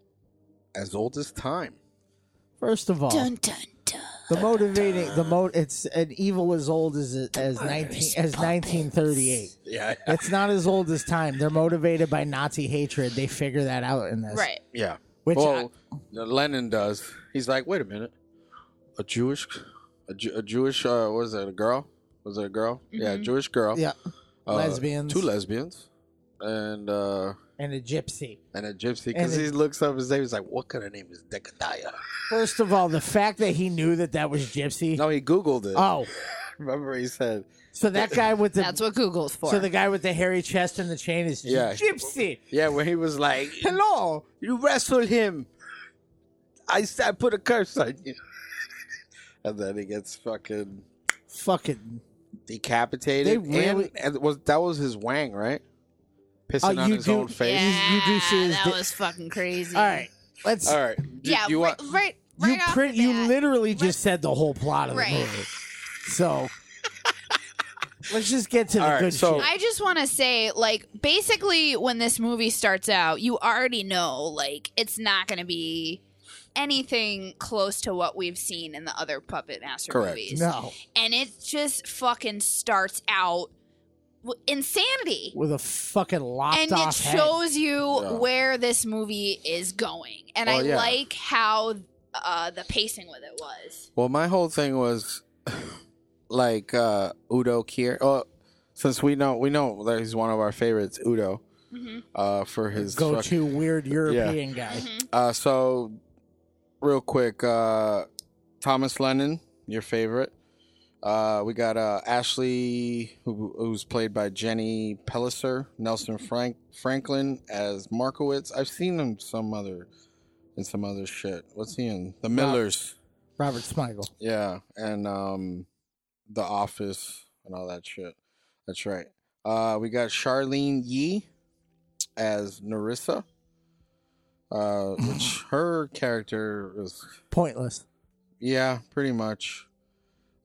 Speaker 4: as old as time.
Speaker 1: First of all, the motivating the mo it's an evil as old as as nineteen as nineteen thirty eight.
Speaker 4: Yeah.
Speaker 1: It's not as old as time. They're motivated by Nazi hatred. They figure that out in this.
Speaker 2: Right.
Speaker 4: Yeah.
Speaker 1: Which
Speaker 4: well, Lenin does. He's like, wait a minute, a Jewish, a, Ju- a Jewish, uh, what is it? A girl? Was it a girl? Yeah, a
Speaker 1: Mhm.
Speaker 4: Jewish girl.
Speaker 1: Yeah.
Speaker 4: Uh,
Speaker 1: Lesbians.
Speaker 4: Two lesbians, and uh,
Speaker 1: And a gypsy.
Speaker 4: and a gypsy.
Speaker 1: And
Speaker 4: Because
Speaker 1: a-
Speaker 4: he looks up his name. He's like, what kind of name is Decadiah?
Speaker 1: First of all, the fact that he knew that that was gypsy.
Speaker 4: No, he Googled it.
Speaker 1: Oh,
Speaker 4: remember he said.
Speaker 1: so that guy with the
Speaker 2: that's what Google's for.
Speaker 1: so the guy with the hairy chest and the chain is just
Speaker 4: Yeah.
Speaker 1: gypsy.
Speaker 4: Yeah, when he was like,
Speaker 1: Hello,
Speaker 4: you wrestled him. I, s- I put a curse on you. and then he gets fucking
Speaker 1: Fucking
Speaker 4: decapitated.
Speaker 1: They
Speaker 4: and-
Speaker 1: really-
Speaker 4: and, was that was his wang, right?
Speaker 1: Oh,
Speaker 4: Pissing on
Speaker 1: you
Speaker 4: his
Speaker 1: do-
Speaker 4: own face.
Speaker 1: you, you do see his
Speaker 2: that
Speaker 1: dick.
Speaker 2: was fucking crazy.
Speaker 1: All right, let's.
Speaker 4: All right. Do-
Speaker 2: Yeah.
Speaker 4: you
Speaker 2: right,
Speaker 4: want-
Speaker 2: right.
Speaker 1: You
Speaker 2: Right off
Speaker 1: print.
Speaker 2: the
Speaker 1: You
Speaker 2: bat.
Speaker 1: literally just said the whole plot of
Speaker 2: Right.
Speaker 1: the movie. So let's just get to the
Speaker 4: All right,
Speaker 1: good
Speaker 4: so-
Speaker 1: shit.
Speaker 2: I just want to say, like, basically, when this movie starts out, you already know, like, it's not going to be anything close to what we've seen in the other Puppet Master
Speaker 4: Correct.
Speaker 2: movies.
Speaker 1: No.
Speaker 2: And it just fucking starts out w- insanity.
Speaker 1: with a fucking lopped
Speaker 2: and it
Speaker 1: off head.
Speaker 2: shows you
Speaker 1: Yeah.
Speaker 2: where this movie is going. And
Speaker 4: Well,
Speaker 2: I
Speaker 4: Oh, yeah.
Speaker 2: like how uh, the pacing with it was.
Speaker 4: Well, my whole thing was like uh Udo Kier. Oh, since we know we know that he's one of our favorites, Udo, uh, for his
Speaker 1: Go
Speaker 4: fucking-
Speaker 1: to weird European guy.
Speaker 2: Mm-hmm.
Speaker 4: Uh, so, real quick, uh, Thomas Lennon, your favorite. Uh, we got uh, Ashley, who, who's played by Jenny Pelliser, Nelson Frank Franklin as Markowitz. I've seen him some other in some other shit. What's he in? The Millers.
Speaker 1: Robert Smigel.
Speaker 4: Yeah, and um, The Office and all that shit. That's right. Uh, we got Charlene Yee as Narissa, uh, which her character is
Speaker 1: Pointless.
Speaker 4: yeah, pretty much.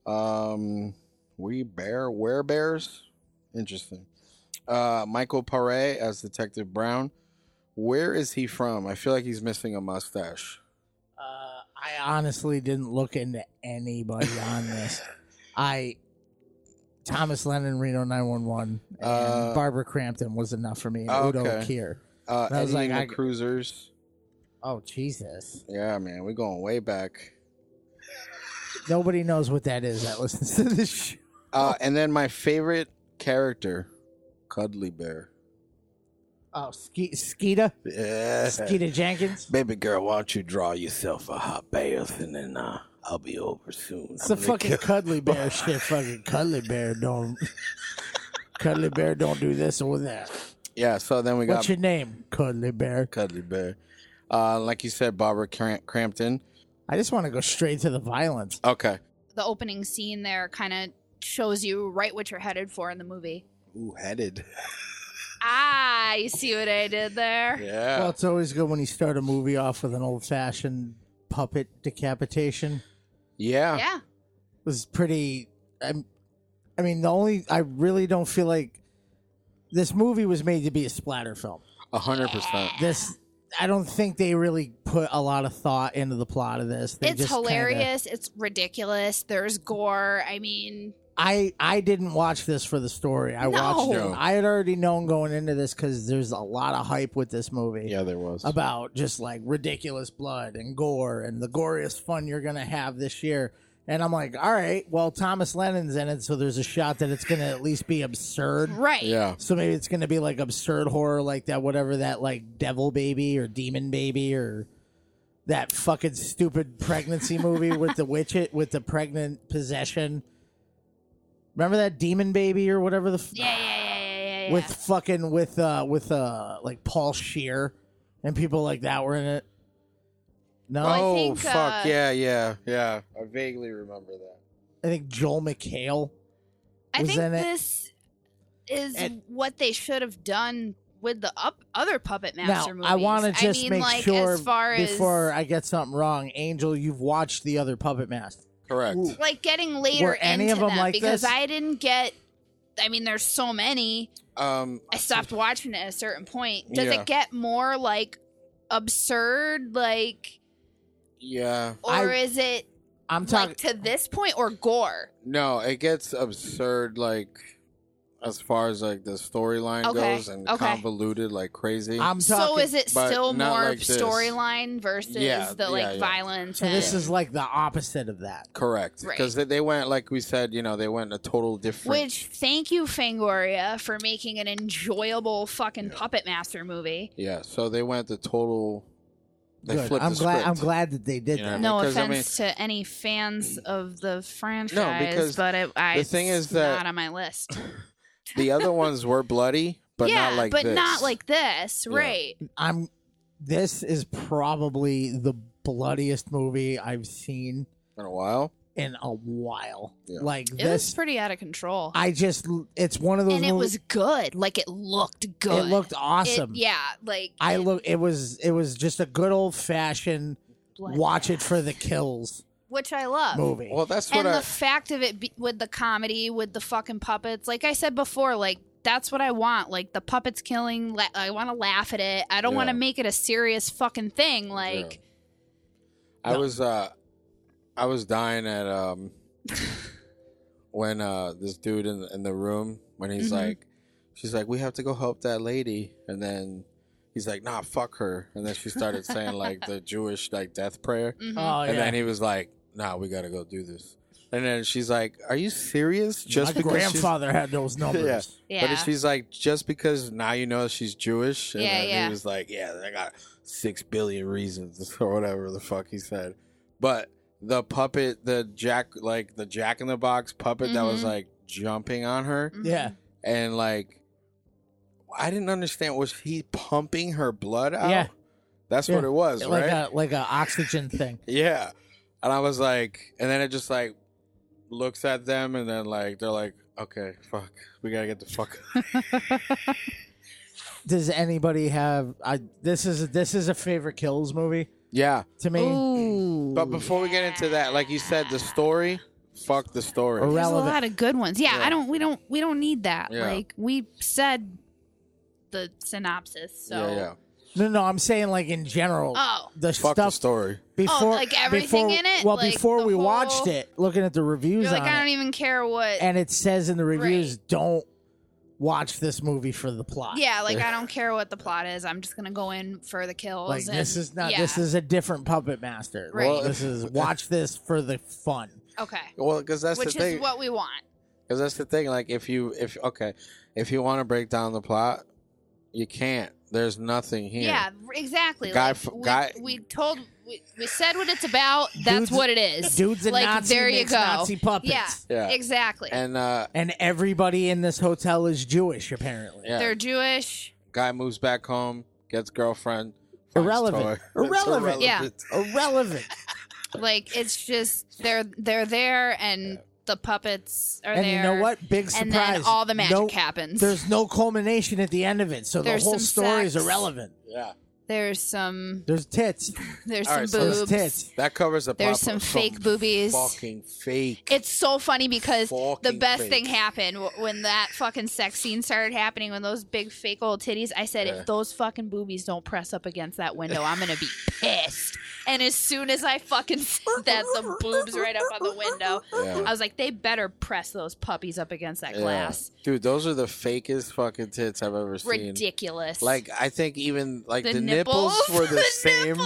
Speaker 4: Um, we bear wear bears. Interesting. Uh, Michael Paré as Detective Brown. Where is he from? I feel like he's missing a mustache.
Speaker 2: Uh,
Speaker 1: I honestly didn't look into anybody on this. I Thomas Lennon, Reno 911, and
Speaker 4: Uh,
Speaker 1: Barbara Crampton was enough for me. And
Speaker 4: Oh,
Speaker 1: Udo
Speaker 4: okay.
Speaker 1: Kier.
Speaker 4: Uh,
Speaker 1: I was
Speaker 4: Eddie
Speaker 1: like, I-
Speaker 4: Cruisers.
Speaker 1: Oh Jesus!
Speaker 4: Yeah, man, we're going way back.
Speaker 1: Nobody knows what that is that listens to this show.
Speaker 4: Uh, and then my favorite character, Cuddly Bear.
Speaker 1: Oh, Ske- Skeeta,
Speaker 4: Yeah.
Speaker 1: Skeeta Jenkins.
Speaker 4: Baby girl, why don't you draw yourself a hot bath and then uh, I'll be over soon.
Speaker 1: It's the fucking cuddly bear shit. Fucking cuddly bear don't. cuddly bear don't do this or that.
Speaker 4: Yeah, so then we got
Speaker 1: What's your name? Cuddly bear.
Speaker 4: Cuddly Bear. Uh, like you said, Barbara Cramp- Crampton.
Speaker 1: I just want to go straight to the violence.
Speaker 4: Okay.
Speaker 2: The opening scene there kind of shows you right what you're headed for in the movie.
Speaker 4: Ooh, headed.
Speaker 2: Ah, you see what I did there?
Speaker 4: Yeah.
Speaker 1: Well, it's always good when you start a movie off with an old fashioned puppet decapitation.
Speaker 4: Yeah.
Speaker 2: Yeah.
Speaker 1: It was pretty. I'm, I mean, the only. I really don't feel like this movie was made to be a splatter film.
Speaker 4: A hundred percent.
Speaker 1: This. I don't think they really put a lot of thought into the plot of this. They
Speaker 2: it's
Speaker 1: just kinda-
Speaker 2: hilarious. It's ridiculous. There's gore. I mean,
Speaker 1: I I didn't watch this for the story. I watched it.
Speaker 4: No.
Speaker 1: I had already known going into this because there's a lot of hype with this movie.
Speaker 4: Yeah, there was.
Speaker 1: about just like ridiculous blood and gore and the goriest fun you're gonna have this year. And I'm like, all right, well, Thomas Lennon's in it, so there's a shot that it's gonna at least be absurd,
Speaker 2: right.
Speaker 4: Yeah.
Speaker 1: So maybe it's gonna be like absurd horror, like that, whatever that like devil baby or demon baby or that fucking stupid pregnancy movie with the witch it with the pregnant possession. Remember that demon baby or whatever the f-
Speaker 2: Yeah, yeah, yeah, yeah, yeah, yeah.
Speaker 1: with fucking with uh with uh like Paul Shear and people like that were in it. No,
Speaker 4: oh
Speaker 2: think,
Speaker 4: fuck!
Speaker 2: uh,
Speaker 4: yeah, yeah, yeah. I vaguely remember that.
Speaker 1: I think Joel McHale.
Speaker 2: I
Speaker 1: was
Speaker 2: think
Speaker 1: in it.
Speaker 2: this is
Speaker 1: And-
Speaker 2: what they should have done with the up, other Puppet Master
Speaker 1: now
Speaker 2: movies.
Speaker 1: I want to just
Speaker 2: mean,
Speaker 1: make
Speaker 2: like,
Speaker 1: sure
Speaker 2: as far as
Speaker 1: before I get something wrong, Angel, you've watched the other Puppet Master.
Speaker 4: Correct.
Speaker 2: like getting later
Speaker 1: Were any
Speaker 2: into
Speaker 1: of 'em
Speaker 2: them
Speaker 1: like
Speaker 2: because
Speaker 1: this?
Speaker 2: I didn't get. I mean, there's so many.
Speaker 4: Um,
Speaker 2: I stopped watching it at a certain point. Does
Speaker 4: Yeah.
Speaker 2: it get more like absurd, like,
Speaker 4: yeah.
Speaker 2: or
Speaker 1: I-
Speaker 2: is it
Speaker 1: I'm talking.
Speaker 2: like to this point or gore?
Speaker 4: No, it gets absurd. Like as far as like the storyline
Speaker 2: Okay,
Speaker 4: goes and
Speaker 2: okay.
Speaker 4: convoluted like crazy.
Speaker 1: I'm talking.
Speaker 2: So is it
Speaker 4: but
Speaker 2: still
Speaker 4: not
Speaker 2: more
Speaker 4: like this.
Speaker 2: storyline versus
Speaker 4: Yeah,
Speaker 2: the like
Speaker 4: yeah, yeah.
Speaker 2: violence?
Speaker 1: so this
Speaker 2: and-
Speaker 1: is like the opposite of that.
Speaker 4: Correct.
Speaker 2: Right.
Speaker 4: Because they they went like we said, you know, they went a total different.
Speaker 2: Which thank you, Fangoria, for making an enjoyable fucking Puppet Master movie.
Speaker 4: yeah. So they went the total. They
Speaker 1: Good.
Speaker 4: flipped
Speaker 1: I'm
Speaker 4: the
Speaker 1: glad.
Speaker 4: script.
Speaker 1: I'm glad that they did
Speaker 4: You
Speaker 1: that.
Speaker 4: know what I mean?
Speaker 2: No
Speaker 4: Because, I
Speaker 2: offense to any fans of the franchise,
Speaker 4: because
Speaker 2: but it, I,
Speaker 4: the thing is
Speaker 2: it's
Speaker 4: that-
Speaker 2: not on my list.
Speaker 4: The other ones were bloody, but
Speaker 2: yeah,
Speaker 4: not like
Speaker 2: but
Speaker 4: this.
Speaker 2: not like this,
Speaker 4: Yeah.
Speaker 2: right?
Speaker 1: I'm. This is probably the bloodiest movie I've seen
Speaker 4: in a while.
Speaker 1: in a while.
Speaker 4: Yeah.
Speaker 1: Like
Speaker 2: It was
Speaker 1: this,
Speaker 2: pretty out of control,
Speaker 1: I just. It's one of those.
Speaker 4: Mm-hmm.
Speaker 2: and it
Speaker 1: movies-
Speaker 2: was good. Like it looked good.
Speaker 1: It looked
Speaker 2: It-
Speaker 1: awesome.
Speaker 2: yeah, like
Speaker 1: I
Speaker 2: it-
Speaker 1: look. It was. It was just a good old fashioned
Speaker 2: Blood
Speaker 1: watch it for the kills
Speaker 2: which I love.
Speaker 1: movie.
Speaker 4: Well, that's what
Speaker 2: and
Speaker 4: I.
Speaker 2: the fact of it be- with the comedy with the fucking puppets like i said before like that's what i want like the puppets killing la- i want to laugh at it i don't want to
Speaker 4: Yeah.
Speaker 2: make it a serious fucking thing like
Speaker 4: I was uh I was dying at um when uh this dude in in the room when he's
Speaker 1: Mm-hmm.
Speaker 2: Mhm.
Speaker 4: like she's like we have to go help that lady and then he's like nah fuck her and then she started saying like the Jewish like death prayer
Speaker 2: mhm.
Speaker 1: oh
Speaker 4: and
Speaker 1: yeah.
Speaker 4: then he was like nah we got to go do this and then she's like are you serious just
Speaker 1: My
Speaker 4: because she's-
Speaker 1: grandfather had those numbers.
Speaker 4: Yeah.
Speaker 2: yeah
Speaker 4: But she's like, just because now you know she's Jewish, and
Speaker 2: Yeah,
Speaker 4: then
Speaker 2: yeah.
Speaker 4: he was like, yeah, I got six billion reasons or whatever the fuck he said. But the puppet, the Jack, like the Jack in the Box puppet that was
Speaker 2: Mhm.
Speaker 4: like jumping on her,
Speaker 2: Mhm.
Speaker 1: Yeah.
Speaker 4: and like, I didn't understand. Was he pumping her blood out?
Speaker 1: Yeah.
Speaker 4: that's what
Speaker 1: Yeah. uh,
Speaker 4: it was,
Speaker 2: Mm-hmm.
Speaker 1: Like
Speaker 4: right?
Speaker 1: a like a oxygen thing.
Speaker 4: Yeah. And I was like, and then it just like looks at them, and then like they're like, okay, fuck, we gotta get the fuck.
Speaker 1: Does anybody have? I this is this is a favorite kills movie
Speaker 4: yeah.
Speaker 1: to me.
Speaker 2: Ooh.
Speaker 4: But before we get into that, like you said, the story, fuck the story.
Speaker 2: there's a
Speaker 1: Irrelevant.
Speaker 2: lot of good ones yeah,
Speaker 4: Yeah.
Speaker 2: i don't we don't we don't need that
Speaker 4: Yeah.
Speaker 2: like we said the synopsis so
Speaker 4: Yeah, yeah.
Speaker 1: No, no, I'm saying like in general.
Speaker 2: oh
Speaker 1: the
Speaker 4: Fuck the
Speaker 1: stuff
Speaker 4: story.
Speaker 1: before,
Speaker 2: like everything
Speaker 1: before-
Speaker 2: in it?
Speaker 1: Well,
Speaker 2: Like
Speaker 1: before
Speaker 2: the
Speaker 1: we
Speaker 2: whole-
Speaker 1: watched it, looking at the reviews
Speaker 2: you're like
Speaker 1: on
Speaker 2: i
Speaker 1: it,
Speaker 2: don't even care what
Speaker 1: and it says in the reviews,
Speaker 2: Right.
Speaker 1: don't watch this movie for the plot.
Speaker 2: yeah like i don't care what the plot is i'm just gonna go in for the kills
Speaker 1: Like
Speaker 2: and-
Speaker 1: this is not.
Speaker 2: yeah.
Speaker 1: This is a different puppet master.
Speaker 2: Right. Well,
Speaker 1: this is watch this for the fun.
Speaker 2: okay
Speaker 4: Well, because that's
Speaker 2: which
Speaker 4: the
Speaker 2: is
Speaker 4: thing.
Speaker 2: what we want
Speaker 4: Because that's the thing. Like, if you, if okay, if you want to break down the plot, you can't. There's nothing here.
Speaker 2: Yeah, r- exactly.
Speaker 4: Guy
Speaker 2: like,
Speaker 4: f-
Speaker 2: we,
Speaker 4: guy-
Speaker 2: we told, we, we said what it's about. That's
Speaker 1: Dudes-
Speaker 2: what it is.
Speaker 1: Dudes and
Speaker 2: like,
Speaker 1: Nazi
Speaker 2: there you
Speaker 1: makes
Speaker 2: go.
Speaker 1: Nazi puppets.
Speaker 2: Yeah,
Speaker 4: Yeah.
Speaker 2: exactly.
Speaker 4: And uh,
Speaker 1: And everybody in this hotel is Jewish, apparently.
Speaker 4: yeah,
Speaker 2: They're Jewish.
Speaker 4: guy moves back home, gets girlfriend. finds
Speaker 1: Irrelevant.
Speaker 4: toy. It's
Speaker 1: Irrelevant.
Speaker 2: Yeah.
Speaker 1: Irrelevant.
Speaker 2: Like it's just they're they're there, and the puppets are
Speaker 1: and
Speaker 2: there.
Speaker 1: you know what? Big surprise.
Speaker 2: And then all the magic
Speaker 1: No-
Speaker 2: happens.
Speaker 1: There's no culmination at the end of it, so
Speaker 2: There's
Speaker 1: the whole
Speaker 2: some
Speaker 1: story is
Speaker 2: sex.
Speaker 1: irrelevant.
Speaker 4: Yeah.
Speaker 2: There's some
Speaker 1: There's tits.
Speaker 2: there's
Speaker 4: All right,
Speaker 2: some
Speaker 4: so
Speaker 2: boobs.
Speaker 4: that's- That covers the
Speaker 2: There's
Speaker 4: pop-
Speaker 2: some fake boobies.
Speaker 4: Fucking fake.
Speaker 2: It's so funny because the
Speaker 4: Fucking
Speaker 2: best
Speaker 4: fake.
Speaker 2: thing happened w- when that fucking sex scene started happening when those big fake old titties. I said,
Speaker 4: Yeah.
Speaker 2: if those fucking boobies don't press up against that window, I'm gonna be pissed. And as soon as I fucking said that, the boobs right up on the window.
Speaker 4: Yeah.
Speaker 2: I was like, they better press those puppies up against that glass.
Speaker 4: Yeah. Dude, those are the fakest fucking tits I've ever seen.
Speaker 2: Ridiculous.
Speaker 4: Like I think even like
Speaker 2: The
Speaker 4: the, nipples,
Speaker 2: nipples,
Speaker 4: were the, same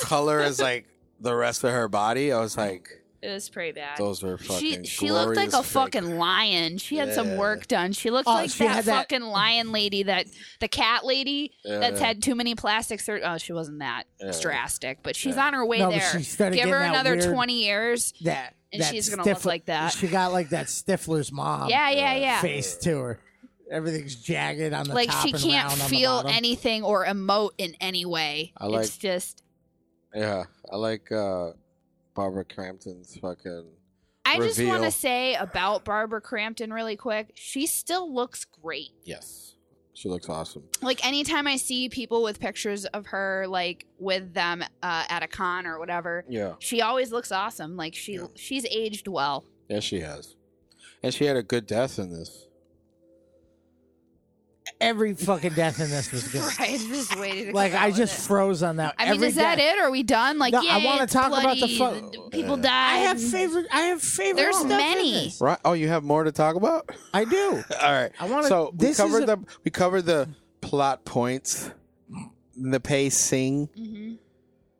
Speaker 4: color as like the rest of her body. I was like,
Speaker 2: It was pretty bad.
Speaker 4: those were
Speaker 2: Oh she
Speaker 4: fucking.
Speaker 2: she looked like
Speaker 4: glorious
Speaker 2: a
Speaker 4: fake-
Speaker 2: fucking lion. She had some
Speaker 4: Yeah.
Speaker 2: work done. She looked
Speaker 1: Oh,
Speaker 2: like
Speaker 1: she
Speaker 2: that,
Speaker 1: had that-
Speaker 2: fucking lion lady that the cat lady
Speaker 1: Yeah,
Speaker 2: that's
Speaker 1: yeah.
Speaker 2: had too many plastic sur- Oh, she wasn't that
Speaker 1: Yeah.
Speaker 2: drastic, but she's
Speaker 1: Yeah.
Speaker 2: on her way
Speaker 1: No, but
Speaker 2: there.
Speaker 1: she started
Speaker 2: Give her
Speaker 1: getting that
Speaker 2: another
Speaker 1: weird-
Speaker 2: twenty years.
Speaker 1: That
Speaker 2: And
Speaker 1: that
Speaker 2: she's gonna look like that.
Speaker 1: She got like that Stifler's mom.
Speaker 2: Yeah, yeah, yeah.
Speaker 1: Face to her. Everything's jagged on the
Speaker 2: like
Speaker 1: top
Speaker 2: she
Speaker 1: and
Speaker 2: can't
Speaker 1: round on the
Speaker 2: feel
Speaker 1: bottom.
Speaker 2: anything or emote in any way.
Speaker 4: I like-
Speaker 2: it's just
Speaker 4: Yeah, I like uh Barbara Crampton's fucking.
Speaker 2: I just
Speaker 4: reveal.
Speaker 2: want to say about Barbara Crampton really quick. She still looks great.
Speaker 4: Yes, she looks awesome.
Speaker 2: like anytime I see people with pictures of her, like with them uh, at a con or whatever,
Speaker 4: Yeah.
Speaker 2: she always looks awesome. Like she she's aged well.
Speaker 4: Yes, she has, and she had a good death in this.
Speaker 1: Every fucking death in this was good.
Speaker 2: Right, just waited. To
Speaker 1: Like
Speaker 2: come
Speaker 1: I
Speaker 2: out with
Speaker 1: just
Speaker 2: it.
Speaker 1: froze on that.
Speaker 2: I mean,
Speaker 1: Every
Speaker 2: is that
Speaker 1: death-
Speaker 2: it? Are we done? Like,
Speaker 1: No,
Speaker 2: yeah,
Speaker 1: I wanna
Speaker 2: it's
Speaker 1: talk about the
Speaker 2: bloody,
Speaker 1: fu-
Speaker 2: d- people
Speaker 4: Yeah.
Speaker 2: died.
Speaker 1: I have
Speaker 2: and-
Speaker 1: favorite. I have favorite.
Speaker 2: There's
Speaker 1: stuff in
Speaker 2: many.
Speaker 1: this.
Speaker 4: Right? Oh, you have more to talk about?
Speaker 1: I do.
Speaker 4: All right.
Speaker 1: I wanna-
Speaker 4: So we
Speaker 1: this is
Speaker 4: covered
Speaker 1: a-
Speaker 4: the we covered the plot points, the pacing.
Speaker 2: Mhm.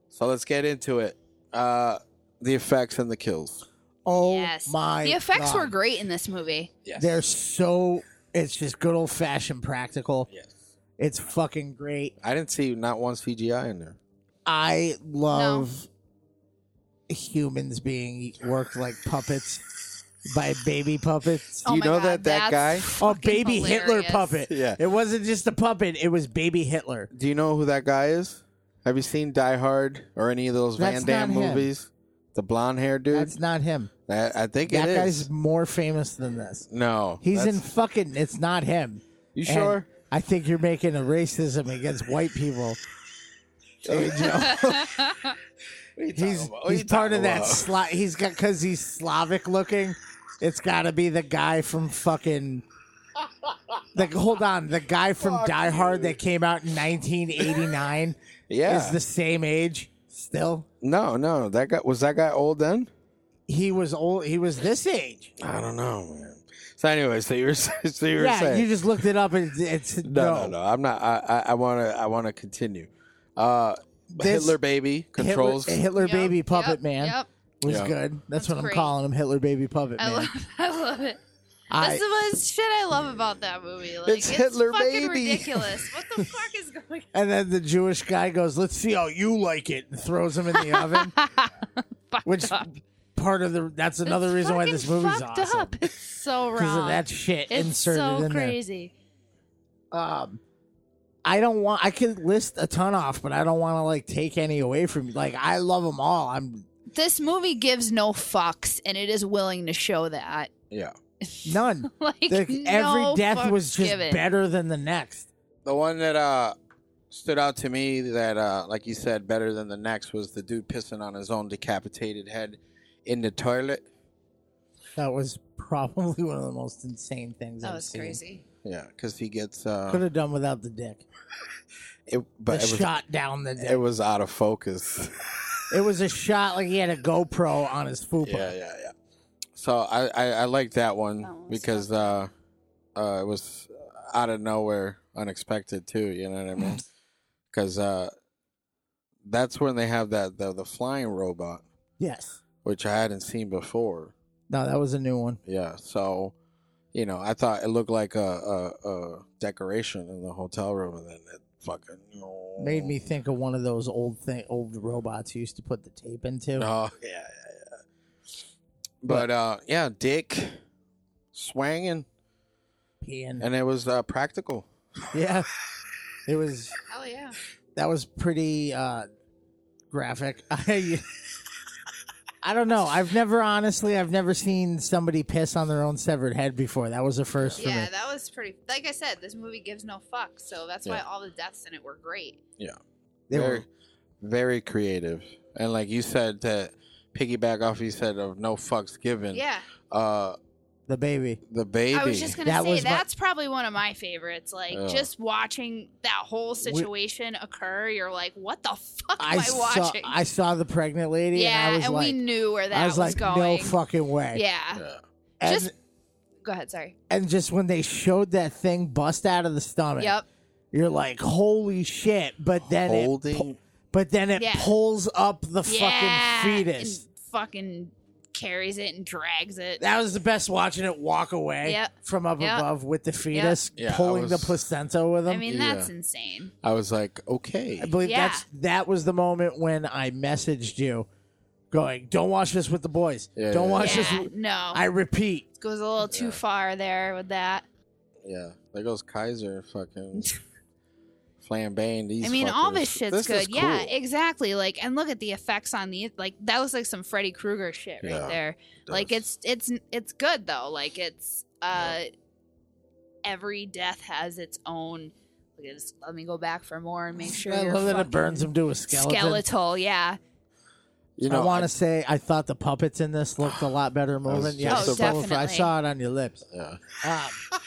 Speaker 4: So let's get into it. Uh The effects and the kills.
Speaker 1: Oh
Speaker 2: Yes,
Speaker 1: my!
Speaker 2: the effects
Speaker 1: God.
Speaker 2: were great in this movie.
Speaker 1: They're so. It's just good old fashioned practical.
Speaker 4: Yes.
Speaker 1: It's fucking great.
Speaker 4: I didn't see not one CGI in there.
Speaker 1: I love humans being worked like puppets by baby puppets.
Speaker 4: Do you know that that guy?
Speaker 1: Oh, baby Hitler
Speaker 2: Oh, hilarious.
Speaker 1: puppet.
Speaker 4: Yeah.
Speaker 1: It wasn't just a puppet, it was baby Hitler.
Speaker 4: Do you know who that guy is? Have you seen Die Hard or any of those Van
Speaker 1: That's
Speaker 4: Damme
Speaker 1: not him.
Speaker 4: movies? The blonde hair dude.
Speaker 1: That's not him.
Speaker 4: I, I think
Speaker 1: That
Speaker 4: it
Speaker 1: guy's
Speaker 4: is.
Speaker 1: more famous than this.
Speaker 4: No,
Speaker 1: He's
Speaker 4: that's-
Speaker 1: in fucking it's not him.
Speaker 4: You
Speaker 1: And
Speaker 4: sure?
Speaker 1: I think you're making a racism against white people. Hey, Joe. he's
Speaker 4: about? What
Speaker 1: he's
Speaker 4: you
Speaker 1: part
Speaker 4: talking
Speaker 1: of that
Speaker 4: about?
Speaker 1: Sla- he's got cuz he's Slavic looking. It's got to be the guy from fucking Like hold on, the guy from Die Hard that came out in 1989
Speaker 4: Yeah.
Speaker 1: is the same age still.
Speaker 4: No, no. That guy was that guy old then?
Speaker 1: He was old. He was this age.
Speaker 4: I don't know, man. So anyway, so you were so you were
Speaker 1: yeah,
Speaker 4: saying
Speaker 1: you just looked it up and it's
Speaker 4: no, no, no, I'm not. I I- I want to I want to continue. Uh,
Speaker 1: This-
Speaker 4: Hitler baby controls.
Speaker 1: Hitler, Hitler
Speaker 2: Yep,
Speaker 1: baby puppet
Speaker 2: yep,
Speaker 1: man
Speaker 2: yep.
Speaker 1: was
Speaker 4: Yeah.
Speaker 1: good. That's,
Speaker 2: That's
Speaker 1: what I'm
Speaker 2: great.
Speaker 1: calling him, Hitler baby puppet
Speaker 2: I
Speaker 1: man.
Speaker 2: love, I love it.
Speaker 1: I-
Speaker 2: That's the most shit I love about that movie. Like,
Speaker 4: It's
Speaker 2: it's,
Speaker 4: Hitler
Speaker 2: fucking
Speaker 4: Baby.
Speaker 2: ridiculous. What the fuck is going?
Speaker 1: and then the Jewish guy goes, "Let's see how you like it," and throws him in the oven. which part of the that's another
Speaker 2: It's
Speaker 1: reason why
Speaker 2: fucking
Speaker 1: this movie's
Speaker 2: fucked
Speaker 1: awesome
Speaker 2: up. It's so wrong.
Speaker 1: because of that shit
Speaker 2: it's
Speaker 1: inserted
Speaker 2: so
Speaker 1: in there.
Speaker 2: crazy.
Speaker 1: um I don't want I could list a ton off, but I don't want to like take any away from you. Like I love them all. I'm
Speaker 2: This movie gives no fucks, and it is willing to show that.
Speaker 4: yeah.
Speaker 1: none.
Speaker 2: Like,
Speaker 1: Like, every
Speaker 2: no
Speaker 1: death was
Speaker 2: fucks
Speaker 1: just
Speaker 2: given.
Speaker 1: better than the next.
Speaker 4: The one that uh stood out to me that uh like you said better than the next was the dude pissing on his own decapitated head in the toilet.
Speaker 1: That was probably one of the most insane things
Speaker 2: That
Speaker 1: I've
Speaker 2: was
Speaker 1: seen.
Speaker 2: crazy.
Speaker 4: Yeah, because he gets
Speaker 1: Could
Speaker 4: uh,
Speaker 1: have done without the dick.
Speaker 4: it, but
Speaker 1: the
Speaker 4: it was,
Speaker 1: shot down the dick.
Speaker 4: It was out of focus.
Speaker 1: It was a shot like he had a GoPro on his fupa.
Speaker 4: yeah, yeah, yeah. So I I, I like that one
Speaker 2: That one was
Speaker 4: because uh, uh, it was out of nowhere, unexpected too. You know what I mean? Because uh, that's when they have that the the flying robot,
Speaker 1: Yes.
Speaker 4: which I hadn't seen before.
Speaker 1: No, that was a new one.
Speaker 4: Yeah, so you know, I thought it looked like a a, a decoration in the hotel room, and then it fucking
Speaker 1: Made me think of one of those old thing old robots you used to put the tape into.
Speaker 4: Oh yeah, yeah, yeah. But uh, yeah, dick swanging,
Speaker 1: Peeing.
Speaker 4: and it was uh, practical.
Speaker 1: yeah. It was
Speaker 2: Hell yeah.
Speaker 1: that was pretty uh graphic. I I don't know. I've never honestly, I've never seen somebody piss on their own severed head before. That was the first for
Speaker 2: Yeah,
Speaker 1: me.
Speaker 2: that was pretty. Like I said, this movie gives no fuck, so that's why
Speaker 4: Yeah.
Speaker 2: all the deaths in it were great.
Speaker 4: Yeah.
Speaker 1: They
Speaker 4: very, very creative. And like you said, that piggyback off you said of no fucks given.
Speaker 2: Yeah.
Speaker 4: Uh,
Speaker 1: the baby.
Speaker 4: The baby.
Speaker 2: I was just gonna say that's probably one of my favorites. Like
Speaker 4: Yeah.
Speaker 2: just watching that whole situation occur, you're like, what the fuck am I,
Speaker 1: saw,
Speaker 2: watching?
Speaker 1: I saw the pregnant lady.
Speaker 2: yeah,
Speaker 1: and, I was
Speaker 2: and
Speaker 1: like,
Speaker 2: we knew where that
Speaker 1: I was, like,
Speaker 2: going.
Speaker 1: no fucking way.
Speaker 2: Yeah.
Speaker 1: And,
Speaker 2: Just go ahead. Sorry.
Speaker 1: and just when they showed that thing bust out of the stomach,
Speaker 2: Yep.
Speaker 1: you're like, holy shit! But then it,
Speaker 4: Holding-
Speaker 1: pu- but then it
Speaker 2: Yeah.
Speaker 1: pulls up the
Speaker 2: yeah,
Speaker 1: fucking fetus.
Speaker 2: And fucking carries it and drags it.
Speaker 1: That was the best watching it walk away
Speaker 2: Yep.
Speaker 1: from up
Speaker 2: Yep.
Speaker 1: above with the fetus
Speaker 4: Yeah, I
Speaker 1: pulling the
Speaker 4: was-
Speaker 1: placenta with him.
Speaker 2: I mean, that's insane.
Speaker 4: I was like, okay.
Speaker 1: I believe
Speaker 2: Yeah.
Speaker 1: that's that was the moment when I messaged you, going, "Don't watch this with the boys.
Speaker 4: Yeah,
Speaker 1: Don't
Speaker 4: yeah,
Speaker 1: watch
Speaker 2: yeah,
Speaker 1: this."
Speaker 2: no.
Speaker 1: I repeat,
Speaker 2: It goes a little too far there with that.
Speaker 4: Yeah. There goes Kaiser fucking flambeing these
Speaker 2: I mean, all
Speaker 4: fuckers.
Speaker 2: this shit's
Speaker 4: This
Speaker 2: good.
Speaker 4: is
Speaker 2: Yeah,
Speaker 4: cool.
Speaker 2: exactly. Like, and look at the effects on the like. That was like some Freddy Krueger shit right
Speaker 4: Yeah,
Speaker 2: there.
Speaker 4: it
Speaker 2: Like, it's it's it's good though. Like, it's uh, every death has its own. Look at this. Let me go back for more and make sure.
Speaker 1: I
Speaker 2: you're
Speaker 1: love that
Speaker 2: fucking
Speaker 1: it burns him to a skeleton.
Speaker 2: Skeletal, yeah.
Speaker 4: You
Speaker 1: I
Speaker 4: know,
Speaker 1: want
Speaker 4: I-
Speaker 1: to say I thought the puppets in this looked a lot better moving.
Speaker 4: was
Speaker 1: Yeah,
Speaker 4: just
Speaker 1: I
Speaker 4: Oh,
Speaker 1: saw- I
Speaker 2: definitely.
Speaker 1: saw it on your lips.
Speaker 4: Yeah.
Speaker 1: Um,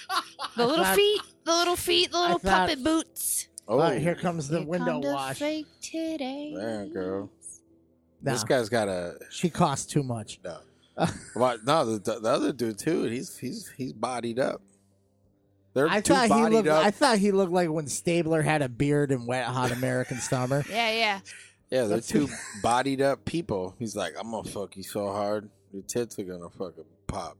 Speaker 2: The little
Speaker 1: thought-
Speaker 2: feet, the little feet, the little
Speaker 1: thought-
Speaker 2: puppet boots.
Speaker 1: oh,
Speaker 4: Oh.
Speaker 1: here comes the
Speaker 2: Here
Speaker 1: window
Speaker 2: come the
Speaker 1: wash.
Speaker 2: Fake today.
Speaker 4: There you go.
Speaker 1: Nah.
Speaker 4: This guy's got a
Speaker 1: She costs too much.
Speaker 4: no. Well, no, the, the other dude too. He's he's he's bodied up. They're
Speaker 1: I
Speaker 4: too
Speaker 1: thought he
Speaker 4: bodied
Speaker 1: looked.
Speaker 4: up.
Speaker 1: I thought he looked like when Stabler had a beard in Wet Hot American Summer.
Speaker 2: Yeah, yeah.
Speaker 4: yeah, they're two bodied up people. He's like, I'm gonna fuck you so hard, your tits are gonna fucking pop.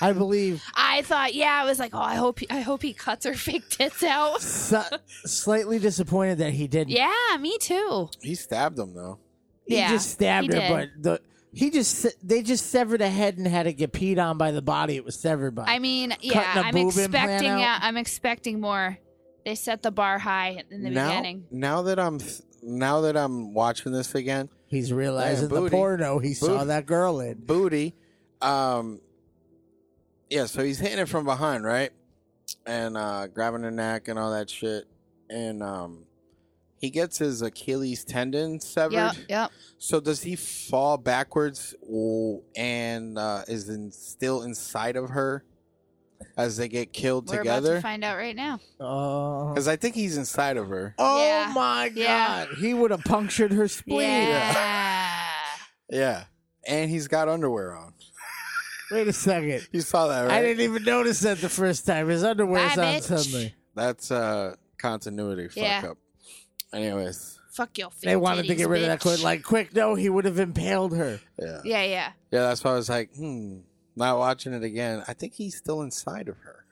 Speaker 1: I believe
Speaker 2: I thought, yeah, I was like, oh, I hope, he, I hope he cuts her fake tits out.
Speaker 1: su- slightly disappointed that he didn't.
Speaker 2: yeah, me too.
Speaker 4: He stabbed him though.
Speaker 1: He
Speaker 2: yeah,
Speaker 1: just stabbed
Speaker 2: he
Speaker 1: her,
Speaker 2: did.
Speaker 1: but the he just they just severed a head and had it get peed on by the body it was severed by.
Speaker 2: I mean, yeah,
Speaker 1: Cutting a
Speaker 2: I'm
Speaker 1: boob implant
Speaker 2: expecting,
Speaker 1: out.
Speaker 2: yeah, I'm expecting more. They set the bar high in the
Speaker 4: now,
Speaker 2: beginning.
Speaker 4: now that I'm now that I'm watching this again,
Speaker 1: He's realizing
Speaker 4: Man,
Speaker 1: the
Speaker 4: booty.
Speaker 1: porno he saw
Speaker 4: Booty.
Speaker 1: that girl in.
Speaker 4: booty. Um, yeah, so he's hitting it from behind, right? And uh, grabbing her neck and all that shit. And um, he gets his Achilles tendon severed.
Speaker 2: Yep, yep.
Speaker 4: So does he fall backwards w- and uh, is in, still inside of her as they get killed
Speaker 2: We're about to
Speaker 4: together?
Speaker 2: find out right now.
Speaker 1: Oh.
Speaker 4: Because I think he's inside of her.
Speaker 1: Oh
Speaker 2: Yeah.
Speaker 1: my god.
Speaker 2: Yeah.
Speaker 1: He would have punctured her spleen.
Speaker 2: Yeah.
Speaker 4: Yeah. And he's got underwear on.
Speaker 1: Wait a second.
Speaker 4: You saw that, right?
Speaker 1: I didn't even notice that the first time. His underwear's
Speaker 2: Bye,
Speaker 1: on
Speaker 2: bitch.
Speaker 1: suddenly.
Speaker 4: That's uh, continuity fuck
Speaker 2: Yeah.
Speaker 4: up. Anyways,
Speaker 2: Fuck your fake
Speaker 1: They wanted to
Speaker 2: titties,
Speaker 1: get rid of that
Speaker 2: bitch.
Speaker 1: quick. Like quick, no, he would have impaled her.
Speaker 4: yeah.
Speaker 2: yeah, yeah.
Speaker 4: Yeah, that's why I was like, hmm, not watching it again. I think he's still inside of her.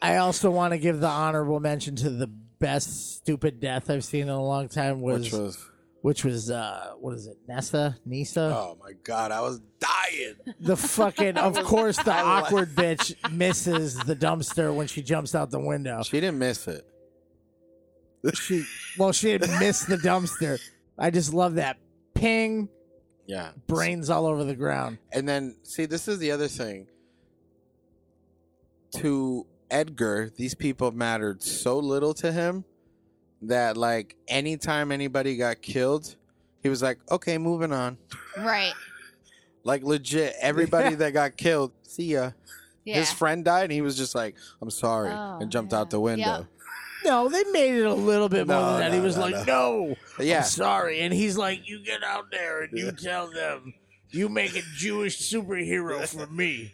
Speaker 1: I also want to give the honorable mention to the best stupid death I've seen in a long time
Speaker 4: which was,
Speaker 1: which was uh what is it nessa nisa
Speaker 4: oh my God, I was dying.
Speaker 1: the fucking of course the awkward bitch misses the dumpster when she jumps out the window
Speaker 4: She didn't miss it.
Speaker 1: Oh. she well she didn't miss the dumpster i just love that ping
Speaker 4: Yeah.
Speaker 1: brains all over the ground
Speaker 4: And then, see, this is the other thing. To Edgar, these people mattered so little to him that, like, anytime anybody got killed, he was like, okay, moving on.
Speaker 2: Right.
Speaker 4: Like, legit, everybody that got killed, see ya.
Speaker 2: Yeah.
Speaker 4: His friend died, and he was just like, I'm sorry,
Speaker 2: Oh,
Speaker 4: and jumped
Speaker 2: yeah.
Speaker 4: out the window.
Speaker 1: no they made it a little bit more
Speaker 4: No,
Speaker 1: than that he
Speaker 4: no,
Speaker 1: was
Speaker 4: no,
Speaker 1: like no,
Speaker 4: Yeah.
Speaker 1: i'm sorry and he's like you get out there and you tell them you make a jewish superhero for me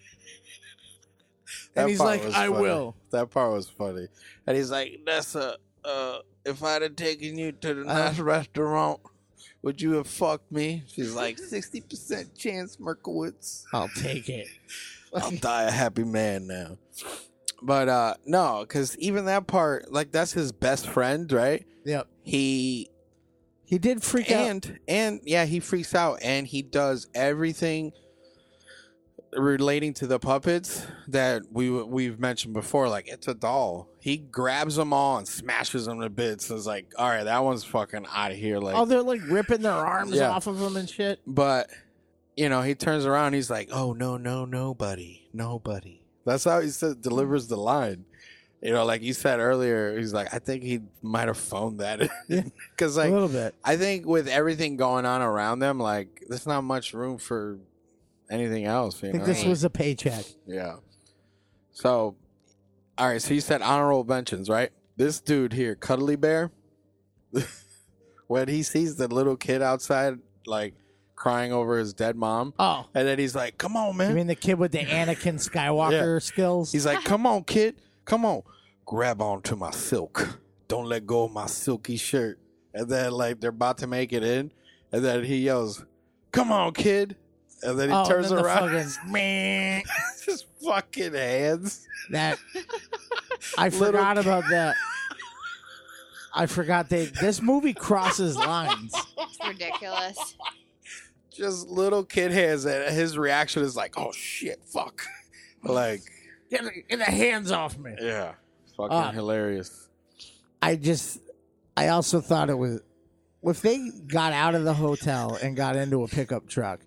Speaker 1: and he's
Speaker 4: part
Speaker 1: like
Speaker 4: was
Speaker 1: i
Speaker 4: funny.
Speaker 1: will
Speaker 4: That part was funny. And he's like, Nessa, uh, if I'd have taken you to the
Speaker 1: Uh-huh.
Speaker 4: nice restaurant, would you have fucked me? She's like, 60% chance, Merkowitz.
Speaker 1: i'll take it
Speaker 4: I'll die a happy man now. But uh no, because even that part, like that's his best friend, right?
Speaker 1: yep
Speaker 4: He
Speaker 1: He did freak out.
Speaker 4: and and yeah, he freaks out and he does everything relating to the puppets that we we've mentioned before. Like it's a doll. He grabs them all and smashes them to bits. It's like, all right, that one's fucking out of here. Like,
Speaker 1: oh, they're like ripping their arms
Speaker 4: Yeah.
Speaker 1: off of him and shit.
Speaker 4: but you know, he turns around. He's like, oh no, no, nobody, nobody. That's how he said, delivers the line. You know, like you said earlier, he's like, I think he might have phoned that because like
Speaker 1: a little bit.
Speaker 4: I think with everything going on around them, like there's not much room for anything else. You
Speaker 1: I think
Speaker 4: know?
Speaker 1: this was a paycheck.
Speaker 4: yeah. So, all right. So you said honorable mentions, right? This dude here, Cuddly Bear, when he sees the little kid outside, like crying over his dead mom.
Speaker 1: Oh.
Speaker 4: and then he's like, "Come on, man."
Speaker 1: You mean the kid with the Anakin Skywalker skills?
Speaker 4: He's like, "Come on, kid, come on, grab onto my silk. Don't let go of my silky shirt." And then like they're about to make it in, and then he yells, "Come on, kid!" And then he
Speaker 1: Oh, and
Speaker 4: turns
Speaker 1: then the
Speaker 4: around,
Speaker 1: fucking- man,
Speaker 4: his fucking hands.
Speaker 1: That I forgot about that. I forgot they. This movie crosses lines.
Speaker 2: It's ridiculous.
Speaker 4: Just little kid hands, and his reaction is like, "Oh shit, fuck!" Like,
Speaker 1: Get, get the hands off me.
Speaker 4: yeah, fucking
Speaker 1: Uh,
Speaker 4: hilarious.
Speaker 1: I just, I also thought it was, if they got out of the hotel and got into a pickup truck,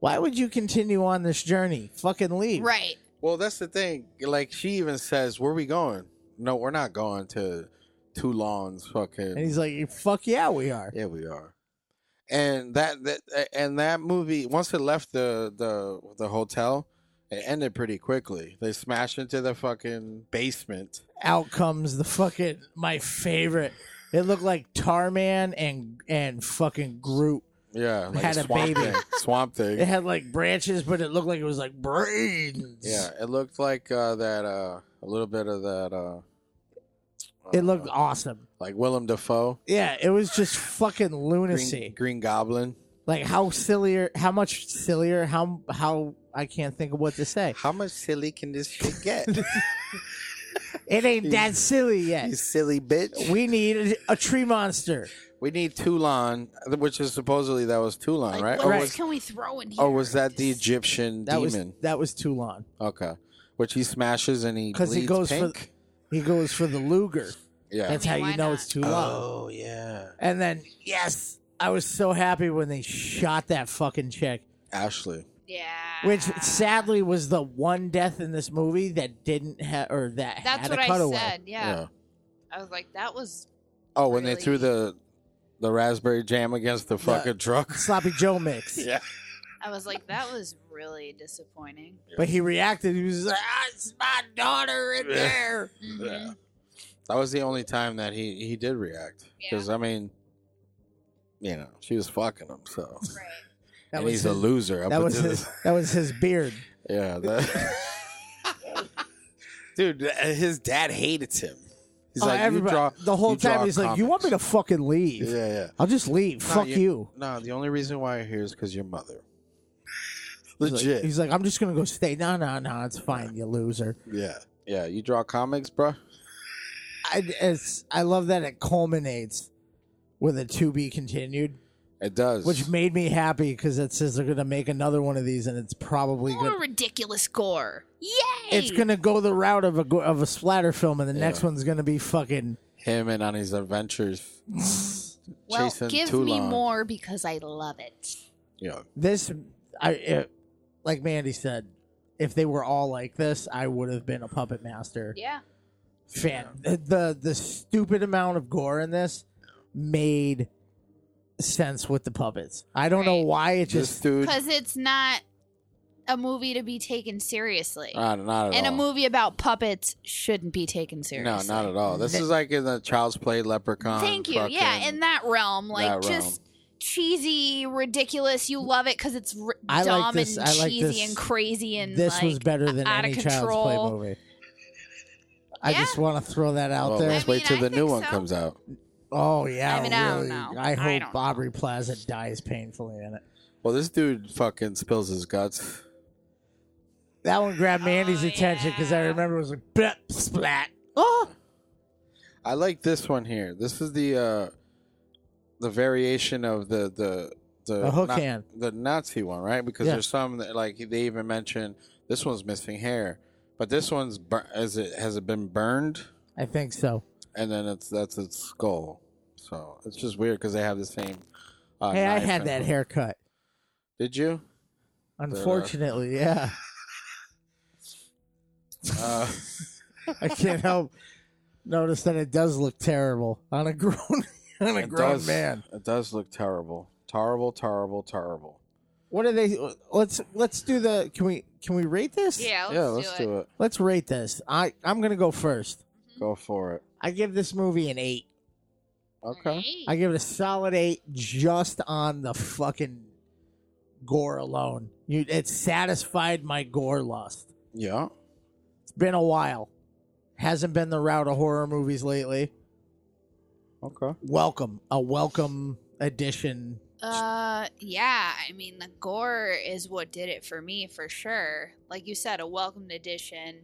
Speaker 1: why would you continue on this journey? Fucking leave.
Speaker 2: Right.
Speaker 4: Well, that's the thing. Like she even says, "Where we going?" No, we're not going to Toulon's fucking.
Speaker 1: And he's like, fuck yeah, we are.
Speaker 4: Yeah, we are. And that, that and that movie once it left the the the hotel, it ended pretty quickly. They smashed into the fucking basement.
Speaker 1: Out comes the fucking, my favorite. It looked like Tarman and, and fucking Groot.
Speaker 4: Yeah, like
Speaker 1: Had a
Speaker 4: swamp
Speaker 1: baby.
Speaker 4: thing. Swamp thing.
Speaker 1: It had like branches, but it looked like it was like brains.
Speaker 4: yeah, it looked like uh, that uh, a little bit of that uh,
Speaker 1: It looked awesome.
Speaker 4: like Willem Dafoe
Speaker 1: Yeah, it was just fucking lunacy.
Speaker 4: Green, Green Goblin.
Speaker 1: Like how sillier, how much sillier, how how I can't think of what to say.
Speaker 4: How much silly can this shit get?
Speaker 1: It ain't that
Speaker 4: He's-
Speaker 1: silly yet.
Speaker 4: you silly bitch.
Speaker 1: We need a tree monster.
Speaker 4: We need Toulon, which is supposedly that was Toulon, right?
Speaker 7: What
Speaker 4: Or
Speaker 7: else
Speaker 4: Oh, was,
Speaker 7: can we throw in here?
Speaker 4: or Oh, was that the Egyptian
Speaker 1: That
Speaker 4: demon?
Speaker 1: was that was Toulon
Speaker 4: Okay. Which he smashes and he
Speaker 1: because
Speaker 4: bleeds
Speaker 1: he goes
Speaker 4: pink.
Speaker 1: for he goes for the Luger.
Speaker 4: yeah.
Speaker 1: That's how you know it's Toulon.
Speaker 4: Oh yeah.
Speaker 1: And then yes, I was so happy when they shot that fucking chick,
Speaker 4: Ashley.
Speaker 2: Yeah.
Speaker 1: which
Speaker 2: Ah.
Speaker 1: sadly was the one death in this movie that didn't have or that
Speaker 2: That's
Speaker 1: had
Speaker 2: what
Speaker 1: a
Speaker 2: I
Speaker 1: cutaway.
Speaker 2: said. Yeah.
Speaker 4: Yeah.
Speaker 2: I was like, that was
Speaker 4: Oh, when they
Speaker 2: Really?
Speaker 4: threw the the raspberry jam against the fucking truck.
Speaker 1: Sloppy Joe mix.
Speaker 4: Yeah.
Speaker 2: I was like, that was really disappointing.
Speaker 1: But he reacted. He was like, ah, it's my daughter in
Speaker 4: Yeah.
Speaker 1: there.
Speaker 7: Mm-hmm.
Speaker 4: Yeah. That was the only time that he he did react. Because I mean you know, she was fucking him, so
Speaker 2: Right.
Speaker 1: That
Speaker 4: and
Speaker 1: was
Speaker 4: he's a
Speaker 1: his-
Speaker 4: loser. up
Speaker 1: That was
Speaker 4: until
Speaker 1: his.
Speaker 4: this-
Speaker 1: That was his beard.
Speaker 4: Yeah. That... Dude, uh, his dad hated him. He's
Speaker 1: Oh,
Speaker 4: like, you
Speaker 1: everybody-
Speaker 4: draw,
Speaker 1: the whole
Speaker 4: you draw
Speaker 1: time he's like, "You want me to fucking leave?
Speaker 4: comics." Yeah, yeah.
Speaker 1: I'll just leave.
Speaker 4: No,
Speaker 1: Fuck you."
Speaker 4: No, the only reason why you're here is because your mother.
Speaker 1: He's like-
Speaker 4: Legit.
Speaker 1: He's like, "I'm just gonna go stay." No, no, no. It's fine, you loser.
Speaker 4: yeah. Yeah. You draw comics, bro?
Speaker 1: I, it's, I love that it culminates with a to be continued,
Speaker 4: It does.
Speaker 1: which made me happy because it says they're gonna make another one of these, and it's probably
Speaker 2: More
Speaker 1: gonna
Speaker 2: ridiculous gore. Yay!
Speaker 1: it's gonna go the route of a go- of a splatter film, and the next one's gonna be fucking.
Speaker 4: Him and on his adventures.
Speaker 2: well,
Speaker 4: chasing
Speaker 2: give
Speaker 4: too
Speaker 2: me
Speaker 4: long.
Speaker 2: more because I love it.
Speaker 4: Yeah.
Speaker 1: this i it, like mandy said if they were all like this i would have been a puppet master
Speaker 2: Yeah.
Speaker 1: fan the, the the stupid amount of gore in this made sense with the puppets i don't know
Speaker 2: Right.
Speaker 1: why it
Speaker 4: This
Speaker 1: just
Speaker 4: dude.
Speaker 2: Because it's not a movie to be taken seriously.
Speaker 4: Not, not at
Speaker 2: and
Speaker 4: all.
Speaker 2: a movie about puppets shouldn't be taken
Speaker 4: No,
Speaker 2: seriously.
Speaker 4: not at all. This is like in the Child's Play Leprechaun.
Speaker 2: Thank you. Yeah, in that realm, like
Speaker 4: that
Speaker 2: just cheesy, ridiculous. You love it because it's r-
Speaker 1: I like
Speaker 2: dumb
Speaker 1: this-
Speaker 2: and
Speaker 1: I like
Speaker 2: cheesy
Speaker 1: this-
Speaker 2: and crazy and
Speaker 1: this
Speaker 2: like,
Speaker 1: was better than
Speaker 2: out of
Speaker 1: any child's play
Speaker 2: control.
Speaker 1: movie i just want to throw that out
Speaker 4: well,
Speaker 1: there
Speaker 4: Let's
Speaker 2: I mean,
Speaker 4: wait till
Speaker 2: I
Speaker 4: the new
Speaker 2: think
Speaker 4: one
Speaker 2: so.
Speaker 4: comes out.
Speaker 1: oh yeah
Speaker 2: I mean, I don't
Speaker 1: really.
Speaker 2: know.
Speaker 1: I
Speaker 2: I
Speaker 1: hope
Speaker 2: don't
Speaker 1: aubrey plaza dies painfully in it
Speaker 4: Well, this dude fucking spills his guts.
Speaker 1: that one grabbed
Speaker 2: Oh,
Speaker 1: mandy's attention because i remember it was like "Bleh, splat oh
Speaker 4: I like this one here. This is the uh the variation of the the the
Speaker 1: A hook
Speaker 4: Na-
Speaker 1: hand.
Speaker 4: the Nazi one, right? Because
Speaker 1: Yeah.
Speaker 4: there's some that like they even mention this one's missing hair, but this one's bur- as it has it been burned,
Speaker 1: I think so.
Speaker 4: and then it's that's its skull. So it's just weird because they have the same. Uh,
Speaker 1: hey, I
Speaker 4: knife
Speaker 1: had
Speaker 4: and-
Speaker 1: that haircut.
Speaker 4: Did you?
Speaker 1: Unfortunately, yeah.
Speaker 4: Uh,
Speaker 1: I can't help notice that it does look terrible on a grown on a
Speaker 4: it
Speaker 1: grown
Speaker 4: does-
Speaker 1: man.
Speaker 4: It does look terrible, terrible, terrible, terrible.
Speaker 1: What are they? Let's let's do the. Can we can we rate this?
Speaker 2: Yeah,
Speaker 4: yeah, let's do it.
Speaker 1: Let's rate this. I I'm gonna go first.
Speaker 4: Go for it.
Speaker 1: I give this movie an eight.
Speaker 4: Okay.
Speaker 1: I give it a solid eight just on the fucking gore alone. You, it satisfied my gore lust.
Speaker 4: Yeah.
Speaker 1: It's been a while. Hasn't been the route of horror movies lately.
Speaker 4: Okay.
Speaker 1: Welcome, a welcome addition.
Speaker 2: Uh, yeah. I mean, the gore is what did it for me for sure. Like you said, a welcomed addition.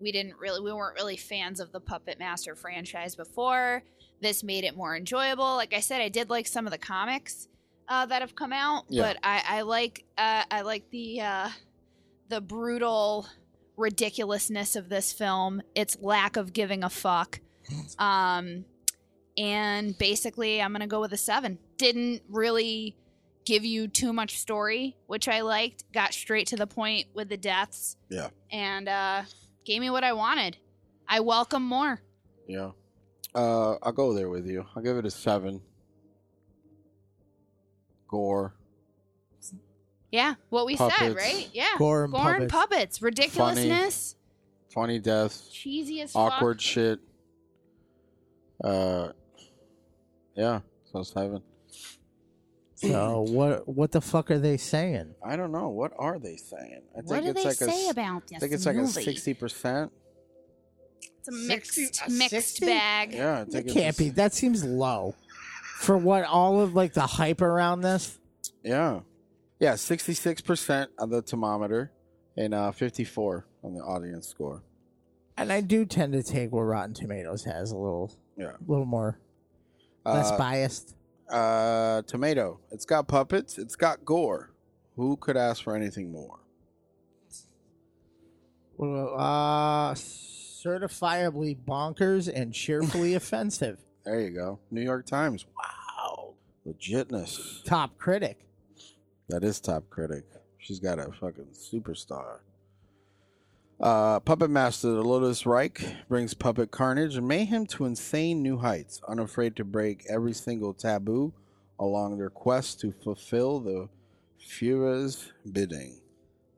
Speaker 2: We didn't really, we weren't really fans of the Puppet Master franchise before. This made it more enjoyable. Like I said, I did like some of the comics uh, that have come out,
Speaker 7: Yeah.
Speaker 2: but I, I like, uh, I like the uh, the brutal ridiculousness of this film. Its lack of giving a fuck. Um, and basically i'm gonna go with a seven didn't really give you too much story which i liked got straight to the point with the deaths
Speaker 4: Yeah.
Speaker 2: and uh gave me what i wanted i welcome more
Speaker 4: Yeah. Uh, I'll go there with you. I'll give it a seven. Gore.
Speaker 2: yeah what we said
Speaker 4: Puppets.
Speaker 2: right yeah
Speaker 4: Gore and
Speaker 2: Gore
Speaker 4: puppets.
Speaker 2: puppets. ridiculousness
Speaker 4: Funny death.
Speaker 2: cheesy as
Speaker 4: Awkward
Speaker 2: fuck.
Speaker 4: shit. Uh, yeah. So seven.
Speaker 1: So what? What the fuck are they saying?
Speaker 4: I don't know. What are they saying? I think
Speaker 2: What do
Speaker 4: it's
Speaker 2: they
Speaker 4: like a,
Speaker 2: say
Speaker 4: s-
Speaker 2: about this
Speaker 4: I think it's like
Speaker 2: movie?
Speaker 4: a sixty percent.
Speaker 2: it's a mixed mixed bag
Speaker 4: Yeah, I
Speaker 1: It
Speaker 4: think it's
Speaker 1: can't
Speaker 4: a
Speaker 1: be.
Speaker 4: s-
Speaker 1: That seems low for what all of like the hype around this.
Speaker 4: Yeah, yeah, sixty-six percent on the thermometer, and uh, fifty-four on the audience score.
Speaker 1: And I do tend to take what Rotten Tomatoes has a little,
Speaker 4: Yeah.
Speaker 1: little more, less
Speaker 4: Uh,
Speaker 1: biased.
Speaker 4: Uh, tomato. It's got puppets. It's got gore. Who could ask for anything more?
Speaker 1: Uh, certifiably bonkers and cheerfully offensive.
Speaker 4: There you go. New York Times. Wow. Legitness.
Speaker 1: Top critic.
Speaker 4: That is top critic. She's got a fucking superstar. Uh, Puppet Master, the Lotus Reich, brings puppet carnage and mayhem to insane new heights, unafraid to break every single taboo along their quest to fulfill the Fuhrer's bidding.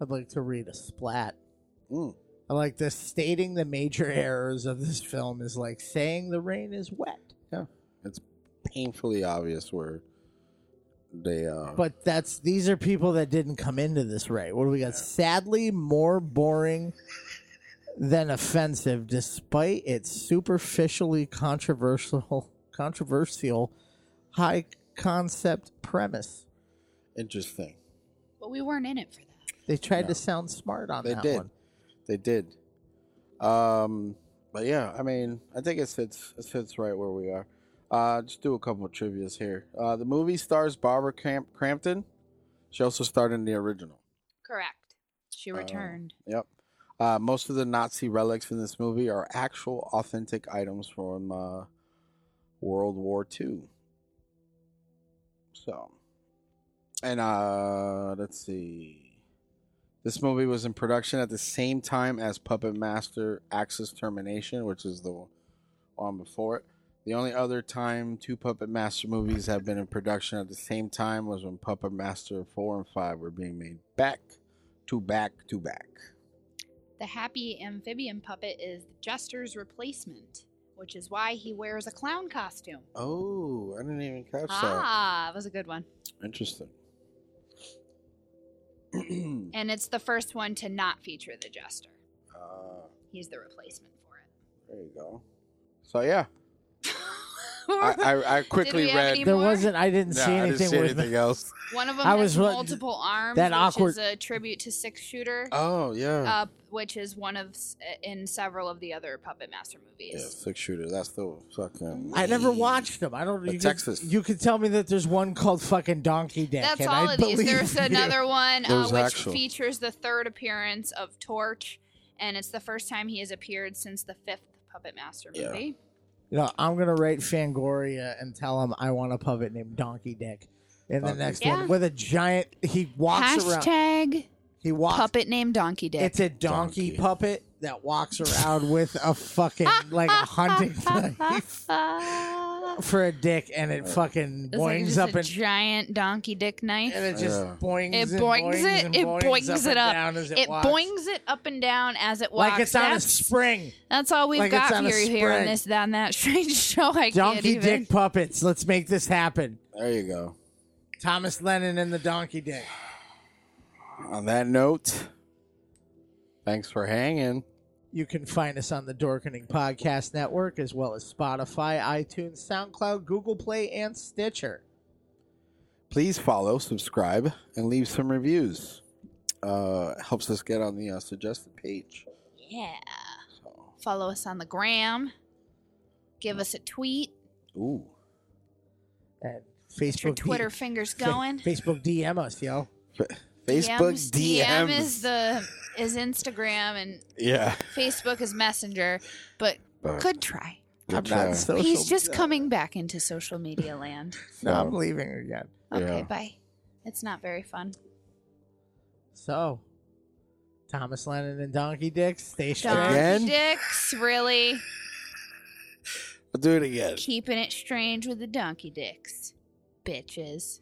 Speaker 1: I'd like to read a splat.
Speaker 4: Mm.
Speaker 1: I like this. Stating the major errors of this film is like saying the rain is wet,
Speaker 4: Yeah, it's painfully obvious where they uh,
Speaker 1: but that's these are people that didn't come into this right. What do we got? Sadly, more boring than offensive, despite its superficially controversial, controversial, high concept premise.
Speaker 4: interesting.
Speaker 2: but we weren't in it for that
Speaker 1: They tried
Speaker 4: No.
Speaker 1: to sound smart on
Speaker 4: They
Speaker 1: that
Speaker 4: did.
Speaker 1: one.
Speaker 4: They did. Um, but yeah, I mean, I think it sits it sits right where we are. Uh, just do a couple of trivia's here. Uh, the movie stars Barbara Camp- Crampton. She also starred in the original.
Speaker 2: correct she returned
Speaker 4: Yep. Uh, most of the Nazi relics in this movie are actual, authentic items from uh, World War II. So, and uh, let's see. This movie was in production at the same time as Puppet Master Axis Termination, which is the one before it. The only other time two Puppet Master movies have been in production at the same time was when Puppet Master 4 and 5 were being made back to back to back.
Speaker 2: the happy amphibian puppet is the jester's replacement which is why he wears a clown costume
Speaker 4: Oh, I didn't even catch
Speaker 2: ah that was a good one
Speaker 4: that. Interesting. Ah,
Speaker 2: And it's the first one to not feature the jester.
Speaker 4: Uh,
Speaker 2: He's the replacement for it.
Speaker 4: there you go. So yeah,
Speaker 2: We're more?
Speaker 4: I, I, I quickly
Speaker 2: we have
Speaker 4: read.
Speaker 2: any
Speaker 1: There wasn't. I didn't
Speaker 4: No,
Speaker 1: see
Speaker 4: I
Speaker 1: anything
Speaker 4: didn't see
Speaker 1: with
Speaker 4: anything else.
Speaker 2: One of them
Speaker 1: I
Speaker 2: has
Speaker 1: was what-
Speaker 2: multiple arms,
Speaker 1: that
Speaker 2: which
Speaker 1: awkward-
Speaker 2: is a tribute to Six Shooter.
Speaker 4: Oh yeah.
Speaker 2: Uh, which is one of s- in several of the other Puppet Master movies.
Speaker 4: yeah, six shooter. That's the fucking.
Speaker 1: I never watched them. I don't.
Speaker 4: The
Speaker 1: You
Speaker 4: Texas.
Speaker 1: Could, you could tell me that there's one called fucking Donkey Dick.
Speaker 2: That's
Speaker 1: and
Speaker 2: all
Speaker 1: I'd
Speaker 2: of these.
Speaker 1: believe
Speaker 2: There's
Speaker 1: you.
Speaker 2: another one uh,
Speaker 1: There's
Speaker 2: which
Speaker 1: actual-
Speaker 2: features the third appearance of Torch, and it's the first time he has appeared since the fifth Puppet Master movie.
Speaker 1: You know, I'm gonna write Fangoria and tell him I want a puppet named Donkey Dick. In the
Speaker 2: Donkey
Speaker 1: next
Speaker 2: Dick. Yeah.
Speaker 1: one, with a giant, he walks around.
Speaker 2: Hashtag
Speaker 1: He walks.
Speaker 2: puppet named Donkey Dick.
Speaker 1: It's a donkey, puppet that walks around with a fucking like a hunting knife for a dick, and it fucking
Speaker 2: It's like
Speaker 1: boings
Speaker 2: just
Speaker 1: up
Speaker 2: a
Speaker 1: and
Speaker 2: giant donkey dick knife.
Speaker 1: And it just Yeah. boings
Speaker 2: It
Speaker 1: and
Speaker 2: boings
Speaker 1: boings
Speaker 2: it.
Speaker 1: and
Speaker 2: It
Speaker 1: boings
Speaker 2: boings
Speaker 1: up
Speaker 2: it
Speaker 1: and
Speaker 2: up.
Speaker 1: down as it
Speaker 2: it
Speaker 1: walks.
Speaker 2: boings it up and down as it walks.
Speaker 1: like it's on a
Speaker 2: That's-
Speaker 1: spring.
Speaker 2: That's all we've
Speaker 1: Like it's
Speaker 2: got
Speaker 1: on
Speaker 2: for
Speaker 1: a
Speaker 2: you here in
Speaker 1: spring.
Speaker 2: this that and that strange show. I can't
Speaker 1: Donkey
Speaker 2: even.
Speaker 1: Dick puppets. Let's make this happen.
Speaker 4: There you go.
Speaker 1: Thomas Lennon and the Donkey Dick.
Speaker 4: On that note, thanks for hanging.
Speaker 1: You can find us on the Dorkening Podcast Network as well as Spotify, iTunes, SoundCloud, Google Play, and Stitcher.
Speaker 4: Please follow, subscribe, and leave some reviews. Uh, helps us get on the uh, suggested page.
Speaker 2: Yeah. Follow us on the gram. Give us a tweet.
Speaker 4: Ooh.
Speaker 1: And
Speaker 2: Get your
Speaker 1: Facebook,
Speaker 2: Twitter
Speaker 1: D-
Speaker 2: fingers
Speaker 1: Fa-
Speaker 2: going.
Speaker 1: Facebook DM us, yo.
Speaker 4: Facebook
Speaker 2: DMs.
Speaker 4: DMs.
Speaker 2: DM is the is Instagram and
Speaker 4: Yeah.
Speaker 2: Facebook is Messenger, but
Speaker 4: But-
Speaker 2: could try.
Speaker 4: Good
Speaker 1: I'm not
Speaker 4: try.
Speaker 1: social-
Speaker 2: He's just
Speaker 1: no.
Speaker 2: coming back into social media land.
Speaker 1: No, I'm leaving again.
Speaker 2: Okay, bye. It's not very fun.
Speaker 1: So, Thomas Lennon and Donkey Dick, stay straight.
Speaker 2: Donkey dicks, really
Speaker 4: I'll do it again.
Speaker 2: keeping it strange with the donkey dicks, bitches.